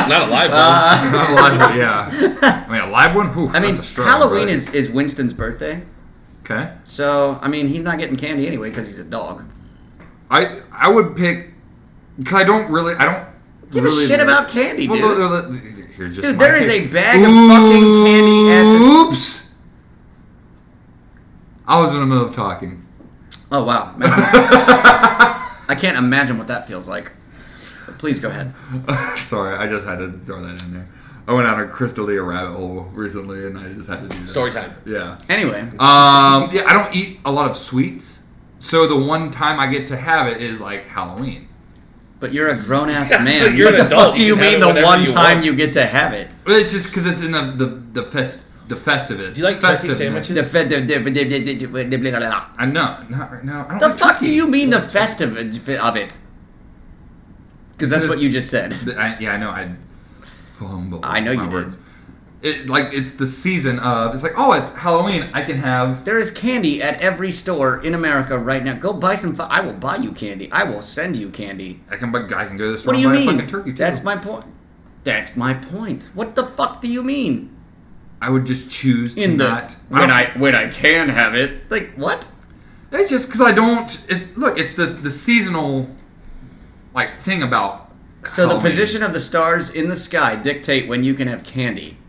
C: not a live one.
B: Uh.
A: Not a live
B: <laughs>
A: one. Yeah. I mean, a live one. Whew,
B: I mean,
A: that's a struggle,
B: Halloween
A: but-
B: is, is Winston's birthday.
A: okay.
B: So, I mean, he's not getting candy anyway because he's a dog.
A: I I would pick because I don't really I don't
B: Give a
A: really
B: shit about candy,
A: Well,
B: dude.
A: no, no, no, here's just
B: Dude,
A: my
B: there is
A: pick.
B: a bag of fucking candy at this.
A: Oops. I was in the middle of talking. <laughs>
B: Oh, wow. Man. I can't imagine what that feels like. But please go ahead.
A: Sorry, I just had to throw that in there. I went on a crystalia rabbit hole recently, and I just had to do that.
C: Story time.
A: Yeah.
B: Anyway,
A: Um, yeah, I don't eat a lot of sweets, so the one time I get to have it is like Halloween.
B: but you're a grown ass
C: <laughs> Yeah,
B: man.
C: you're
B: what
C: an
B: the
C: adult.
B: fuck do
C: You
B: you
C: can have
B: mean
C: it
B: the
C: whenever
B: one
C: you
B: time
C: want.
B: you get to have it?
A: Well, It's just because it's in the the the fest the festive.
C: Do you like turkey sandwiches?
B: The fe- the- the- the- the- the- the- the- blah, blah, blah.
A: I know, not right now. I don't
B: The
A: like
B: fuck
A: turkey.
B: do you mean
A: <laughs>
B: the festive of it? Because that's what you just said.
A: I, yeah, I know. I fumbled.
B: I know
A: my
B: you did.
A: words. It like it's the season of. It's like oh, it's Halloween. I can have.
B: There is candy at every store in America right now. Go buy some. Fu- I will buy you candy. I will send you candy.
A: I can. bu- I can go to the store
B: What do
A: and
B: you
A: buy a
B: mean?
A: fucking turkey. Too.
B: That's my point. That's my point. What the fuck do you mean?
A: I would just choose to
B: In the
A: not.
B: when
A: don't-
B: I when I can have it. Like what?
A: It's just because I don't. It's look. It's the the seasonal, like thing about.
B: So
A: Halloween.
B: the position of the stars in the sky dictate when you can have candy.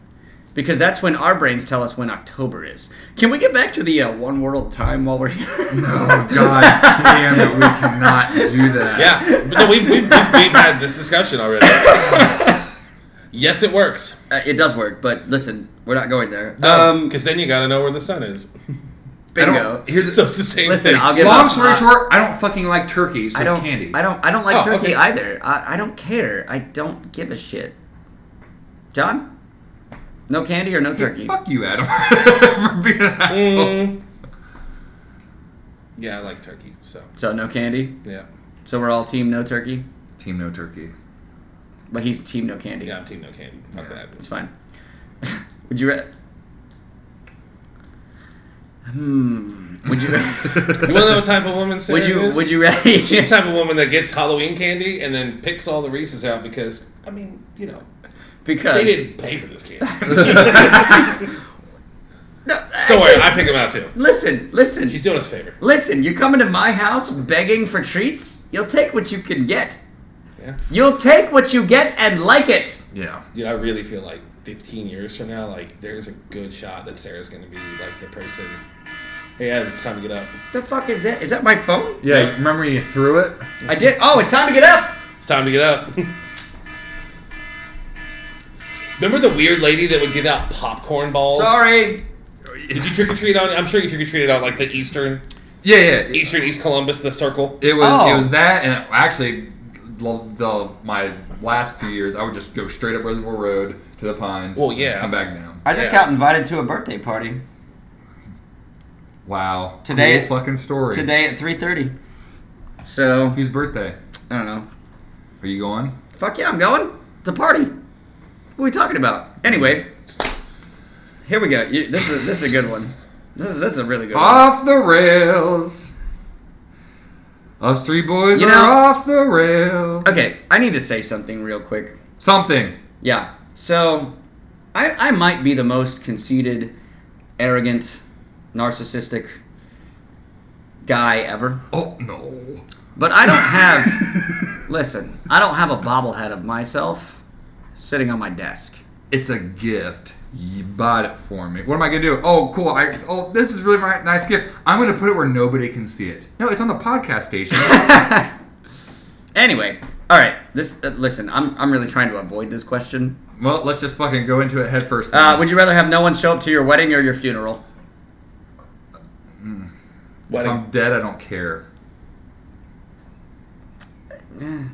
B: Because that's when our brains tell us when October is. Can we get back to the uh, one world time while we're here?
A: <laughs>
B: <laughs>
A: Oh God damn it! We cannot do that.
C: Yeah, but no, we've, we've, we've, we've had this discussion
B: <laughs>
C: already. yes, it works.
B: Uh, it does work, but listen, we're not going there.
C: Um, because then you got to know where the sun is.
A: I don't-
B: Bingo.
A: Here's the,
C: <laughs> So it's the same
B: Listen,
C: thing.
B: I'll give
A: long
B: up.
A: story
B: I-
A: short, I don't fucking like turkey. So
B: I don't.
A: candy.
B: I don't. I don't like
C: Oh,
B: turkey
C: okay.
B: either. I, I don't care. I don't give a shit. John, no candy or no turkey?
A: Fuck you, Adam, <laughs> for being an asshole.
C: Mm. Yeah, I like turkey. So
B: So no candy.
C: yeah,
B: So we're all team no turkey,
A: Team no
C: <laughs>
A: turkey.
B: but he's team no candy.
C: yeah, I'm team no candy. Fuck
A: Yeah.
B: It's fine. <laughs> Would you? Ra- hmm. Would you? <laughs>
C: that. You want to know what type of woman Sarah
B: would you?
C: is?
B: Would you rather?
C: <laughs> She's the type of woman that gets Halloween candy and then picks all the Reese's out because I mean, you know,
B: <laughs> because
C: they didn't pay for this candy.
B: No,
C: Don't worry, I pick him out too.
B: Listen, listen,
C: She's doing us a favor.
B: listen. You're coming to my house begging for treats. You'll take what you can get.
C: Yeah.
B: You'll take what you get and like it.
A: Yeah.
C: Dude, I really feel like 15 years from now, like there's a good shot that Sarah's gonna be like the person. Hey, Adam, it's time to get up.
B: The fuck is that? Is that my phone?
A: Yeah. Remember you threw it?
B: I did. Oh, it's time to get up.
C: It's time to get up. Remember the weird lady that would give out popcorn balls?
B: Sorry.
C: Did you trick or treat on? I'm sure you trick or treated on like the Eastern,
A: Yeah. Yeah.
C: Eastern East Columbus, the circle.
A: It was
B: Oh.
A: it was that, and actually, the, the my last few years, I would just go straight up Reservoir Road to the Pines.
C: Well,
A: and
C: yeah.
A: come back down.
B: I just
C: Yeah.
B: got invited to a birthday party
A: Wow,
B: Today-
A: cool fucking story.
B: today at 3:30. So
A: whose birthday?
B: I don't know.
A: Are you going?
B: Fuck yeah, I'm going. It's a party. What are we talking about? Anyway, here we go. You, this is this is a good one. This is this is a really good one.
A: Off the rails. Us three boys
B: You
A: are
B: know-
A: off the rails.
B: Okay, I need to say something real quick.
A: Something.
B: Yeah. So, I I might be the most conceited, arrogant, narcissistic guy ever.
A: Oh no.
B: But I don't have. listen, I don't have a bobblehead of myself sitting on my desk. <laughs>
A: It's a gift. You bought it for me. What am I gonna do? Oh, cool. I oh, this is really my, nice gift. I'm gonna put it where nobody can see it. No, it's on the podcast station.
B: Anyway, all right. This uh, listen, I'm I'm really trying to avoid this question.
A: well, let's just fucking go into it head first. then.
B: Uh, would you rather have no one show up to your wedding or your funeral?
A: if
B: Uh-huh.
C: Wedding.
A: I'm dead, I don't care. <laughs>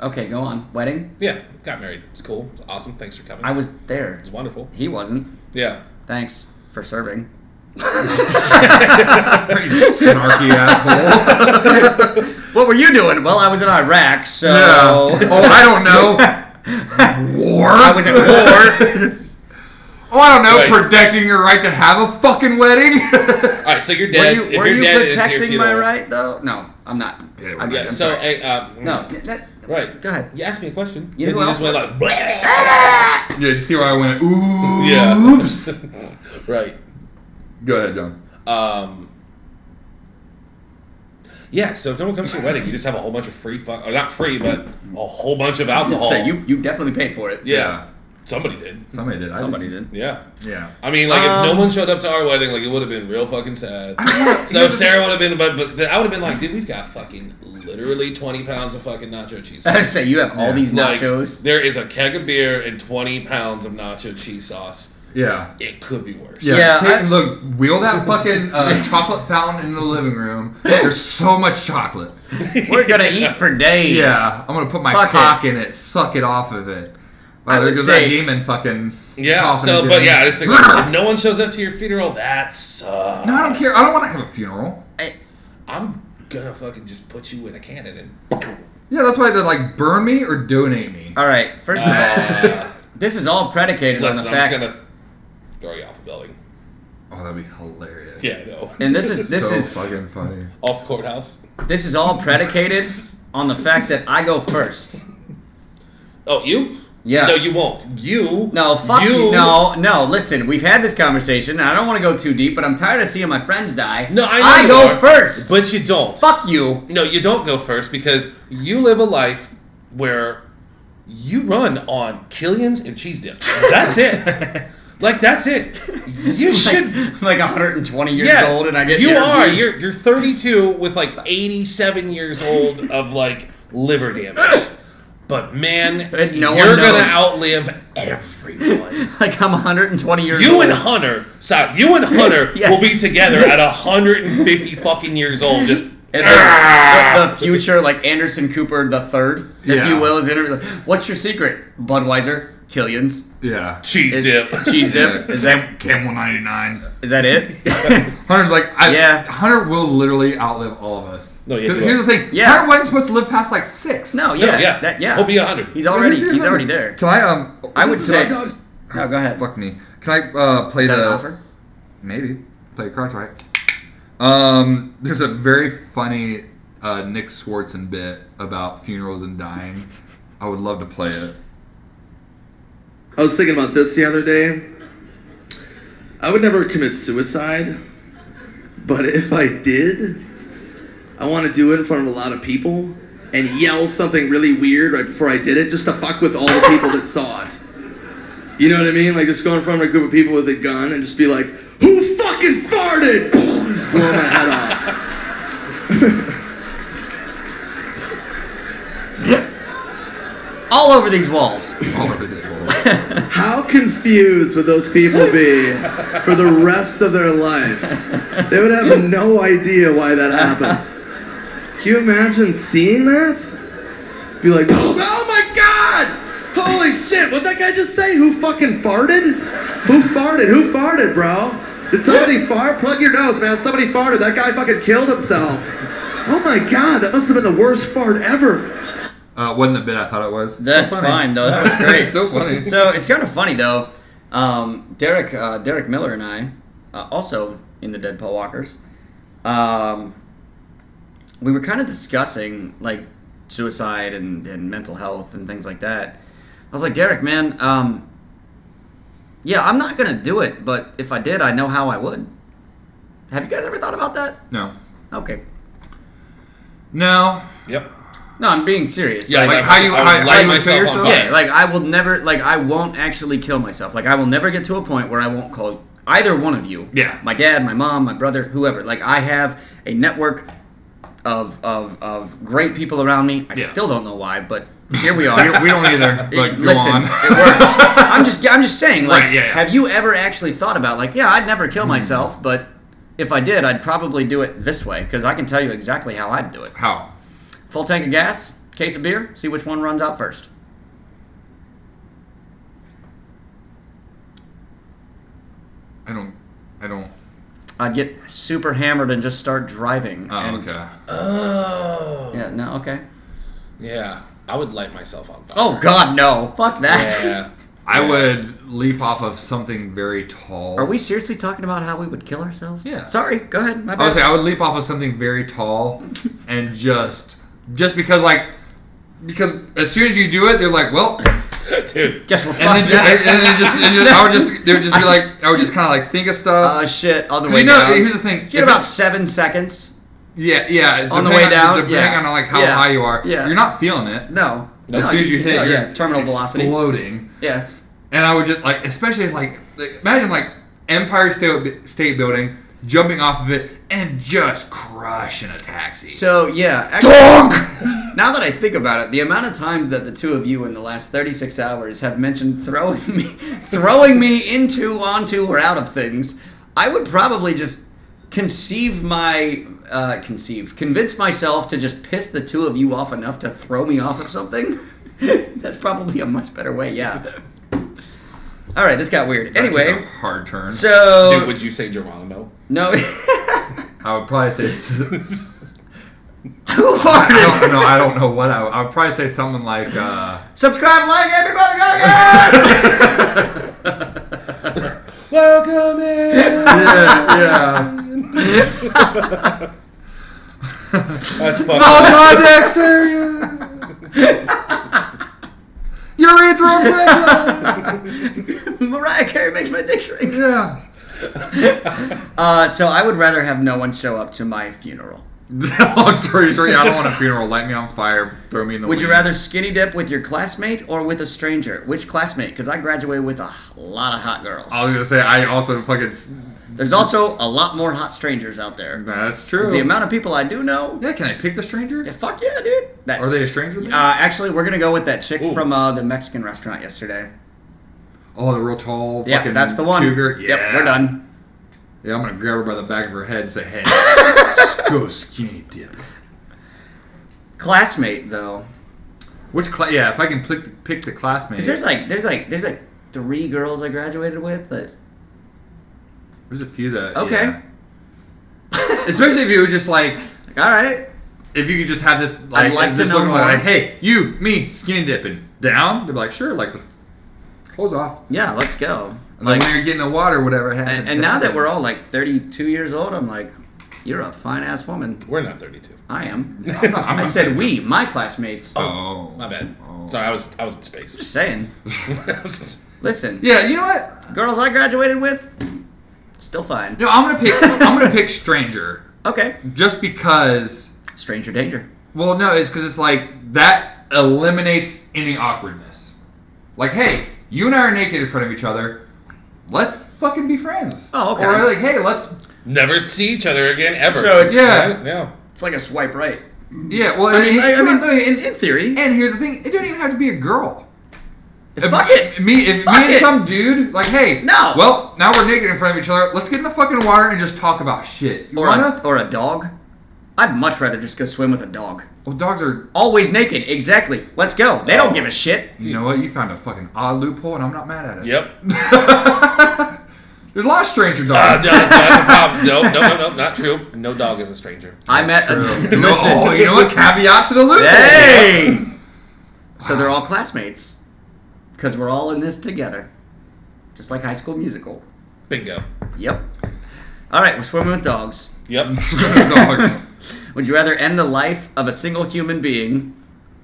B: Okay, go on. Wedding.
C: Yeah, got married. It's cool. It's awesome. Thanks for coming.
B: I was there.
C: It's wonderful.
B: He wasn't.
C: Yeah.
B: Thanks for serving.
A: You snarky asshole.
B: What were you doing? Well, I was in Iraq, so
A: Yeah. Oh, I
B: <laughs>
A: don't know. War.
B: I was at war.
A: <laughs> Oh, I don't know.
C: Right.
A: Protecting your right to have a fucking wedding. <laughs>
C: All right, so you're
B: were
C: dead.
B: you,
C: if
B: were
C: you're
B: you
C: dead, it's your
B: protecting my
C: funeral.
B: right though? No, I'm not.
A: Yeah,
B: I'm,
A: yeah,
C: Yeah.
B: I'm
C: so,
B: sorry.
C: hey, uh,
B: no, that,
C: Right.
B: Go ahead.
C: You asked me a question.
B: You know
C: and
B: who
C: just
B: else-
C: went like, "Bleh."
A: yeah, you see where I went? Ooh.
C: Yeah.
A: Oops.
C: <laughs> right.
A: Go ahead, John.
C: Um. Yeah, so if no one comes to your wedding, you just have a whole bunch of free fuck, or not free, but a whole bunch of
B: I'm gonna
C: alcohol.
B: say you you definitely paid for it.
C: Oh. yeah.
A: Yeah.
C: somebody did.
A: Somebody did. I
B: Somebody
A: didn't.
B: did.
C: Yeah,
A: Yeah.
C: I mean, like if
B: Um,
C: no one showed up to our wedding, like it would have been real
B: <laughs>
C: fucking sad. so if Sarah would have been, but but then I would have been like, dude, we've got fucking literally twenty pounds of fucking nacho cheese.
B: I say you have all these <laughs>
C: Like, <laughs>
B: nachos.
C: there is a keg of beer and twenty pounds of nacho cheese sauce.
A: Yeah.
C: It could be worse.
A: Yeah,
B: Yeah,
A: take-
B: I-
A: look, wheel that fucking uh, chocolate fountain in the living room. There's so much chocolate.
B: We're gonna eat for days.
A: Yeah, I'm gonna put my
B: Fuck
A: cock in it, suck it off of it. Wow,
B: I
A: there
B: would
A: goes
B: say-
A: that demon fucking.
C: Yeah.
A: coughing
C: So,
A: again.
C: but yeah, I just think like, if no one shows up to your funeral, that sucks.
A: No, I don't care. I don't want to have a funeral.
B: I-
C: I'm gonna fucking just put you in a cannon and.
A: Yeah, that's why they like burn me or donate me.
B: all right. First of all,
C: Uh,
B: this is all predicated
C: listen,
B: on
C: I'm
B: the
C: just
B: fact,
C: gonna throw you off a building.
A: Oh, that'd be hilarious.
C: Yeah, no.
B: and this is this
A: so
B: is
A: fucking funny.
C: off the courthouse.
B: this is all predicated on the fact that I go first.
C: Oh, you?
B: Yeah.
C: No, you won't. You?
B: No, fuck
C: you.
B: you. No, no. Listen, we've had this conversation. And I don't want to go too deep, but I'm tired of seeing my friends die.
C: No, I know. you
B: go
C: are,
B: first.
C: but you don't.
B: fuck you.
C: No, you don't go first because you live a life where you run on Killians and cheese dips. That's it.
B: <laughs>
C: like that's it. You should
B: I'm like 120 years
C: yeah,
B: old, and I get
C: you
B: Airbnb.
C: are you're you're 32 with like 87 years old of like liver damage.
B: <laughs>
C: But man,
B: And no
C: you're
B: one
C: gonna
B: knows.
C: outlive everyone.
B: <laughs> like I'm 120 years
C: You
B: old.
C: and Hunter, sorry, you
B: <laughs>
C: and Hunter
B: Yes.
C: will be together at 150 fucking years
B: <laughs>
C: old. Just
B: And the,
C: Ah!
B: the- the future, like Anderson Cooper the third, if
A: Yeah.
B: you will, is interviewed. What's your secret? Budweiser, Killian's,
A: Yeah.
C: cheese
B: is-
C: dip.
B: cheese
C: <laughs>
B: dip. Is that
A: Camel 99s.
B: is that it? <laughs>
A: Hunter's like, I,
B: Yeah.
A: Hunter will literally outlive all of us.
C: No, yeah,
A: Because
C: he
A: Here's the thing.
B: Yeah.
A: Hunter wasn't supposed to live past like six.
B: no,
C: No,
B: yeah, yeah, that, yeah.
C: He'll be 100.
B: he's already
A: <laughs>
B: he's already there.
A: Can I um?
B: I would
A: can
B: say- No, go ahead.
A: fuck me. Can I uh play
B: Is that
A: the
B: an offer?
A: maybe play cards right? Um, there's a very funny uh, Nick Swartzen bit about funerals and dying. I would love to play it.
H: I was thinking about this the other day. I would never commit suicide, but if I did, I want to do it in front of a lot of people and yell something really weird right before I did it just to fuck with all the people that saw it. You know what I mean? Like just go in front of a group of people with a gun and just be like, "Who fucking farted?" Boom, just blow my head off.
B: <laughs> All over these walls.
A: all over this world.
H: How confused would those people be for the rest of their life? They would have no idea why that happened. Can you imagine seeing that? Be like, "Oh my god! Holy shit! What that guy just say? Who fucking farted? Who farted? Who farted, bro? Did somebody fart? Plug your nose, man. Somebody farted. That guy fucking killed himself. Oh my god! That must have been the worst fart ever."
A: Uh, wasn't the bit I thought it was. Still
B: That's
A: funny.
B: fine
A: <laughs>
B: though. That was great.
A: Still funny.
B: So it's kind of funny though. Um, Derek, uh, Derek Miller, and I, uh, also in the Dead Paul Walkers, um, we were kind of discussing like suicide and, and mental health and things like that. I was like, Derek, man, um, yeah, I'm not gonna do it, but if I did, I know how I would. Have you guys ever thought about that?
A: No.
B: Okay.
A: No.
C: Yep.
B: No, I'm being serious.
C: Yeah,
A: Like,
C: like
A: how you
C: I would
A: how, how
C: light
A: you would kill
C: myself on
A: yourself?
C: fire.
B: Yeah, like I will never, like I won't actually kill myself. Like I will never get to a point where I won't call either one of you.
A: Yeah.
B: My dad, my mom, my brother, whoever. Like I have a network of of of great people around me. I
A: Yeah.
B: still don't know why, but here we are.
A: <laughs> Oh, We don't
B: <laughs>
A: either. But
B: It-
A: go
B: listen,
A: on.
B: it
A: <laughs>
B: works. I'm just I'm just saying. Like,
A: Right, yeah, Hmm. yeah.
B: have you ever actually thought about like, yeah, I'd never kill myself, but if I did, I'd probably do it this way because I can tell you exactly how I'd do it.
A: How?
B: Full tank of gas, case of beer, see which one runs out first.
A: I don't. I don't.
B: I'd get super hammered and just start driving.
A: Oh,
B: and,
A: okay.
C: Oh.
B: Yeah, no, okay.
C: Yeah. I would light myself on fire.
B: Oh, God, no. Fuck that. <laughs>
C: Yeah.
A: I would leap off of something very tall.
B: Are we seriously talking about how we would kill ourselves?
A: Yeah.
B: Sorry, go ahead. My
A: I
B: bad.
A: would say I would leap off of something
B: <laughs>
A: very tall, and just just because like because as soon as you do it, they're like, well,
C: Dude.
B: Guess we're fucked.
A: and then just, and, and then just, and just I would just they would
B: <laughs>
A: just
B: I
A: be
B: just-
A: like I would just kind of like think
B: uh,
A: of
B: <laughs>
A: stuff.
B: shit, on the
A: 'Cause
B: way
A: you know,
B: down.
A: here's the thing.
B: You
A: if
B: had about
A: it's-
B: seven seconds.
A: yeah, yeah.
B: on the
A: depending
B: way down,
A: depending
B: yeah.
A: on like how
B: Yeah.
A: high you are,
B: Yeah.
A: you're not feeling it.
B: No.
A: As
B: no,
A: soon as you hit,
B: no,
A: it,
B: yeah, terminal velocity.
A: exploding.
B: Yeah.
A: And I would just like, especially if, like, like imagine like Empire State State Building, jumping off of it and just crushing a taxi.
B: So yeah, actually, <laughs> now that I think about it, the amount of times that the two of you in the last 36 hours have mentioned throwing me, <laughs> throwing me into, onto, or out of things, I would probably just conceive my, uh, conceive, convince myself to just piss the two of you off enough to throw me off of something. <laughs> That's probably a much better way. Yeah. All right, this got weird.
A: That took
B: Anyway,
A: a hard turn.
B: so
C: Dude, would you say Geronimo?
B: no, <laughs>
A: I would probably say. s-
B: who
A: I
B: farted?
A: don't know. I don't know what I. I would probably say something like.
B: <laughs>
A: uh
B: Subscribe, like, everybody, go
C: <laughs>
B: yes!
C: Welcome in.
A: Yeah, yeah.
B: <laughs>
C: That's fucking.
A: Oh, God, Dexter. <laughs> yeah. Urethra infection.
B: Mariah Carey makes my dick shrink.
A: Yeah.
B: Uh, so I would rather have no one show up to my funeral.
A: <laughs> Long story short, yeah, I don't want a funeral. Light me on fire. Throw me in the.
B: Would you
A: wind.
B: rather skinny dip with your classmate or with a stranger? Which classmate? Because I graduated with a h- lot of hot girls.
A: I was gonna say I also fucking. s-
B: There's also a lot more hot strangers out there.
A: That's true.
B: The amount of people I do know.
A: Yeah, can I pick the stranger?
B: Yeah, fuck yeah, dude. That,
A: Are they a stranger? then?
B: Uh, actually, we're gonna go with that chick
C: Ooh.
B: from uh, the Mexican restaurant yesterday.
A: oh, the real tall.
B: Yeah,
A: fucking
B: that's the one.
A: Cougar. Yeah,
B: Yep, we're done.
A: Yeah, I'm gonna grab her by the back of her head and
B: <laughs>
A: say, "Hey, go skinny dip."
B: Classmate though,
A: Which class? Yeah, if I can pick the, pick the classmate.
B: 'Cause there's like there's like there's like three girls I graduated with that
A: There's a few that.
B: Okay.
A: yeah. Especially if it was just like,
B: like all right.
A: if you could just have this, like,
B: like to
A: just
B: know
A: looking
B: more.
A: like, hey, you, me, skinny dipping down. They'd be like, sure, like, clothes off.
B: Yeah, let's go.
A: And then when you're getting the water, whatever happens.
B: And, and now that we're
A: happens.
B: all like 32 years old, I'm like, you're a fine ass woman.
C: We're not 32.
B: I am.
A: I'm not- <laughs> I'm
B: I
A: not-
B: said we, my classmates. I'm
A: Oh.
C: My bad.
A: Oh.
C: Sorry, I was I was in space. <laughs>
B: just saying. Listen,
A: Yeah, you know what?
B: girls I graduated with, Still fine.
A: No, I'm gonna pick. I'm gonna pick Stranger
B: Okay.
A: just because.
B: Stranger danger.
A: Well, no, it's because it's like that eliminates any awkwardness. Like, hey, you and I are naked in front of each other. Let's fucking be friends.
B: Oh, okay.
A: Or like, hey, let's.
C: Never see each other again ever.
B: So it's-
A: Yeah.
C: Right? yeah.
B: It's like a swipe right.
A: Yeah. Well,
B: I mean,
A: and-
B: I, I mean, in, in theory,
A: and here's the thing: it don't even have to be a girl. If
B: fuck it.
A: Me, if
B: Fuck
A: me and
B: it.
A: some dude, like, hey,
B: No.
A: Well, now we're naked in front of each other. Let's get in the fucking water and just talk about shit. You
B: or a,
A: wanna?
B: or a dog. I'd much rather just go swim with a dog.
A: Well, dogs are.
B: Always naked. Exactly. Let's go. They don't give a shit.
A: You know what? You found a fucking odd loophole, and I'm not mad at it.
C: Yep.
A: There's a lot of stranger
C: Uh,
A: dogs.
C: no, that's a problem. no, no, no, no, not true. No dog is a stranger.
B: I met a
A: <laughs> You
B: <laughs>
A: know-
B: listen.
A: oh, you know what? Caveat to the loophole.
B: Hey. so they're all classmates because we're all in this together, just like High School Musical.
C: Bingo.
B: Yep. All right, we're swimming with dogs.
C: Yep.
A: Stranger dogs.
B: Would you rather end the life of a single human being,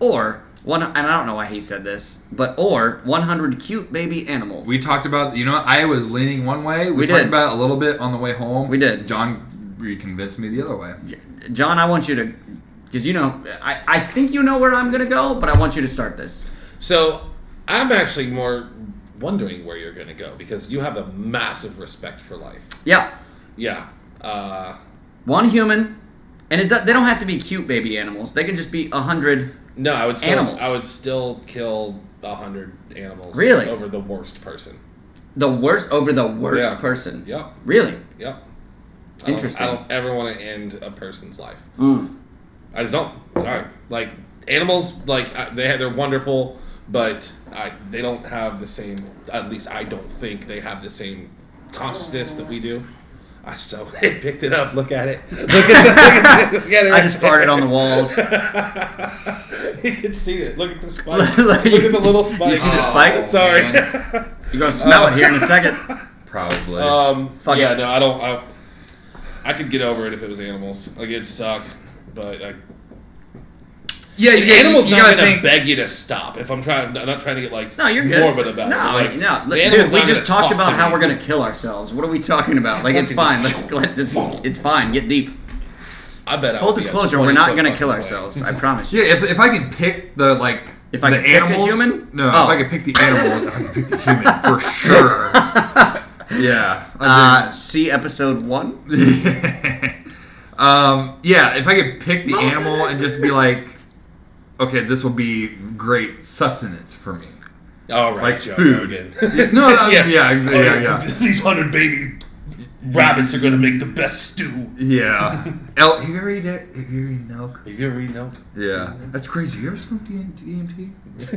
B: or one? And I don't know why he said this, but or 100 cute baby animals.
A: We talked about. You know, what? I was leaning one way. We,
B: We
A: talked
B: did.
A: about it a little bit on the way home.
B: We did.
A: John you convinced me the other way.
B: John, I want you to, because you know, I, I think you know where I'm gonna go, but I want you to start this.
C: So I'm actually more wondering where you're going to go because you have a massive respect for life.
B: Yeah,
C: Yeah. Uh,
B: one human, and it do, they don't have to be cute baby animals. They can just be a hundred.
C: no, I would still
B: Animals.
C: I would still kill a hundred animals
B: Really?
C: over the worst person.
B: The worst over the worst
C: Yeah.
B: person.
C: Yep.
B: Really?
C: Yep. I don't-
B: Interesting. Mm.
C: I don't ever want to end a person's life. I just don't. Sorry. Like animals, like I- they they're wonderful, but I they don't have the same. At least I don't think they have the same consciousness that we do. I so <laughs> it picked it up. Look at it. Look at, the, look at, it, look at it.
B: I just farted on the walls.
C: <laughs> you can see it. Look at the
B: <laughs>
C: spike. look at the little spike.
B: You see the
C: Oh,
B: spike?
C: Sorry.
A: man.
C: <laughs>
B: You're gonna smell it here in a second.
A: Probably.
B: Uh,
C: Um,
B: Fuck
C: yeah,
B: it.
C: no, I don't. I, I could get over it if it was animals. Like it'd suck, but I,
A: yeah,
C: an
A: yeah,
C: animal's
A: you, you
C: not
A: gotta
C: gonna
A: think.
C: beg you to stop. If I'm trying, I'm not trying to get like
B: No, you're good.
C: morbid about
B: no,
C: it. Like,
B: no,
C: the
B: look,
C: animal's
B: dude, we
C: not
B: just
C: gonna
B: talked
C: talk
B: about
C: to
B: how
C: me.
B: we're gonna kill ourselves. What are we talking about? Like it's
C: Fucking
B: fine. Let's,
C: just-
B: let's just, it's fine. Get deep.
C: I bet. I
B: Full
C: would be a
B: disclosure, we're not
C: 20
B: gonna
C: foot
B: kill
C: fucking
B: ourselves. I promise you.
C: <laughs>
B: <laughs>
A: Yeah, if, if I could pick the like
B: If I
A: the
B: could pick a
A: animals-
B: human?
A: no,
B: Oh.
A: if I could pick the animal, I could pick the human
B: <laughs>
A: for sure. yeah,
B: Uh,
A: I
B: see episode one.
A: think- <laughs> um, yeah. If I could pick the animal and just be like, okay, this will be great sustenance for me.
C: way. All right,
A: Like
C: Joe
A: food.
B: <laughs>
C: Rogan.
A: Yeah, no, no, <laughs> yeah, yeah, exa- yeah, yeah.
C: <laughs> These hundred baby rabbits are gonna make the best stew.
A: <laughs> Yeah. El- have you ever eaten it? Have you ever eaten elk?
C: Have you ever eaten elk?
A: Yeah, that's crazy. You ever smoked E DMT? <laughs>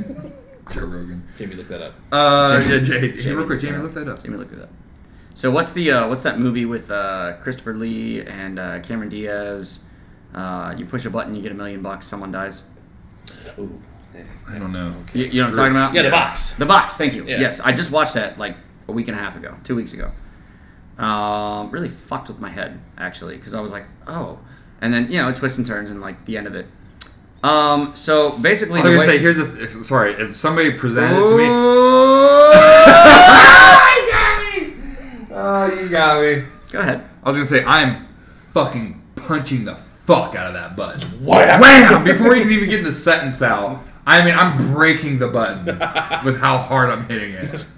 A: Joe Rogan.
C: Jamie, look that up.
A: Uh,
B: Jamie-
A: yeah, Jay,
B: Jamie
A: real quick,
B: looked
A: Jamie,
B: it up.
A: look that up.
B: Jamie looked it up. So what's the uh, what's that movie with uh, Christopher Lee and uh, Cameron Diaz? Uh, you push a button, you get a million bucks. Someone dies.
C: Ooh.
A: I don't know.
B: You, you know what I'm talking about?
C: Yeah, the box.
B: The box. Thank you.
C: Yeah.
B: Yes, I just watched that like a week and a half ago, two weeks ago. Um, really fucked with my head actually because I was like, oh, and then you know it twists and turns and like the end of it. Um, so basically,
A: I
B: the
A: was
B: way-
A: gonna say, here's a sorry. If somebody presented it to me, <laughs> oh, you got me.
B: go ahead.
A: I was gonna say, I'm fucking punching the fuck out of that button.
C: Wham!
A: Wham! Before you can even get the sentence out, I mean, I'm breaking the button with how hard I'm hitting it.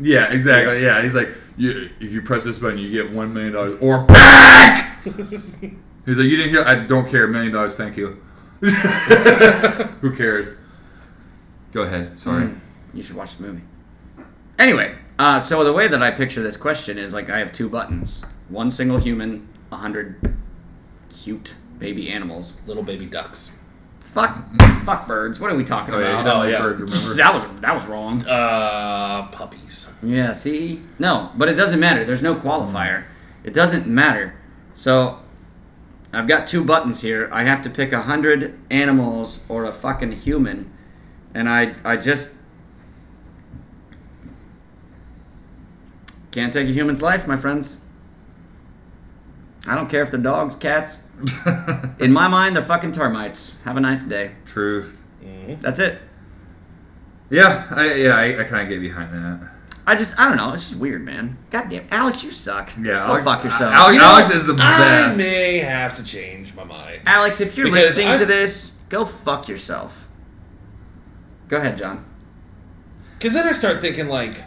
A: Yeah, exactly. Yeah, he's like, you, if you press this button, you get one million dollars or back. he's like, you didn't hear? I don't care. Million dollars, thank you. <laughs> Who cares? Go ahead. Sorry.
B: You should watch the movie. Anyway, uh, so the way that I picture this question is like I have two buttons: one single human, a hundred cute baby animals.
C: Little baby ducks.
B: Fuck, fuck birds. What are we talking
A: Mm-hmm. Oh yeah,
B: about?
A: you got
C: Oh,
A: me
C: yeah.
A: bird,
B: <laughs>
A: remember?
B: That was that was wrong.
C: Uh, puppies.
B: Yeah, see? No, but it doesn't matter. There's no
A: Mm.
B: qualifier. It doesn't matter. So, I've got two buttons here. I have to pick a hundred animals or a fucking human. And I, I just. Can't take a human's life, my friends. I don't care if they're dogs, cats. <laughs> In my mind, they're fucking termites. Have a nice day.
A: Truth.
B: That's it.
A: Yeah, I, yeah, I, I kind of get behind that.
B: I just, I don't know. It's just weird, man. Goddamn, Alex, you suck.
A: Yeah,
B: go
A: Alex-
B: fuck yourself.
A: Alex,
C: You know,
A: Alex is the
C: I
A: best.
C: may have to change my mind.
B: Alex, if you're
C: Because
B: listening
C: I-
B: to this, go fuck yourself. Go ahead, John.
C: Because then I start thinking, like,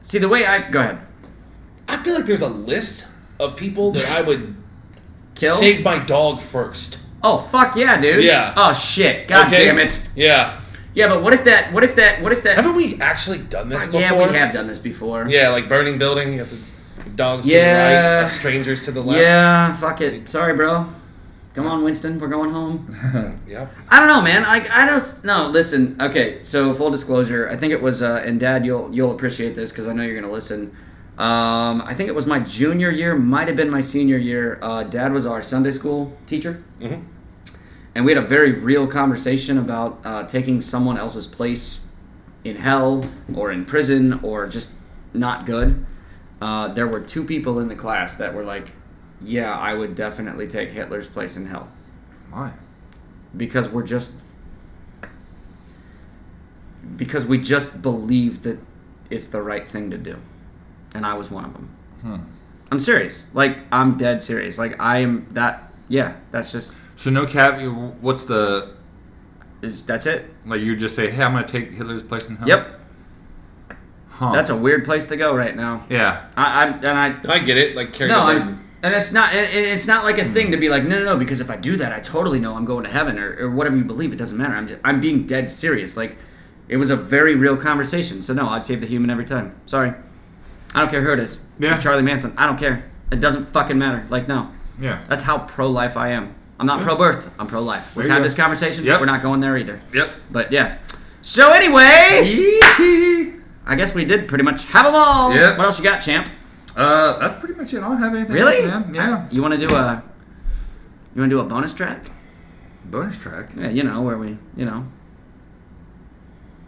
B: See the way I go ahead.
C: I feel like there's a list of people that I would
B: <laughs> Kill.
C: save my dog first.
B: Oh fuck yeah, dude.
C: Yeah.
B: Oh shit. God
C: okay?
B: damn it.
C: Yeah.
B: Yeah, but what if that? What if that? What if that?
C: Haven't we actually done this
B: Fuck,
C: before?
B: Uh, yeah, we have done this before.
C: Yeah, like burning building. You have the dogs to the
B: Yeah.
C: right, uh, strangers to the left.
B: Yeah. Fuck it. Sorry, bro. Come on, Winston. We're going home.
C: Yep.
B: I don't know, man. Like I don't. No, listen. Okay, so full disclosure. I think it was, uh, and Dad, you'll you'll appreciate this because I know you're gonna listen. Um, I think it was my junior year, might have been my senior year. Uh, Dad was our Sunday school teacher, and we had a very real conversation about uh, taking someone else's place in hell or in prison or just not good. Uh, there were two people in the class that were like, "Yeah, I would definitely take Hitler's place in hell."
A: Why?
B: because we're just because we just believe that it's the right thing to do and i was one of them i'm serious like i'm dead serious like i am that yeah that's just
A: So no cap. What's the
B: is that's it
A: like? You just say, "Hey, I'm gonna take Hitler's place in hell."
B: yep
A: Huh.
B: that's a weird place to go right now
A: yeah.
B: I, i'm and i
C: I get it. Like carry
B: no,
C: the
B: I'm,
C: burden.
B: and it's not, and and it's not like a thing to be like, no, no, no, because if I do that, I totally know I'm going to heaven or, or whatever you believe. It doesn't matter. I'm just, I'm being dead serious. Like, it was a very real conversation. So no, I'd save the human every time. Sorry, I don't care who it is.
A: Yeah.
B: Charlie Manson. I don't care. It doesn't fucking matter. Like no,
A: Yeah.
B: that's how pro life I am. I'm not pro birth. I'm pro life. We've
A: There you
B: had
A: go.
B: this conversation.
A: Yep.
B: We're not going there either.
A: Yep.
B: But yeah. So anyway,
A: Yee-hee.
B: I guess we did pretty much have them all.
A: Yep.
B: What else you got, champ?
A: Uh, that's pretty much it. I don't have anything.
B: Really? e,
A: Else, man. Yeah.
B: You want to do a you want to do a bonus track?
A: Bonus track.
B: Yeah, you know where we you know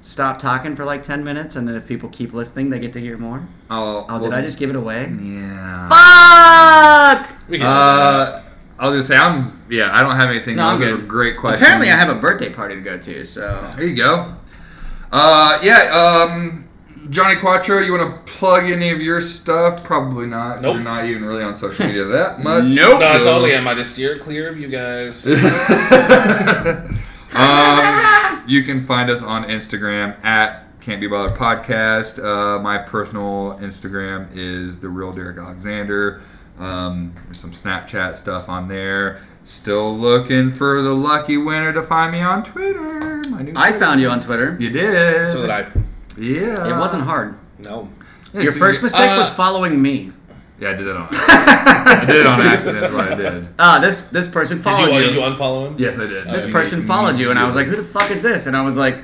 B: stop talking for like ten minutes, and then if people keep listening, they get to hear more.
A: Oh,
B: Oh, did I just give it away?
A: mm. Yeah.
B: Fuck!
C: We can
A: Uh, I was gonna say I'm. Yeah, I don't have anything.
B: No, I'm
A: Those are
B: good.
A: great question.
B: Apparently, I have a birthday party to go to, so
A: There you go. Uh, yeah. Um, Johnny Quattro, you want to plug any of your stuff? Probably not. 'cause
C: Nope.
A: You're not even really on
C: <laughs>
A: social media that much.
C: no, I totally am. I just steer clear of you
B: <laughs>
C: guys.
A: Um, you can find us on Instagram at Can't Be Bothered Podcast. Uh, my personal Instagram is the real Derek Alexander. Um, there's some Snapchat stuff on there. Still looking for the lucky winner to find me on Twitter. My new
B: I
A: Twitter.
B: found you on Twitter.
A: you did.
C: so that I
A: yeah.
B: It wasn't hard.
C: no.
A: Yeah,
B: Your
A: so
B: first
A: you-
B: mistake was
C: Uh,
B: following me.
A: Yeah, I did it on. accident. I did it on accident. Is what I did.
B: Ah, this this person
C: Did you,
B: followed
C: uh, you unfollow him?
A: Yes, I did.
B: this person followed you, and I was like, "Who the fuck is this?" And I was like,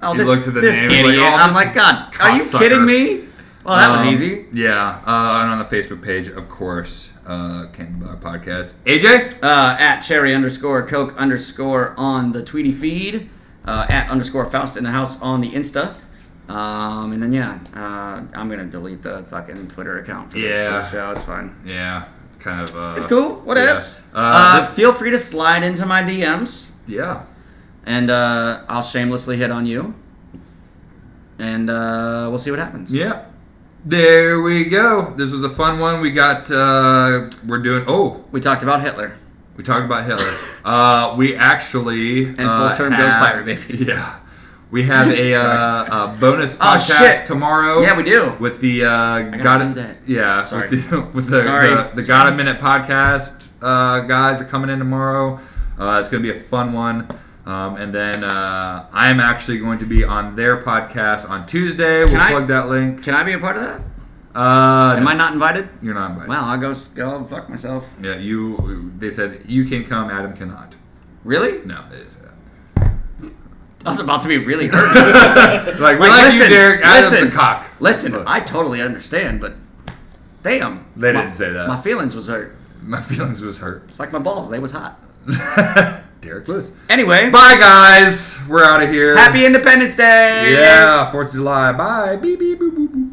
B: "Oh,
A: You
B: this,
A: looked at the
B: this
A: name,
B: idiot."
A: like, oh,
B: I'm
A: this
B: like, "God, are you
A: cocksucker."
B: kidding me?" Well, that was
A: Um,
B: easy.
A: Yeah, uh, and on the Facebook page, of course, uh, Can't Be Bothered Podcast. AJ.
B: Uh, at cherry underscore coke underscore on the Tweety feed, uh, at underscore Faust in the house on the Insta. Um, and then yeah, uh, I'm gonna delete the fucking Twitter account for, the, for
A: Yeah.
B: the show. It's fine.
A: Yeah, kind of. Uh,
B: It's cool. What
A: yeah.
B: ifs?
A: Uh,
B: uh,
A: the-
B: feel free to slide into my DMs.
A: yeah.
B: and uh, I'll shamelessly hit on you, and uh, we'll see what happens.
A: Yeah. There we go. This was a fun one. We got. Uh, we're doing. Oh,
B: We talked about Hitler.
A: we talked
B: <laughs>
A: about Hitler. uh, we actually and
B: full term Ghost Pirate, baby.
A: <laughs> Yeah. We have
B: <laughs>
A: a, uh, a bonus
B: Oh,
A: podcast
B: shit.
A: tomorrow.
B: Yeah, we do.
A: With the uh, got
B: do that.
A: Yeah,
B: Sorry.
A: With the, <laughs> with the,
B: Sorry.
A: the, the Got a Minute podcast uh, guys are coming in tomorrow. Uh, it's going to be a fun one. Um, and then uh, I am actually going to be on their podcast on Tuesday. We'll
B: Can I-
A: plug that link.
B: Can I be a part of that?
A: Uh,
B: Am I not invited?
A: You're not invited.
B: Wow, I'll go s- go fuck myself.
A: Yeah, you. They said you can come. Adam cannot.
B: Really?
A: No, they didn't say that.
B: I was about to be <laughs> really hurt.
A: Like, we
B: Like,
A: like
B: listen,
A: you, Derek. Adam's
B: listen,
A: a cock.
B: Listen,
A: Look,
B: I totally understand, but damn,
A: They
B: my-
A: didn't say that.
B: My feelings was hurt.
A: my <laughs> feelings was hurt.
B: It's like my balls; they was hot.
A: Derek was.
B: Anyway,
A: Bye, guys. We're out of here.
B: happy Independence Day.
A: Yeah, Fourth of July. Bye. Beep beep boop boop boop.